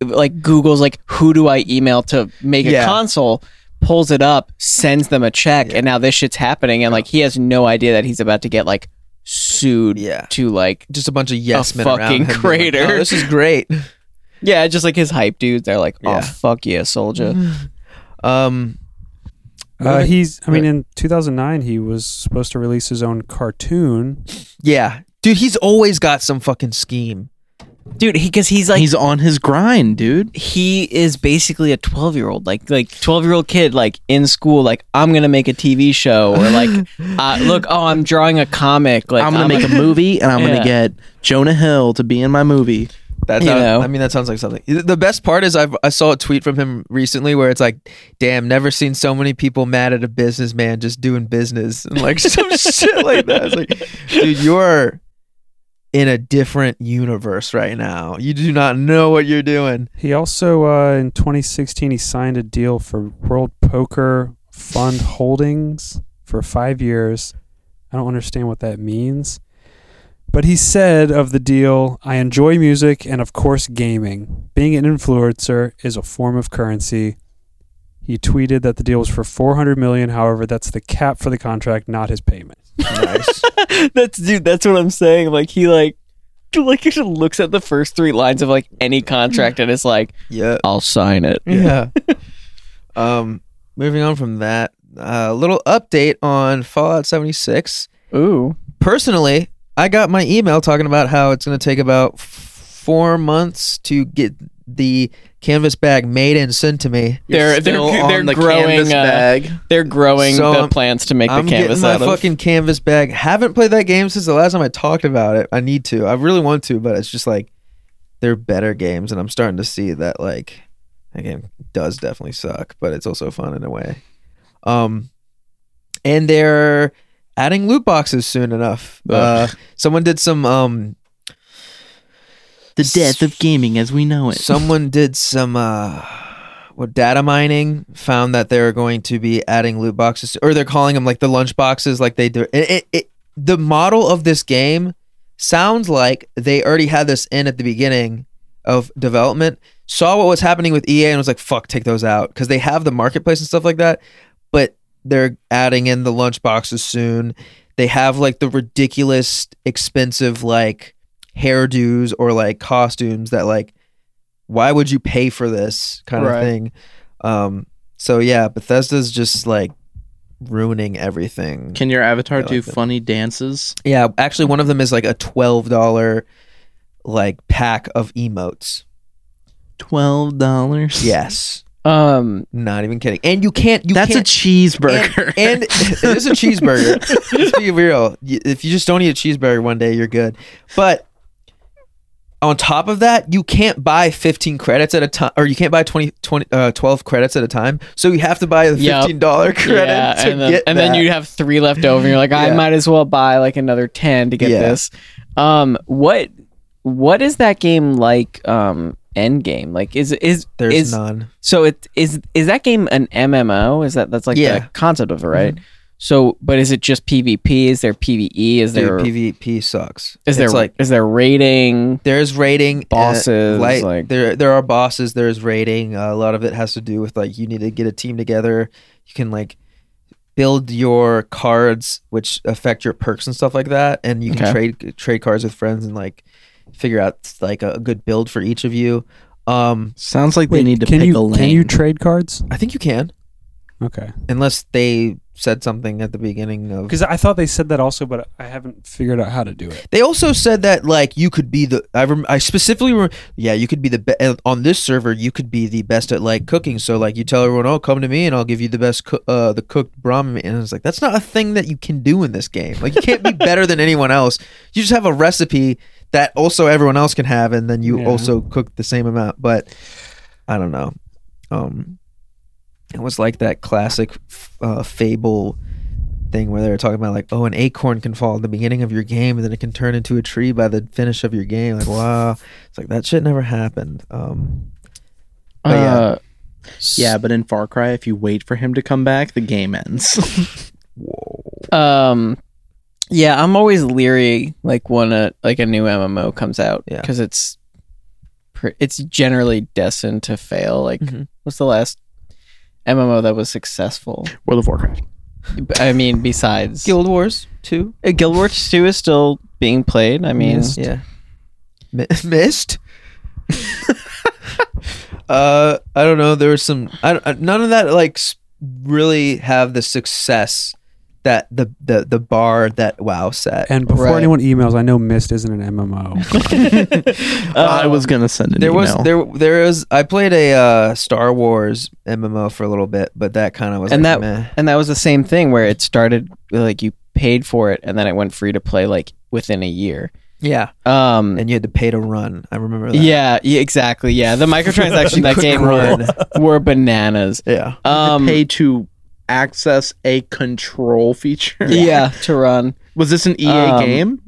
[SPEAKER 5] Like Google's like, "Who do I email to make
[SPEAKER 1] Yeah.
[SPEAKER 5] a console?" pulls it up, sends them a check, and now this shit's happening. And like, he has no idea that he's about to get like sued
[SPEAKER 1] Yeah.
[SPEAKER 5] to like,
[SPEAKER 1] Just a bunch of yes men around
[SPEAKER 5] fucking
[SPEAKER 1] him being like,
[SPEAKER 5] crater.
[SPEAKER 1] "Oh, this is great.
[SPEAKER 5] yeah, just like his hype dudes. They're like, oh
[SPEAKER 1] Yeah.
[SPEAKER 5] fuck yeah, soldier.
[SPEAKER 1] Um,
[SPEAKER 3] Uh, he's. I mean, in 2009, he was supposed to release his own cartoon.
[SPEAKER 1] Yeah. Dude, he's always got some fucking scheme.
[SPEAKER 7] dude. Because he's like
[SPEAKER 2] He's on his grind, dude.
[SPEAKER 7] he is basically a 12 year old like like 12 year old kid like in school like i'm gonna make a tv show or like uh, look oh i'm drawing a comic like
[SPEAKER 2] I'm gonna make a movie, and I'm
[SPEAKER 7] Yeah.
[SPEAKER 2] gonna get Jonah Hill to be in my movie.
[SPEAKER 1] That
[SPEAKER 7] You
[SPEAKER 1] sound-
[SPEAKER 7] know.
[SPEAKER 1] I mean, that sounds like something. The best part is I've, I saw a tweet from him recently where it's like, "Damn, never seen so many people mad at a businessman just doing business and like some shit like that." It's like, dude, you're in a different universe right now. You do not know what you're doing.
[SPEAKER 3] He also uh, in 2016 he signed a deal for World Poker Fund Holdings for five years. I don't understand what that means, but he said of the deal, "I enjoy music and of course gaming. Being an influencer is a form of currency." He tweeted that the deal was for 400 million. However, that's the cap for the contract, not his payment.
[SPEAKER 1] Nice.
[SPEAKER 5] that's dude that's what i'm saying like he like like he just looks at the first three lines of like any contract and it's like
[SPEAKER 1] yeah.
[SPEAKER 5] i'll sign it
[SPEAKER 1] Yeah. um, moving on from that, a little update on Fallout 76.
[SPEAKER 5] ooh
[SPEAKER 1] personally, I got my email talking about how it's going to take about f- four months to get the canvas bag made and sent to me.
[SPEAKER 5] they're they're,
[SPEAKER 2] Still
[SPEAKER 5] they're
[SPEAKER 2] on the
[SPEAKER 5] growing
[SPEAKER 2] canvas
[SPEAKER 5] uh,
[SPEAKER 2] bag.
[SPEAKER 5] they're growing
[SPEAKER 1] So
[SPEAKER 5] the
[SPEAKER 1] I'm-
[SPEAKER 5] plans to make
[SPEAKER 1] I'm
[SPEAKER 5] the canvas
[SPEAKER 1] getting my
[SPEAKER 5] out of
[SPEAKER 1] fucking canvas bag. Haven't played that game since the last time I talked about it. I need to. I really want to, but it's just like they're better games, and I'm starting to see that like that game does definitely suck, but it's also fun in a way. Um, and they're adding loot boxes soon enough. Uh, someone did some um
[SPEAKER 2] The death of gaming as we know it.
[SPEAKER 1] Someone did some uh what data mining found that they're going to be adding loot boxes or they're calling them like the lunch boxes like they do. It, it, it, the model of this game sounds like they already had this in at the beginning of development, saw what was happening with EA and was like fuck take those out cuz they have the marketplace and stuff like that, but they're adding in the lunch boxes soon. They have like the ridiculous expensive like hairdos or like costumes that like why would you pay for this kind of
[SPEAKER 4] Right.
[SPEAKER 1] thing um so yeah bethesda's just like ruining everything
[SPEAKER 2] Can your avatar
[SPEAKER 1] I like
[SPEAKER 2] do
[SPEAKER 1] that.
[SPEAKER 2] funny dances?
[SPEAKER 1] yeah actually one of them is like a $12 like pack of emotes
[SPEAKER 2] Twelve dollars.
[SPEAKER 1] yes
[SPEAKER 5] um
[SPEAKER 1] not even kidding and you can't you
[SPEAKER 2] that's a
[SPEAKER 1] can't,
[SPEAKER 2] cheeseburger.
[SPEAKER 1] and, and it is a cheeseburger. Let's be real. Y- If you just don't eat a cheeseburger one day, you're good. But on top of that, you can't buy 15 credits at a time, or you can't buy 20, 20 uh, 12 credits at a time. So you have to buy the
[SPEAKER 5] Yep.
[SPEAKER 1] $15 credit
[SPEAKER 5] yeah,
[SPEAKER 1] to
[SPEAKER 5] and, then,
[SPEAKER 1] get
[SPEAKER 5] and then
[SPEAKER 1] that.
[SPEAKER 5] you have three left over and you're like i
[SPEAKER 1] Yeah.
[SPEAKER 5] might as well buy like another 10 to get
[SPEAKER 1] Yeah.
[SPEAKER 5] this um what what is that game like um end game like is is
[SPEAKER 1] There's
[SPEAKER 5] is
[SPEAKER 1] none.
[SPEAKER 5] so it is is that game an mmo is that that's like
[SPEAKER 1] Yeah.
[SPEAKER 5] the concept of it right so but is it just pvp is there pve is there
[SPEAKER 1] Dude, PvP sucks.
[SPEAKER 5] is there
[SPEAKER 1] It's like
[SPEAKER 5] is there rating
[SPEAKER 1] there's rating uh,
[SPEAKER 5] Bosses,
[SPEAKER 1] like,
[SPEAKER 5] like-
[SPEAKER 1] there there are bosses there's rating uh, a lot of it has to do with like you need to get a team together you can like build your cards which affect your perks and stuff like that and you can
[SPEAKER 5] Okay.
[SPEAKER 1] trade trade cards with friends and like figure out like a good build for each of you um
[SPEAKER 2] Sounds like they need to
[SPEAKER 3] can
[SPEAKER 2] pick
[SPEAKER 3] you
[SPEAKER 2] a lane.
[SPEAKER 3] can you trade cards?
[SPEAKER 1] i think you can
[SPEAKER 3] Okay,
[SPEAKER 1] unless they said something at the beginning of
[SPEAKER 3] because I thought they said that also, but I haven't figured out how to do it.
[SPEAKER 1] They also said that like you could be the I rem- I specifically rem- yeah you could be the be- on this server you could be the best at like cooking so like you tell everyone oh come to me and I'll give you the best coo- uh the cooked ramen and it's like that's not a thing that you can do in this game like you can't be better than anyone else you just have a recipe that also everyone else can have and then you
[SPEAKER 3] Yeah.
[SPEAKER 1] also cook the same amount but I don't know um it was like that classic f- uh, fable thing where they were talking about like, oh, an acorn can fall at the beginning of your game and then it can turn into a tree by the finish of your game. Like, wow, it's like that shit never happened. Um, But yeah.
[SPEAKER 5] Uh,
[SPEAKER 2] yeah, but in Far Cry, if you wait for him to come back, the game ends.
[SPEAKER 5] um yeah i'm always leery like when a like a new mmo comes out
[SPEAKER 1] Yeah.
[SPEAKER 5] because it's pre- it's generally destined to fail like
[SPEAKER 1] Mhm.
[SPEAKER 5] what's the last mmo that was successful
[SPEAKER 2] World of Warcraft.
[SPEAKER 5] i mean besides
[SPEAKER 1] Guild Wars two,
[SPEAKER 5] Uh, guild wars 2 is still being played i mean it's-
[SPEAKER 1] yeah, Mi- missed. uh, I don't know. There was some. I, don't- uh, none of that like s- really have the success that the the the bar that WoW set.
[SPEAKER 3] And before
[SPEAKER 5] Right.
[SPEAKER 3] anyone emails, I know Mist isn't an MMO.
[SPEAKER 2] I Uh, was gonna send an
[SPEAKER 1] there was
[SPEAKER 2] email.
[SPEAKER 1] there there was I played a uh, Star Wars MMO for a little bit, but that kind of was
[SPEAKER 5] and
[SPEAKER 1] like,
[SPEAKER 5] that
[SPEAKER 1] meh.
[SPEAKER 5] and that was the same thing where it started like you paid for it and then it went free to play like within a year.
[SPEAKER 1] yeah,
[SPEAKER 5] Um,
[SPEAKER 1] and you had to pay to run. I remember that.
[SPEAKER 5] yeah, yeah, exactly. Yeah, the microtransactions in that game were, were bananas.
[SPEAKER 1] yeah.
[SPEAKER 5] Um,
[SPEAKER 2] pay to access a control feature.
[SPEAKER 5] yeah, to run.
[SPEAKER 2] Was this an EA
[SPEAKER 5] Um,
[SPEAKER 2] game?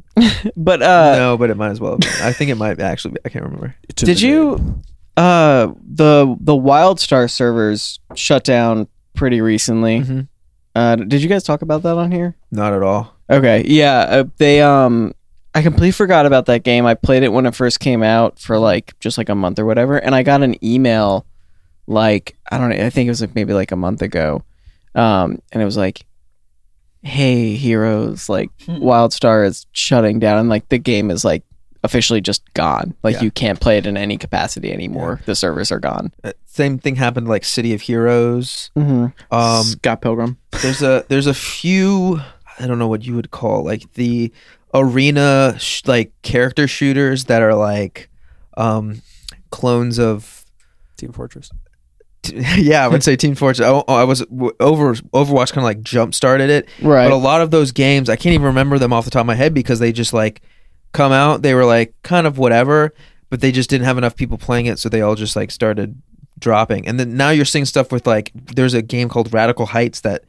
[SPEAKER 5] But uh,
[SPEAKER 1] no, but it might as well. Have been. I think it might actually. Be, I can't remember.
[SPEAKER 5] did you uh the the wildstar servers shut down pretty recently
[SPEAKER 1] Mhm.
[SPEAKER 5] uh did you guys talk about that on here
[SPEAKER 1] Not at all.
[SPEAKER 5] okay yeah uh, they um i completely forgot about that game i played it when it first came out for like just like a month or whatever and i got an email like i don't know i think it was like maybe like a month ago um and it was like hey heroes like
[SPEAKER 1] Hmm.
[SPEAKER 5] wildstar is shutting down and like the game is like officially just gone like
[SPEAKER 1] Yeah.
[SPEAKER 5] you can't play it in any capacity anymore the servers are gone
[SPEAKER 1] Uh, same thing happened to, like City of Heroes.
[SPEAKER 5] mm-hmm.
[SPEAKER 1] Um,
[SPEAKER 2] Scott Pilgrim.
[SPEAKER 1] there's a there's a few I don't know what you would call like the arena sh- like character shooters that are like um clones of
[SPEAKER 3] Team Fortress?
[SPEAKER 1] t- yeah I would say Team Fortress oh, oh, I was w- over Overwatch kind of like jump started it
[SPEAKER 5] right
[SPEAKER 1] but a lot of those games I can't even remember them off the top of my head because they just like come out they were like kind of whatever but they just didn't have enough people playing it so they all just like started dropping and then now you're seeing stuff with like there's a game called Radical Heights that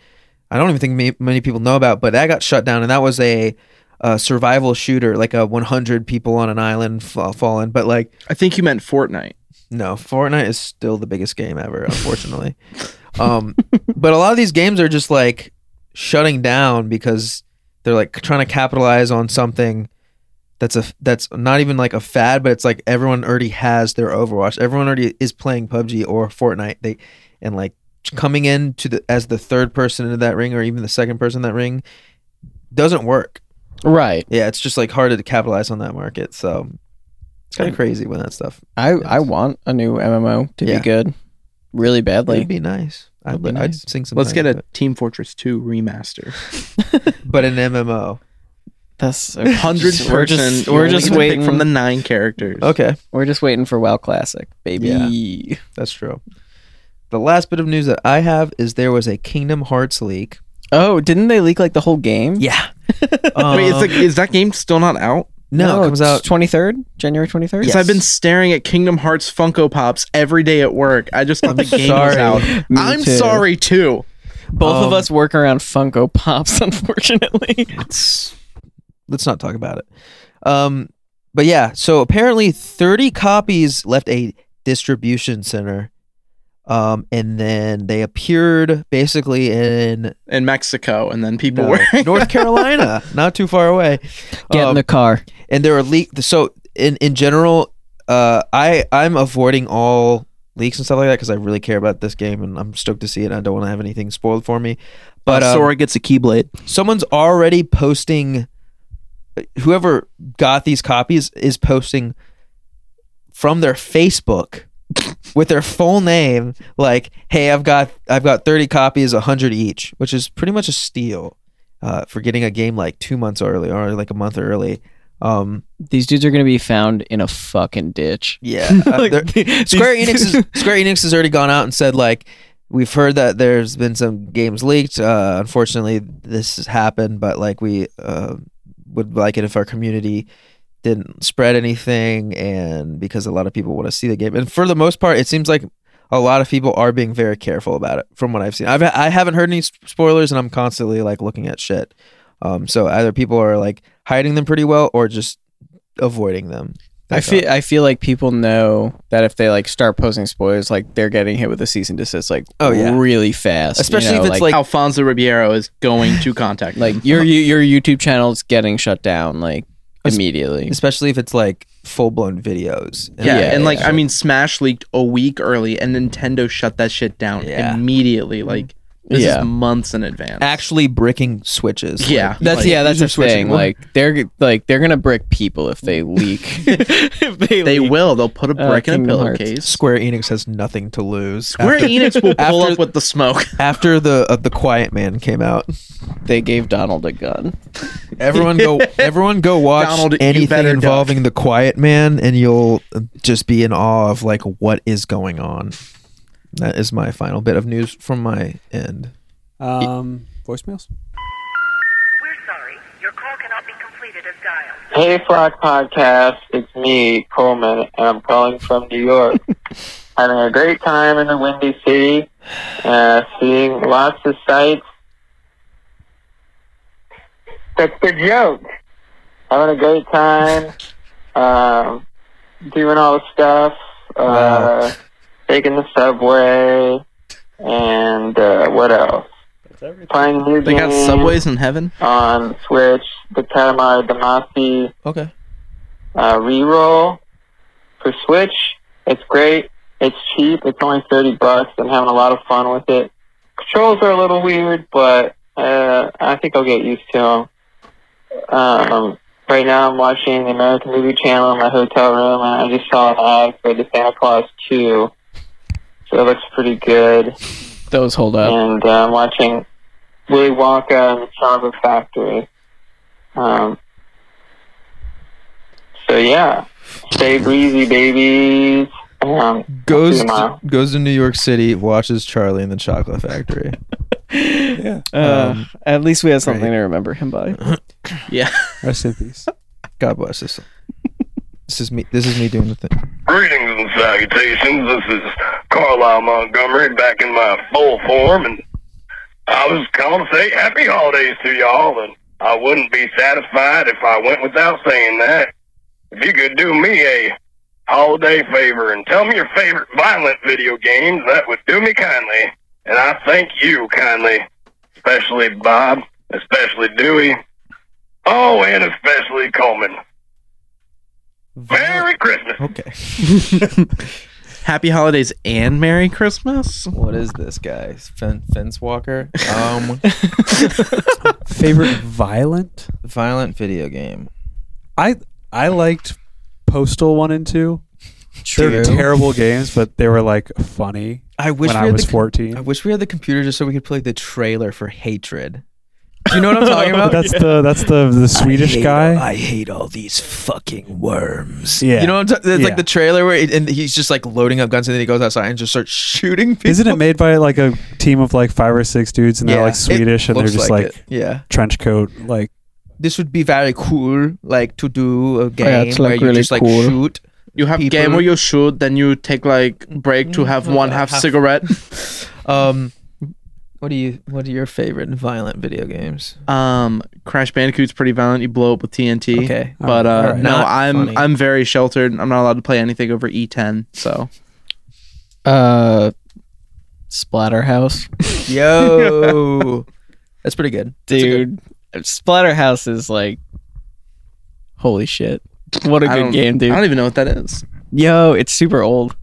[SPEAKER 1] I don't even think ma- many people know about but that got shut down and that was a, uh survival shooter like a 100 people on an island fa- fallen but like
[SPEAKER 2] I think you meant Fortnite.
[SPEAKER 1] no, Fortnite is still the biggest game ever, unfortunately. um, but a lot of these games are just like shutting down because they're like trying to capitalize on something that's a that's not even like a fad, but it's like everyone already has their Overwatch. Everyone already is playing PUBG or Fortnite. They and like coming in to the as the third person into that ring or even the second person in that ring doesn't work.
[SPEAKER 5] right
[SPEAKER 1] Yeah, it's just like harder to capitalize on that market. So it's kind of crazy when that stuff
[SPEAKER 5] i i want a new mmo to
[SPEAKER 1] Yeah.
[SPEAKER 5] be good really badly
[SPEAKER 1] It'd be nice. I'd,
[SPEAKER 5] It'd be
[SPEAKER 1] li- I'd
[SPEAKER 5] nice.
[SPEAKER 1] sing some.
[SPEAKER 2] Let's get a Team Fortress 2 remaster.
[SPEAKER 1] but an MMO.
[SPEAKER 5] That's
[SPEAKER 2] Hundred
[SPEAKER 5] just- We're just
[SPEAKER 2] percent.
[SPEAKER 5] we're just waiting
[SPEAKER 2] from the nine characters.
[SPEAKER 1] Okay,
[SPEAKER 5] We're just waiting for WoW Classic, baby.
[SPEAKER 1] that's true. The last bit of news that I have is there was a Kingdom Hearts leak.
[SPEAKER 5] Oh, didn't they leak like the whole game?
[SPEAKER 1] Yeah.
[SPEAKER 2] Wait, it's like, is that game still not out?
[SPEAKER 1] Um, no, it comes out.
[SPEAKER 5] twenty third, January twenty third.
[SPEAKER 2] Because I've been staring at Kingdom Hearts Funko Pops every day at work. I just thought the game was
[SPEAKER 1] sorry.
[SPEAKER 2] out.
[SPEAKER 5] Me
[SPEAKER 2] I'm
[SPEAKER 5] too.
[SPEAKER 2] sorry too.
[SPEAKER 5] Both of
[SPEAKER 1] Um,
[SPEAKER 5] us work around Funko Pops, unfortunately.
[SPEAKER 1] It's, let's not talk about it. Um, but yeah, so apparently 30 copies left a distribution center. Um, and then they appeared basically in
[SPEAKER 2] In Mexico, and then people
[SPEAKER 1] no,
[SPEAKER 2] were
[SPEAKER 1] North Carolina, not too far away.
[SPEAKER 5] Get in
[SPEAKER 1] Um,
[SPEAKER 5] the car.
[SPEAKER 1] and there are leak. So in in general, uh, I I'm avoiding all leaks and stuff like that because I really care about this game and I'm stoked to see it. and I don't want to have anything spoiled for me. But um,
[SPEAKER 2] Sora gets a keyblade.
[SPEAKER 1] someone's already posting. Whoever got these copies is posting from their Facebook with their full name, like, "Hey, I've got I've got 30 copies, 100 each," which is pretty much a steal uh, for getting a game like two months early or like a month early. Um,
[SPEAKER 5] These dudes are gonna be found in a fucking ditch.
[SPEAKER 1] yeah, uh, there- Square Enix is, Square Enix has already gone out and said like we've heard that there's been some games leaked. Uh, unfortunately, this has happened, but like we uh, would like it if our community didn't spread anything, and because a lot of people want to see the game, and for the most part, it seems like a lot of people are being very careful about it. From what I've seen, I've I haven't heard any s- spoilers, and I'm constantly like looking at shit. Um, so either people are like hiding them pretty well, or just avoiding them.
[SPEAKER 5] I feel I feel like people know that if they like start posting spoilers, like they're getting hit with a cease and desist like
[SPEAKER 1] Oh, yeah.
[SPEAKER 5] really fast. you
[SPEAKER 1] Especially if
[SPEAKER 5] know,
[SPEAKER 1] it's, like,
[SPEAKER 2] Alfonso Ribeiro is going to contact.
[SPEAKER 5] like
[SPEAKER 2] them.
[SPEAKER 5] your your YouTube channel's getting shut down like
[SPEAKER 1] Es-
[SPEAKER 5] immediately.
[SPEAKER 1] especially if it's like full blown videos.
[SPEAKER 2] yeah,
[SPEAKER 5] yeah,
[SPEAKER 2] and like
[SPEAKER 5] yeah.
[SPEAKER 2] I mean, Smash leaked a week early, and Nintendo shut that shit down
[SPEAKER 1] Yeah.
[SPEAKER 2] immediately. Like this
[SPEAKER 5] Yeah.
[SPEAKER 2] is months in advance.
[SPEAKER 1] actually bricking switches. like-
[SPEAKER 2] Yeah.
[SPEAKER 5] That's
[SPEAKER 2] Like,
[SPEAKER 5] yeah, that's
[SPEAKER 1] these are
[SPEAKER 5] the thing.
[SPEAKER 1] switchable.
[SPEAKER 5] Like they're like they're gonna brick people if they leak. if they,
[SPEAKER 2] they
[SPEAKER 5] leak.
[SPEAKER 2] will. They'll put a
[SPEAKER 5] Uh,
[SPEAKER 2] brick in a
[SPEAKER 5] Kingdom Hearts.
[SPEAKER 2] pillowcase.
[SPEAKER 1] Square Enix has nothing to lose.
[SPEAKER 2] Square
[SPEAKER 1] after,
[SPEAKER 2] Enix will pull
[SPEAKER 1] after-
[SPEAKER 2] up with the smoke.
[SPEAKER 1] after the uh, the Quiet Man came out.
[SPEAKER 5] they gave Donald a gun.
[SPEAKER 1] Everyone go everyone go watch
[SPEAKER 2] Donald, you
[SPEAKER 1] anything
[SPEAKER 2] better duck.
[SPEAKER 1] involving the quiet man and you'll just be in awe of like what is going on. That is my final bit of news from my end.
[SPEAKER 3] Um, voicemails.
[SPEAKER 8] We're sorry. Your call cannot be completed as dialed.
[SPEAKER 9] Hey, Frog Podcast. It's me, Coleman, and I'm calling from New York. Having a great time in the Windy City, uh, seeing lots of sights. That's the joke. Having a great time, um, doing all the stuff, uh, taking the subway, and uh, what else? Playing new
[SPEAKER 2] They got
[SPEAKER 9] games
[SPEAKER 2] subways in heaven.
[SPEAKER 9] on Switch, the Katamari Damacy
[SPEAKER 2] Okay.
[SPEAKER 9] uh, reroll for Switch. It's great. It's cheap. It's only 30 bucks. I'm having a lot of fun with it. Controls are a little weird, but uh, I think I'll get used to them. Um, right now I'm watching the American Movie Channel in my hotel room, and I just saw an ad for the Santa Claus 2. So it looks pretty good.
[SPEAKER 5] Those hold up.
[SPEAKER 9] And uh, I'm watching Willy Wonka and the Chocolate Factory. Um, so yeah, stay breezy, babies. Um,
[SPEAKER 1] Goes
[SPEAKER 9] Wow.
[SPEAKER 1] to, goes to New York City, watches Charlie in the Chocolate Factory.
[SPEAKER 5] Uh, at least we have something
[SPEAKER 1] great.
[SPEAKER 5] to remember him by.
[SPEAKER 2] Yeah.
[SPEAKER 3] Rest in peace.
[SPEAKER 1] God bless this. This is me this is me doing the thing.
[SPEAKER 10] Greetings and salutations. This is Carlisle Montgomery back in my full form, and I was calling to say happy holidays to y'all. And I wouldn't be satisfied if I went without saying that. If you could do me a holiday favor and tell me your favorite violent video games, that would do me kindly. And I thank you kindly, especially Bob, especially Dewey, oh, and especially Coleman. Merry Christmas.
[SPEAKER 1] Okay.
[SPEAKER 2] Happy holidays and Merry Christmas.
[SPEAKER 1] What is this guy? Fen- fence walker? Um
[SPEAKER 3] Favorite violent?
[SPEAKER 1] violent video game.
[SPEAKER 3] I I liked Postal one and two.
[SPEAKER 1] True.
[SPEAKER 3] They're terrible games, but they were like funny
[SPEAKER 1] I wish
[SPEAKER 3] when
[SPEAKER 1] we
[SPEAKER 3] I
[SPEAKER 1] had
[SPEAKER 3] was
[SPEAKER 1] the, Oh,
[SPEAKER 3] fourteen.
[SPEAKER 1] I wish we had the computer just so we could play the trailer for Hatred. Do you know what I'm talking
[SPEAKER 3] But
[SPEAKER 1] about?
[SPEAKER 3] that's the that's the the Swedish guy.
[SPEAKER 1] I hate all these fucking worms.
[SPEAKER 3] Yeah.
[SPEAKER 1] You know what I'm talking It's
[SPEAKER 3] Yeah.
[SPEAKER 1] like the trailer where it, and he's just like loading up guns and then he goes outside and just starts shooting people.
[SPEAKER 3] Isn't it made by like a team of like five or six dudes, and
[SPEAKER 1] Yeah,
[SPEAKER 3] they're like
[SPEAKER 1] it
[SPEAKER 3] Swedish, and they're
[SPEAKER 1] looks
[SPEAKER 3] just like,
[SPEAKER 1] it. yeah.
[SPEAKER 3] trench coat, like
[SPEAKER 1] This would be very cool, like to do a game
[SPEAKER 5] it's,
[SPEAKER 1] where
[SPEAKER 5] like,
[SPEAKER 1] you
[SPEAKER 5] really
[SPEAKER 1] just Oh, like
[SPEAKER 5] cool.
[SPEAKER 1] shoot.
[SPEAKER 2] You have
[SPEAKER 1] People-
[SPEAKER 2] game where you shoot, then you take like break to have one half cigarette.
[SPEAKER 1] Um, what do you? What are your favorite violent video games?
[SPEAKER 2] Um, Crash Bandicoot's pretty violent. You blow up with TNT.
[SPEAKER 1] Okay.
[SPEAKER 3] All
[SPEAKER 2] But uh,
[SPEAKER 3] right.
[SPEAKER 2] no,
[SPEAKER 1] Not
[SPEAKER 2] I'm
[SPEAKER 1] funny.
[SPEAKER 2] I'm very sheltered. I'm not allowed to play anything over E E10. So
[SPEAKER 5] Uh, Splatterhouse,
[SPEAKER 1] Yo, that's pretty good, That's a good-
[SPEAKER 5] dude. Splatterhouse is like, holy shit! What a
[SPEAKER 2] I
[SPEAKER 5] good
[SPEAKER 2] don't-
[SPEAKER 5] game,
[SPEAKER 2] I
[SPEAKER 5] dude.
[SPEAKER 2] don't even know what that is.
[SPEAKER 5] Yo, it's super old.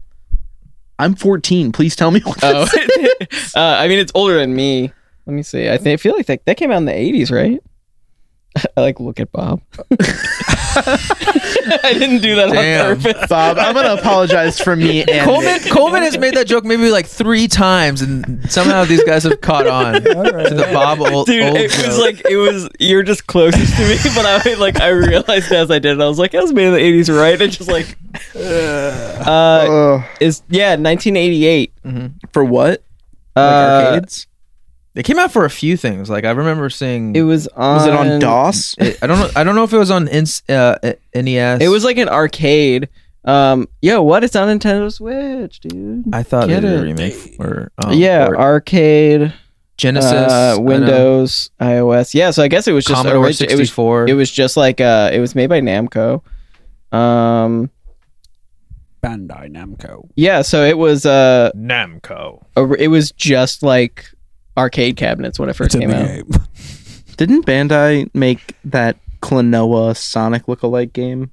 [SPEAKER 2] I'm 14. Please tell me what.
[SPEAKER 5] Oh,
[SPEAKER 2] This is.
[SPEAKER 5] uh, I mean, it's older than me. Let me see. I think I feel like that, that came out in the '80s, right? I like look at Bob. I didn't do that
[SPEAKER 1] Damn.
[SPEAKER 5] on purpose.
[SPEAKER 2] Bob, I'm gonna apologize for me and
[SPEAKER 1] Coleman Coleman has made that joke maybe like three times, and somehow these guys have caught on to the Bob old,
[SPEAKER 5] Dude,
[SPEAKER 2] Oh,
[SPEAKER 1] old
[SPEAKER 5] it
[SPEAKER 1] joke.
[SPEAKER 5] was like it was. You're just closest to me, but I like I realized as I did, it, I was like, "That was made in the '80s, right?" And just like, uh,
[SPEAKER 2] Ugh.
[SPEAKER 5] is yeah, 1988.
[SPEAKER 1] Mm-hmm.
[SPEAKER 2] for what? Like
[SPEAKER 5] Uh,
[SPEAKER 2] arcades?
[SPEAKER 1] it came out for a few things. Like I remember seeing.
[SPEAKER 5] It was on.
[SPEAKER 2] Was it on DOS?
[SPEAKER 1] it- I don't know. I don't know if it was on ins, uh, uh, NES.
[SPEAKER 5] It was like an arcade. Um, yo, what? It's on Nintendo Switch, dude.
[SPEAKER 1] I thought they
[SPEAKER 5] Get
[SPEAKER 1] did a
[SPEAKER 5] it.
[SPEAKER 1] remake or
[SPEAKER 2] Oh,
[SPEAKER 1] um,
[SPEAKER 5] yeah,
[SPEAKER 1] or
[SPEAKER 5] arcade,
[SPEAKER 1] Genesis, I
[SPEAKER 5] uh,
[SPEAKER 1] don't know,
[SPEAKER 5] Windows, iOS. Yeah, so I guess it was just
[SPEAKER 1] Commodore
[SPEAKER 5] origi-
[SPEAKER 1] sixty
[SPEAKER 5] it was
[SPEAKER 1] four.
[SPEAKER 5] it was just like uh, it was made by Namco. Um,
[SPEAKER 3] Bandai Namco.
[SPEAKER 5] yeah, so it was uh,
[SPEAKER 1] Namco.
[SPEAKER 5] a- it was just like arcade cabinets when it first
[SPEAKER 3] It's in
[SPEAKER 5] came
[SPEAKER 3] the
[SPEAKER 5] out.
[SPEAKER 3] game.
[SPEAKER 2] Didn't Bandai make that Klonoa Sonic lookalike game?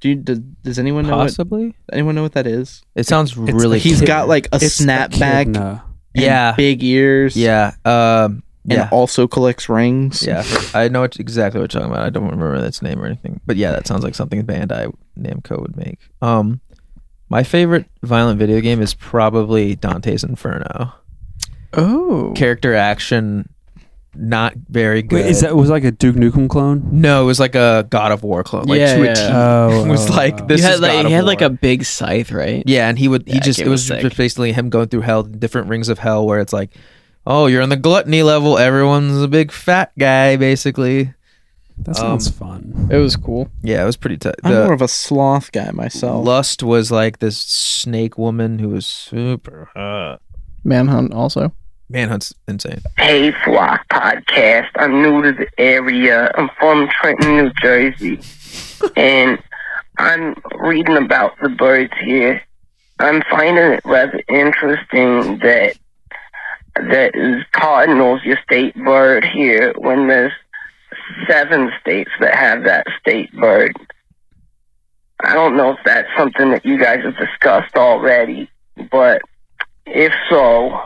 [SPEAKER 2] Do you, does, does anyone know? What,
[SPEAKER 1] Possibly. anyone
[SPEAKER 2] anyone know what that is?
[SPEAKER 1] It sounds really.
[SPEAKER 2] He's
[SPEAKER 1] cool.
[SPEAKER 2] got like a snapback, and
[SPEAKER 3] Echidna.
[SPEAKER 1] yeah,
[SPEAKER 2] big ears,
[SPEAKER 1] yeah, um,
[SPEAKER 2] and
[SPEAKER 1] yeah,
[SPEAKER 2] also collects rings.
[SPEAKER 1] yeah. I know what, exactly what you're talking about. I don't remember its name or anything, but yeah, that sounds like something Bandai Namco would make. Um, my favorite violent video game is probably Dante's Inferno.
[SPEAKER 5] Oh,
[SPEAKER 1] Character action not very good.
[SPEAKER 3] Wait, is that was like a Duke Nukem clone?
[SPEAKER 1] No, it was like a God of War clone. Like
[SPEAKER 5] Yeah,
[SPEAKER 1] to a
[SPEAKER 5] yeah.
[SPEAKER 1] T.
[SPEAKER 3] Oh,
[SPEAKER 1] It was
[SPEAKER 3] oh,
[SPEAKER 1] like
[SPEAKER 3] oh.
[SPEAKER 1] this
[SPEAKER 5] you had
[SPEAKER 1] is
[SPEAKER 5] like
[SPEAKER 1] God
[SPEAKER 5] he
[SPEAKER 1] of
[SPEAKER 5] had
[SPEAKER 1] War.
[SPEAKER 5] like a big scythe, right?
[SPEAKER 1] Yeah, and he would he
[SPEAKER 5] Yeah,
[SPEAKER 1] just
[SPEAKER 5] it
[SPEAKER 1] it was
[SPEAKER 5] was
[SPEAKER 1] just
[SPEAKER 5] sick.
[SPEAKER 1] basically him going through hell, different rings of hell, where it's like, oh, you're on the gluttony level. Everyone's a big fat guy, basically.
[SPEAKER 3] That
[SPEAKER 1] Um,
[SPEAKER 3] sounds fun.
[SPEAKER 5] It was cool.
[SPEAKER 1] Yeah, it was pretty tough.
[SPEAKER 2] I'm more
[SPEAKER 1] The
[SPEAKER 2] of a sloth guy myself.
[SPEAKER 1] lust was like this snake woman who was super hot.
[SPEAKER 5] Manhunt also.
[SPEAKER 1] Manhunt's insane.
[SPEAKER 8] Hey, Flock Podcast. I'm new to the area. I'm from Trenton, New Jersey. and I'm reading about the birds here. I'm finding it rather interesting that that is cardinals your state bird here when there's seven states that have that state bird. I don't know if that's something that you guys have discussed already, but if so,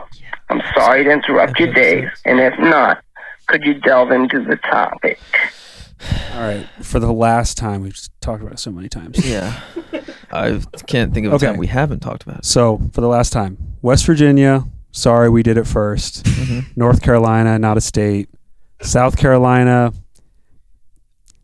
[SPEAKER 8] I'm sorry to interrupt your days, and if not, could you delve into the topic?
[SPEAKER 3] All right, for the last time we've just talked about it so many times.
[SPEAKER 1] Yeah, I can't think of a
[SPEAKER 3] Okay.
[SPEAKER 1] time we haven't talked about it.
[SPEAKER 3] So for the last time, West Virginia. Sorry, we did it 1st
[SPEAKER 1] Mm-hmm.
[SPEAKER 3] North Carolina, not a state. South Carolina.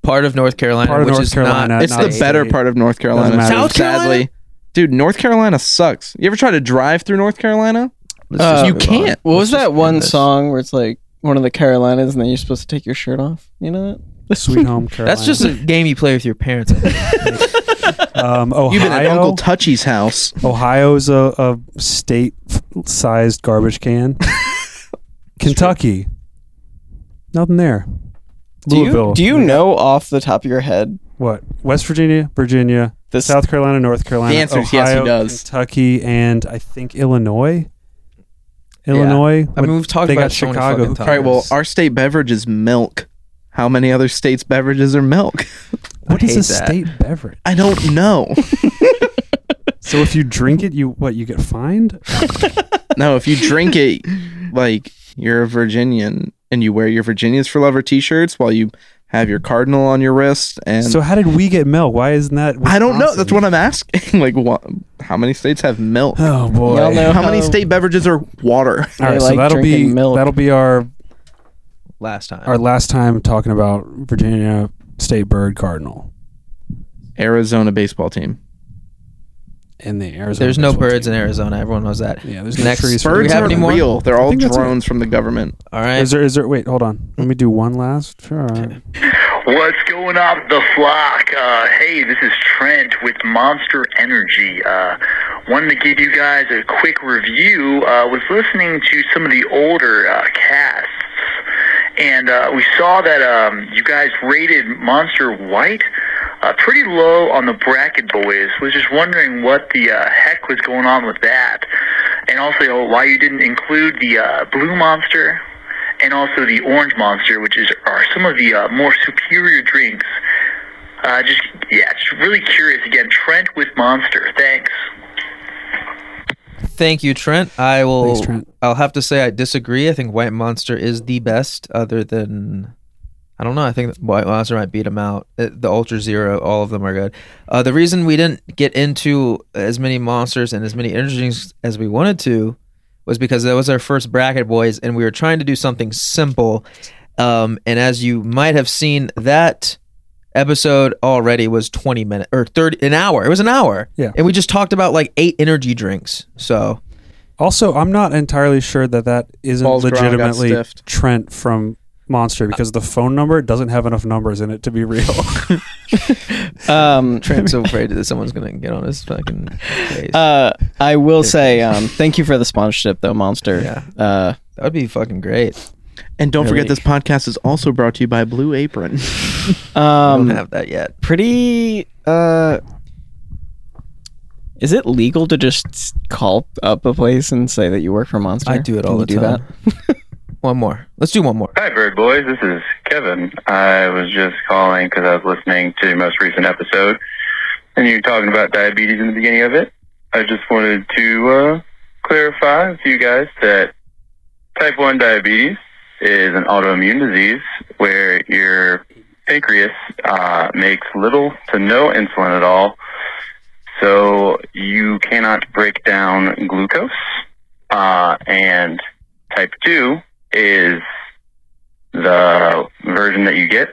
[SPEAKER 1] Part of North Carolina,
[SPEAKER 3] Part of
[SPEAKER 1] which
[SPEAKER 3] North
[SPEAKER 1] is
[SPEAKER 3] Carolina,
[SPEAKER 1] not.
[SPEAKER 2] It's
[SPEAKER 3] not
[SPEAKER 2] the
[SPEAKER 3] a
[SPEAKER 2] better
[SPEAKER 3] state.
[SPEAKER 2] part of North Carolina.
[SPEAKER 3] matter.
[SPEAKER 1] South Carolina?
[SPEAKER 2] sadly. Dude, North Carolina sucks. You ever try to drive through North Carolina?
[SPEAKER 1] Let's just
[SPEAKER 5] Uh,
[SPEAKER 2] you
[SPEAKER 1] move
[SPEAKER 2] can't.
[SPEAKER 1] on.
[SPEAKER 5] What was
[SPEAKER 1] Let's just
[SPEAKER 5] that
[SPEAKER 1] end
[SPEAKER 5] one
[SPEAKER 1] this.
[SPEAKER 5] song where it's like one of the Carolinas and then you're supposed to take your shirt off? You know that?
[SPEAKER 3] Sweet Home Carolina.
[SPEAKER 1] That's just a game you play with your parents. I think.
[SPEAKER 3] um, Ohio.
[SPEAKER 2] You've been at Uncle Touchy's house.
[SPEAKER 3] Ohio's a, a state-sized garbage can. Kentucky, nothing there.
[SPEAKER 5] Do you,
[SPEAKER 3] Louisville.
[SPEAKER 5] do you know off the top of your head?
[SPEAKER 3] what? West Virginia, Virginia,
[SPEAKER 5] This-
[SPEAKER 3] South Carolina, North Carolina.
[SPEAKER 2] The answer is yes, he
[SPEAKER 3] Ohio,
[SPEAKER 2] does.
[SPEAKER 3] Kentucky, and I think Illinois. Illinois.
[SPEAKER 1] I mean, we've talked
[SPEAKER 3] they
[SPEAKER 1] about
[SPEAKER 3] got
[SPEAKER 1] it so many
[SPEAKER 3] Chicago.
[SPEAKER 1] fucking
[SPEAKER 3] Who
[SPEAKER 1] times.
[SPEAKER 2] All right, well, our state beverage is milk. How many other states' beverages are milk?
[SPEAKER 3] What
[SPEAKER 1] I hate
[SPEAKER 3] is a
[SPEAKER 1] that.
[SPEAKER 3] state beverage?
[SPEAKER 2] I don't know.
[SPEAKER 3] So if you drink it, you what? You get fined?
[SPEAKER 2] no, if you drink it, like you're a Virginian and you wear your Virginians for Lover T-shirts while you have your cardinal on your wrist, and
[SPEAKER 3] so how did we get milk? Why isn't that?
[SPEAKER 2] I don't know. That's
[SPEAKER 3] Wisconsin?
[SPEAKER 2] what I'm asking. like, what? How many states have milk?
[SPEAKER 3] Oh boy!
[SPEAKER 5] Y'all know
[SPEAKER 2] How many state beverages are water?
[SPEAKER 3] All
[SPEAKER 5] I
[SPEAKER 3] right, so
[SPEAKER 5] like
[SPEAKER 3] that'll be
[SPEAKER 5] drinking milk.
[SPEAKER 3] that'll be
[SPEAKER 2] Uh,
[SPEAKER 3] our
[SPEAKER 1] last time.
[SPEAKER 3] our last time talking about Virginia State Bird Cardinal
[SPEAKER 2] Arizona baseball team.
[SPEAKER 3] and the Arizona.
[SPEAKER 1] There's no
[SPEAKER 3] baseball
[SPEAKER 1] birds
[SPEAKER 3] team.
[SPEAKER 1] in Arizona. Everyone knows that.
[SPEAKER 3] Yeah, there's no
[SPEAKER 1] Next
[SPEAKER 3] trees.
[SPEAKER 1] Do we
[SPEAKER 2] Birds
[SPEAKER 1] have
[SPEAKER 2] aren't
[SPEAKER 1] any more?
[SPEAKER 2] real. They're all
[SPEAKER 3] think that's it.
[SPEAKER 2] drones from the government.
[SPEAKER 1] All right.
[SPEAKER 3] Is there? Is there? Wait, hold on. Let me do one last. Sure.
[SPEAKER 10] What's going up, the flock? Uh, hey, this is Trent with Monster Energy. Uh, wanted to give you guys a quick review. Uh, was listening to some of the older uh, casts, and uh, we saw that um, you guys rated Monster White uh, pretty low on the bracket, boys. Was just wondering what the uh, heck was going on with that, and also why you didn't include the uh, Blue Monster and also the orange monster, which is are some of the uh, more superior drinks. Uh, just yeah, just really curious again. Trent with Monster, thanks.
[SPEAKER 1] Thank you, Trent. I will.
[SPEAKER 3] Thanks, Trent.
[SPEAKER 1] I'll have to say I disagree. I think White Monster is the best, other than I don't know. I think White Monster might beat them out. Uh, The Ultra Zero, all of them are good. Uh, the reason we didn't get into as many monsters and as many energy drinks as we wanted to was because that was our first bracket, boys, and we were trying to do something simple. Um, and as you might have seen, that episode already was 20 minutes or 30 an hour it was an hour
[SPEAKER 3] Yeah.
[SPEAKER 1] and we just talked about like eight energy drinks so
[SPEAKER 3] Also, I'm not entirely sure that that isn't
[SPEAKER 2] Paul's ground got
[SPEAKER 3] legitimately
[SPEAKER 2] stiffed.
[SPEAKER 3] Trent from Monster because the phone number doesn't have enough numbers in it to be real.
[SPEAKER 5] Um,
[SPEAKER 1] Trent's so afraid that someone's gonna get on his fucking face.
[SPEAKER 5] uh, I will say um, thank you for the sponsorship though, Monster.
[SPEAKER 1] Yeah.
[SPEAKER 5] Uh,
[SPEAKER 1] that would be fucking great.
[SPEAKER 2] And don't forget,
[SPEAKER 5] Really?
[SPEAKER 2] this podcast is also brought to you by Blue Apron.
[SPEAKER 1] I don't
[SPEAKER 5] um,
[SPEAKER 1] have that yet.
[SPEAKER 5] pretty uh is it legal to just call up a place and say that you work for Monster?
[SPEAKER 1] I do it
[SPEAKER 5] Can
[SPEAKER 1] all the
[SPEAKER 5] you do
[SPEAKER 1] time. One more. Let's do one more.
[SPEAKER 10] Hi, Bird Boys. This is Kevin. I was just calling because I was listening to your most recent episode, and you were talking about diabetes in the beginning of it. I just wanted to uh, clarify with you guys that type 1 diabetes is an autoimmune disease where your pancreas uh, makes little to no insulin at all, so you cannot break down glucose. Uh, and type 2 is
[SPEAKER 11] the version that you get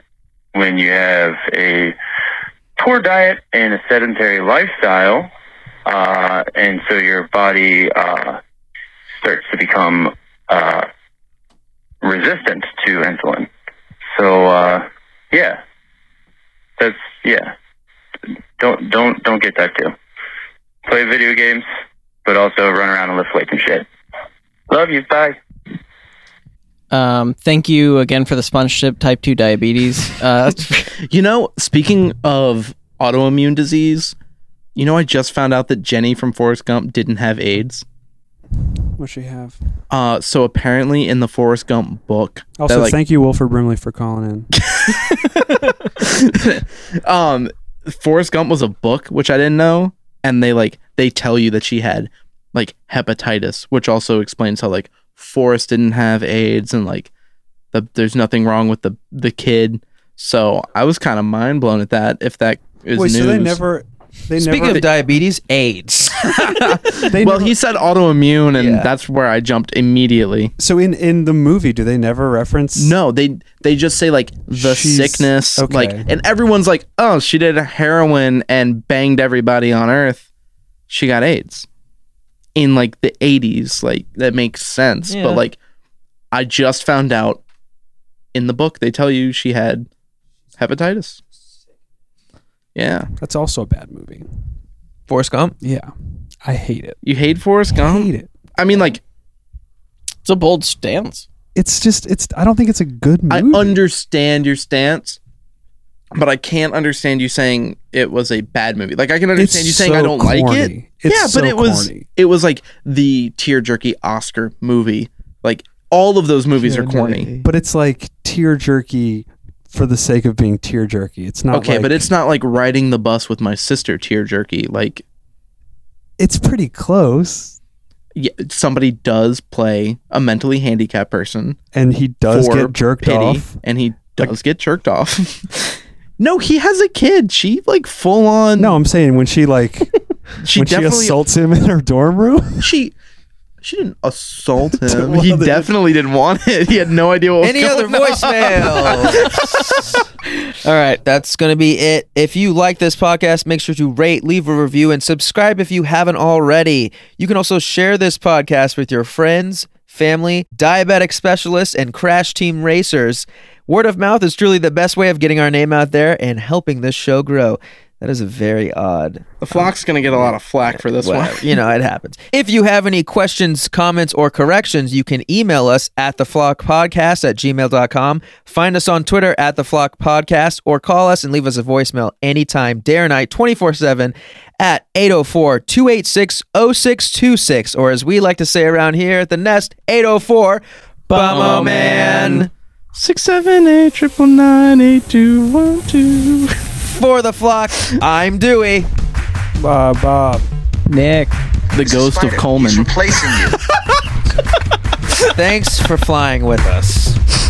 [SPEAKER 11] when you have a poor diet and a sedentary lifestyle, uh, and so your body uh, starts to become uh, resistant to insulin. So uh, yeah, that's yeah. Don't don't don't get that too. Play video games, but also run around and lift weights and shit. Love you. Bye.
[SPEAKER 7] Um, thank you again for the sponsorship, type 2 diabetes. Uh,
[SPEAKER 2] you know, speaking of autoimmune disease, you know, I just found out that Jenny from Forrest Gump didn't have AIDS.
[SPEAKER 3] What she have?
[SPEAKER 2] Uh, so apparently, in the Forrest Gump book,
[SPEAKER 3] Also,
[SPEAKER 2] that, like,
[SPEAKER 3] thank you, Wilford Brimley, for calling in.
[SPEAKER 2] um, Forrest Gump was a book, which I didn't know, and they like they tell you that she had like hepatitis, which also explains how like Forrest didn't have AIDS and like the, there's nothing wrong with the the kid. So I was kind of mind blown at that. If that is
[SPEAKER 3] Wait,
[SPEAKER 2] news,
[SPEAKER 3] so they never. They
[SPEAKER 1] Speaking
[SPEAKER 3] never,
[SPEAKER 1] of diabetes, AIDS.
[SPEAKER 3] they
[SPEAKER 2] well,
[SPEAKER 3] never-
[SPEAKER 2] he said autoimmune, and
[SPEAKER 1] Yeah.
[SPEAKER 2] that's where I jumped immediately.
[SPEAKER 3] so in in the movie, do they never reference?
[SPEAKER 2] No, they they just say like the
[SPEAKER 3] She's-
[SPEAKER 2] sickness,
[SPEAKER 3] okay.
[SPEAKER 2] like, and everyone's like, oh, she did heroin and banged everybody on Earth. She got AIDS in like the eighties. Like that makes sense,
[SPEAKER 7] Yeah.
[SPEAKER 2] but like I just found out in the book they tell you she had hepatitis. Yeah,
[SPEAKER 3] That's also a bad movie.
[SPEAKER 1] Forrest Gump.
[SPEAKER 3] Yeah, I hate it.
[SPEAKER 2] you hate Forrest
[SPEAKER 3] I
[SPEAKER 2] Gump.
[SPEAKER 3] hate it.
[SPEAKER 2] I mean, like
[SPEAKER 7] it's a bold stance.
[SPEAKER 3] It's just it's. I don't think it's a good
[SPEAKER 2] I
[SPEAKER 3] movie.
[SPEAKER 2] understand your stance, but I can't understand you saying it was a bad movie. Like I can
[SPEAKER 3] It's
[SPEAKER 2] understand you saying I
[SPEAKER 3] so
[SPEAKER 2] don't like it.
[SPEAKER 3] corny. It's
[SPEAKER 2] yeah,
[SPEAKER 3] so
[SPEAKER 2] but it was
[SPEAKER 3] corny.
[SPEAKER 2] it was like the tear jerky Oscar movie. Like all of those movies are corny.
[SPEAKER 3] but it's like tear jerky for the sake of being tear jerky. It's not
[SPEAKER 2] Okay,
[SPEAKER 3] like-
[SPEAKER 2] but it's not like riding the bus with my sister tear jerky. Like
[SPEAKER 3] it's pretty close.
[SPEAKER 2] yeah, somebody does play a mentally handicapped person
[SPEAKER 3] And he does
[SPEAKER 2] for
[SPEAKER 3] get jerked
[SPEAKER 2] pity,
[SPEAKER 3] off.
[SPEAKER 2] and he does get jerked off. no, he has a kid. She like full on.
[SPEAKER 3] No, I'm saying when she like
[SPEAKER 2] she
[SPEAKER 3] when she
[SPEAKER 2] definitely
[SPEAKER 3] assaults him in her dorm room.
[SPEAKER 2] she she didn't assault him.
[SPEAKER 3] Well,
[SPEAKER 2] he
[SPEAKER 3] they-
[SPEAKER 2] definitely didn't want it. He had no idea what was
[SPEAKER 1] Any other
[SPEAKER 2] going on.
[SPEAKER 1] voicemails? All right, that's going to be it. If you like this podcast, make sure to rate, leave a review, and subscribe if you haven't already. You can also share this podcast with your friends, family, diabetic specialists, and crash team racers. Word of mouth is truly the best way of getting our name out there and helping this show grow. That is a very odd
[SPEAKER 2] The flock's gonna get a lot of flack for this one.
[SPEAKER 1] whatever. you know, it happens. If you have any questions, comments, or corrections, you can email us at the flock podcast at gmail.com. Find us on Twitter at the flock podcast or call us and leave us a voicemail anytime, day or night, 24 7 at 804 286 0626. Or as we like to say around here at the nest, 804 Bummo Man.
[SPEAKER 2] Six seven eight triple nine eight two one two.
[SPEAKER 1] For the flock, I'm Dewey.
[SPEAKER 3] Bob, Bob.
[SPEAKER 7] Nick.
[SPEAKER 2] The ghost of Coleman.
[SPEAKER 1] Thanks for flying with us.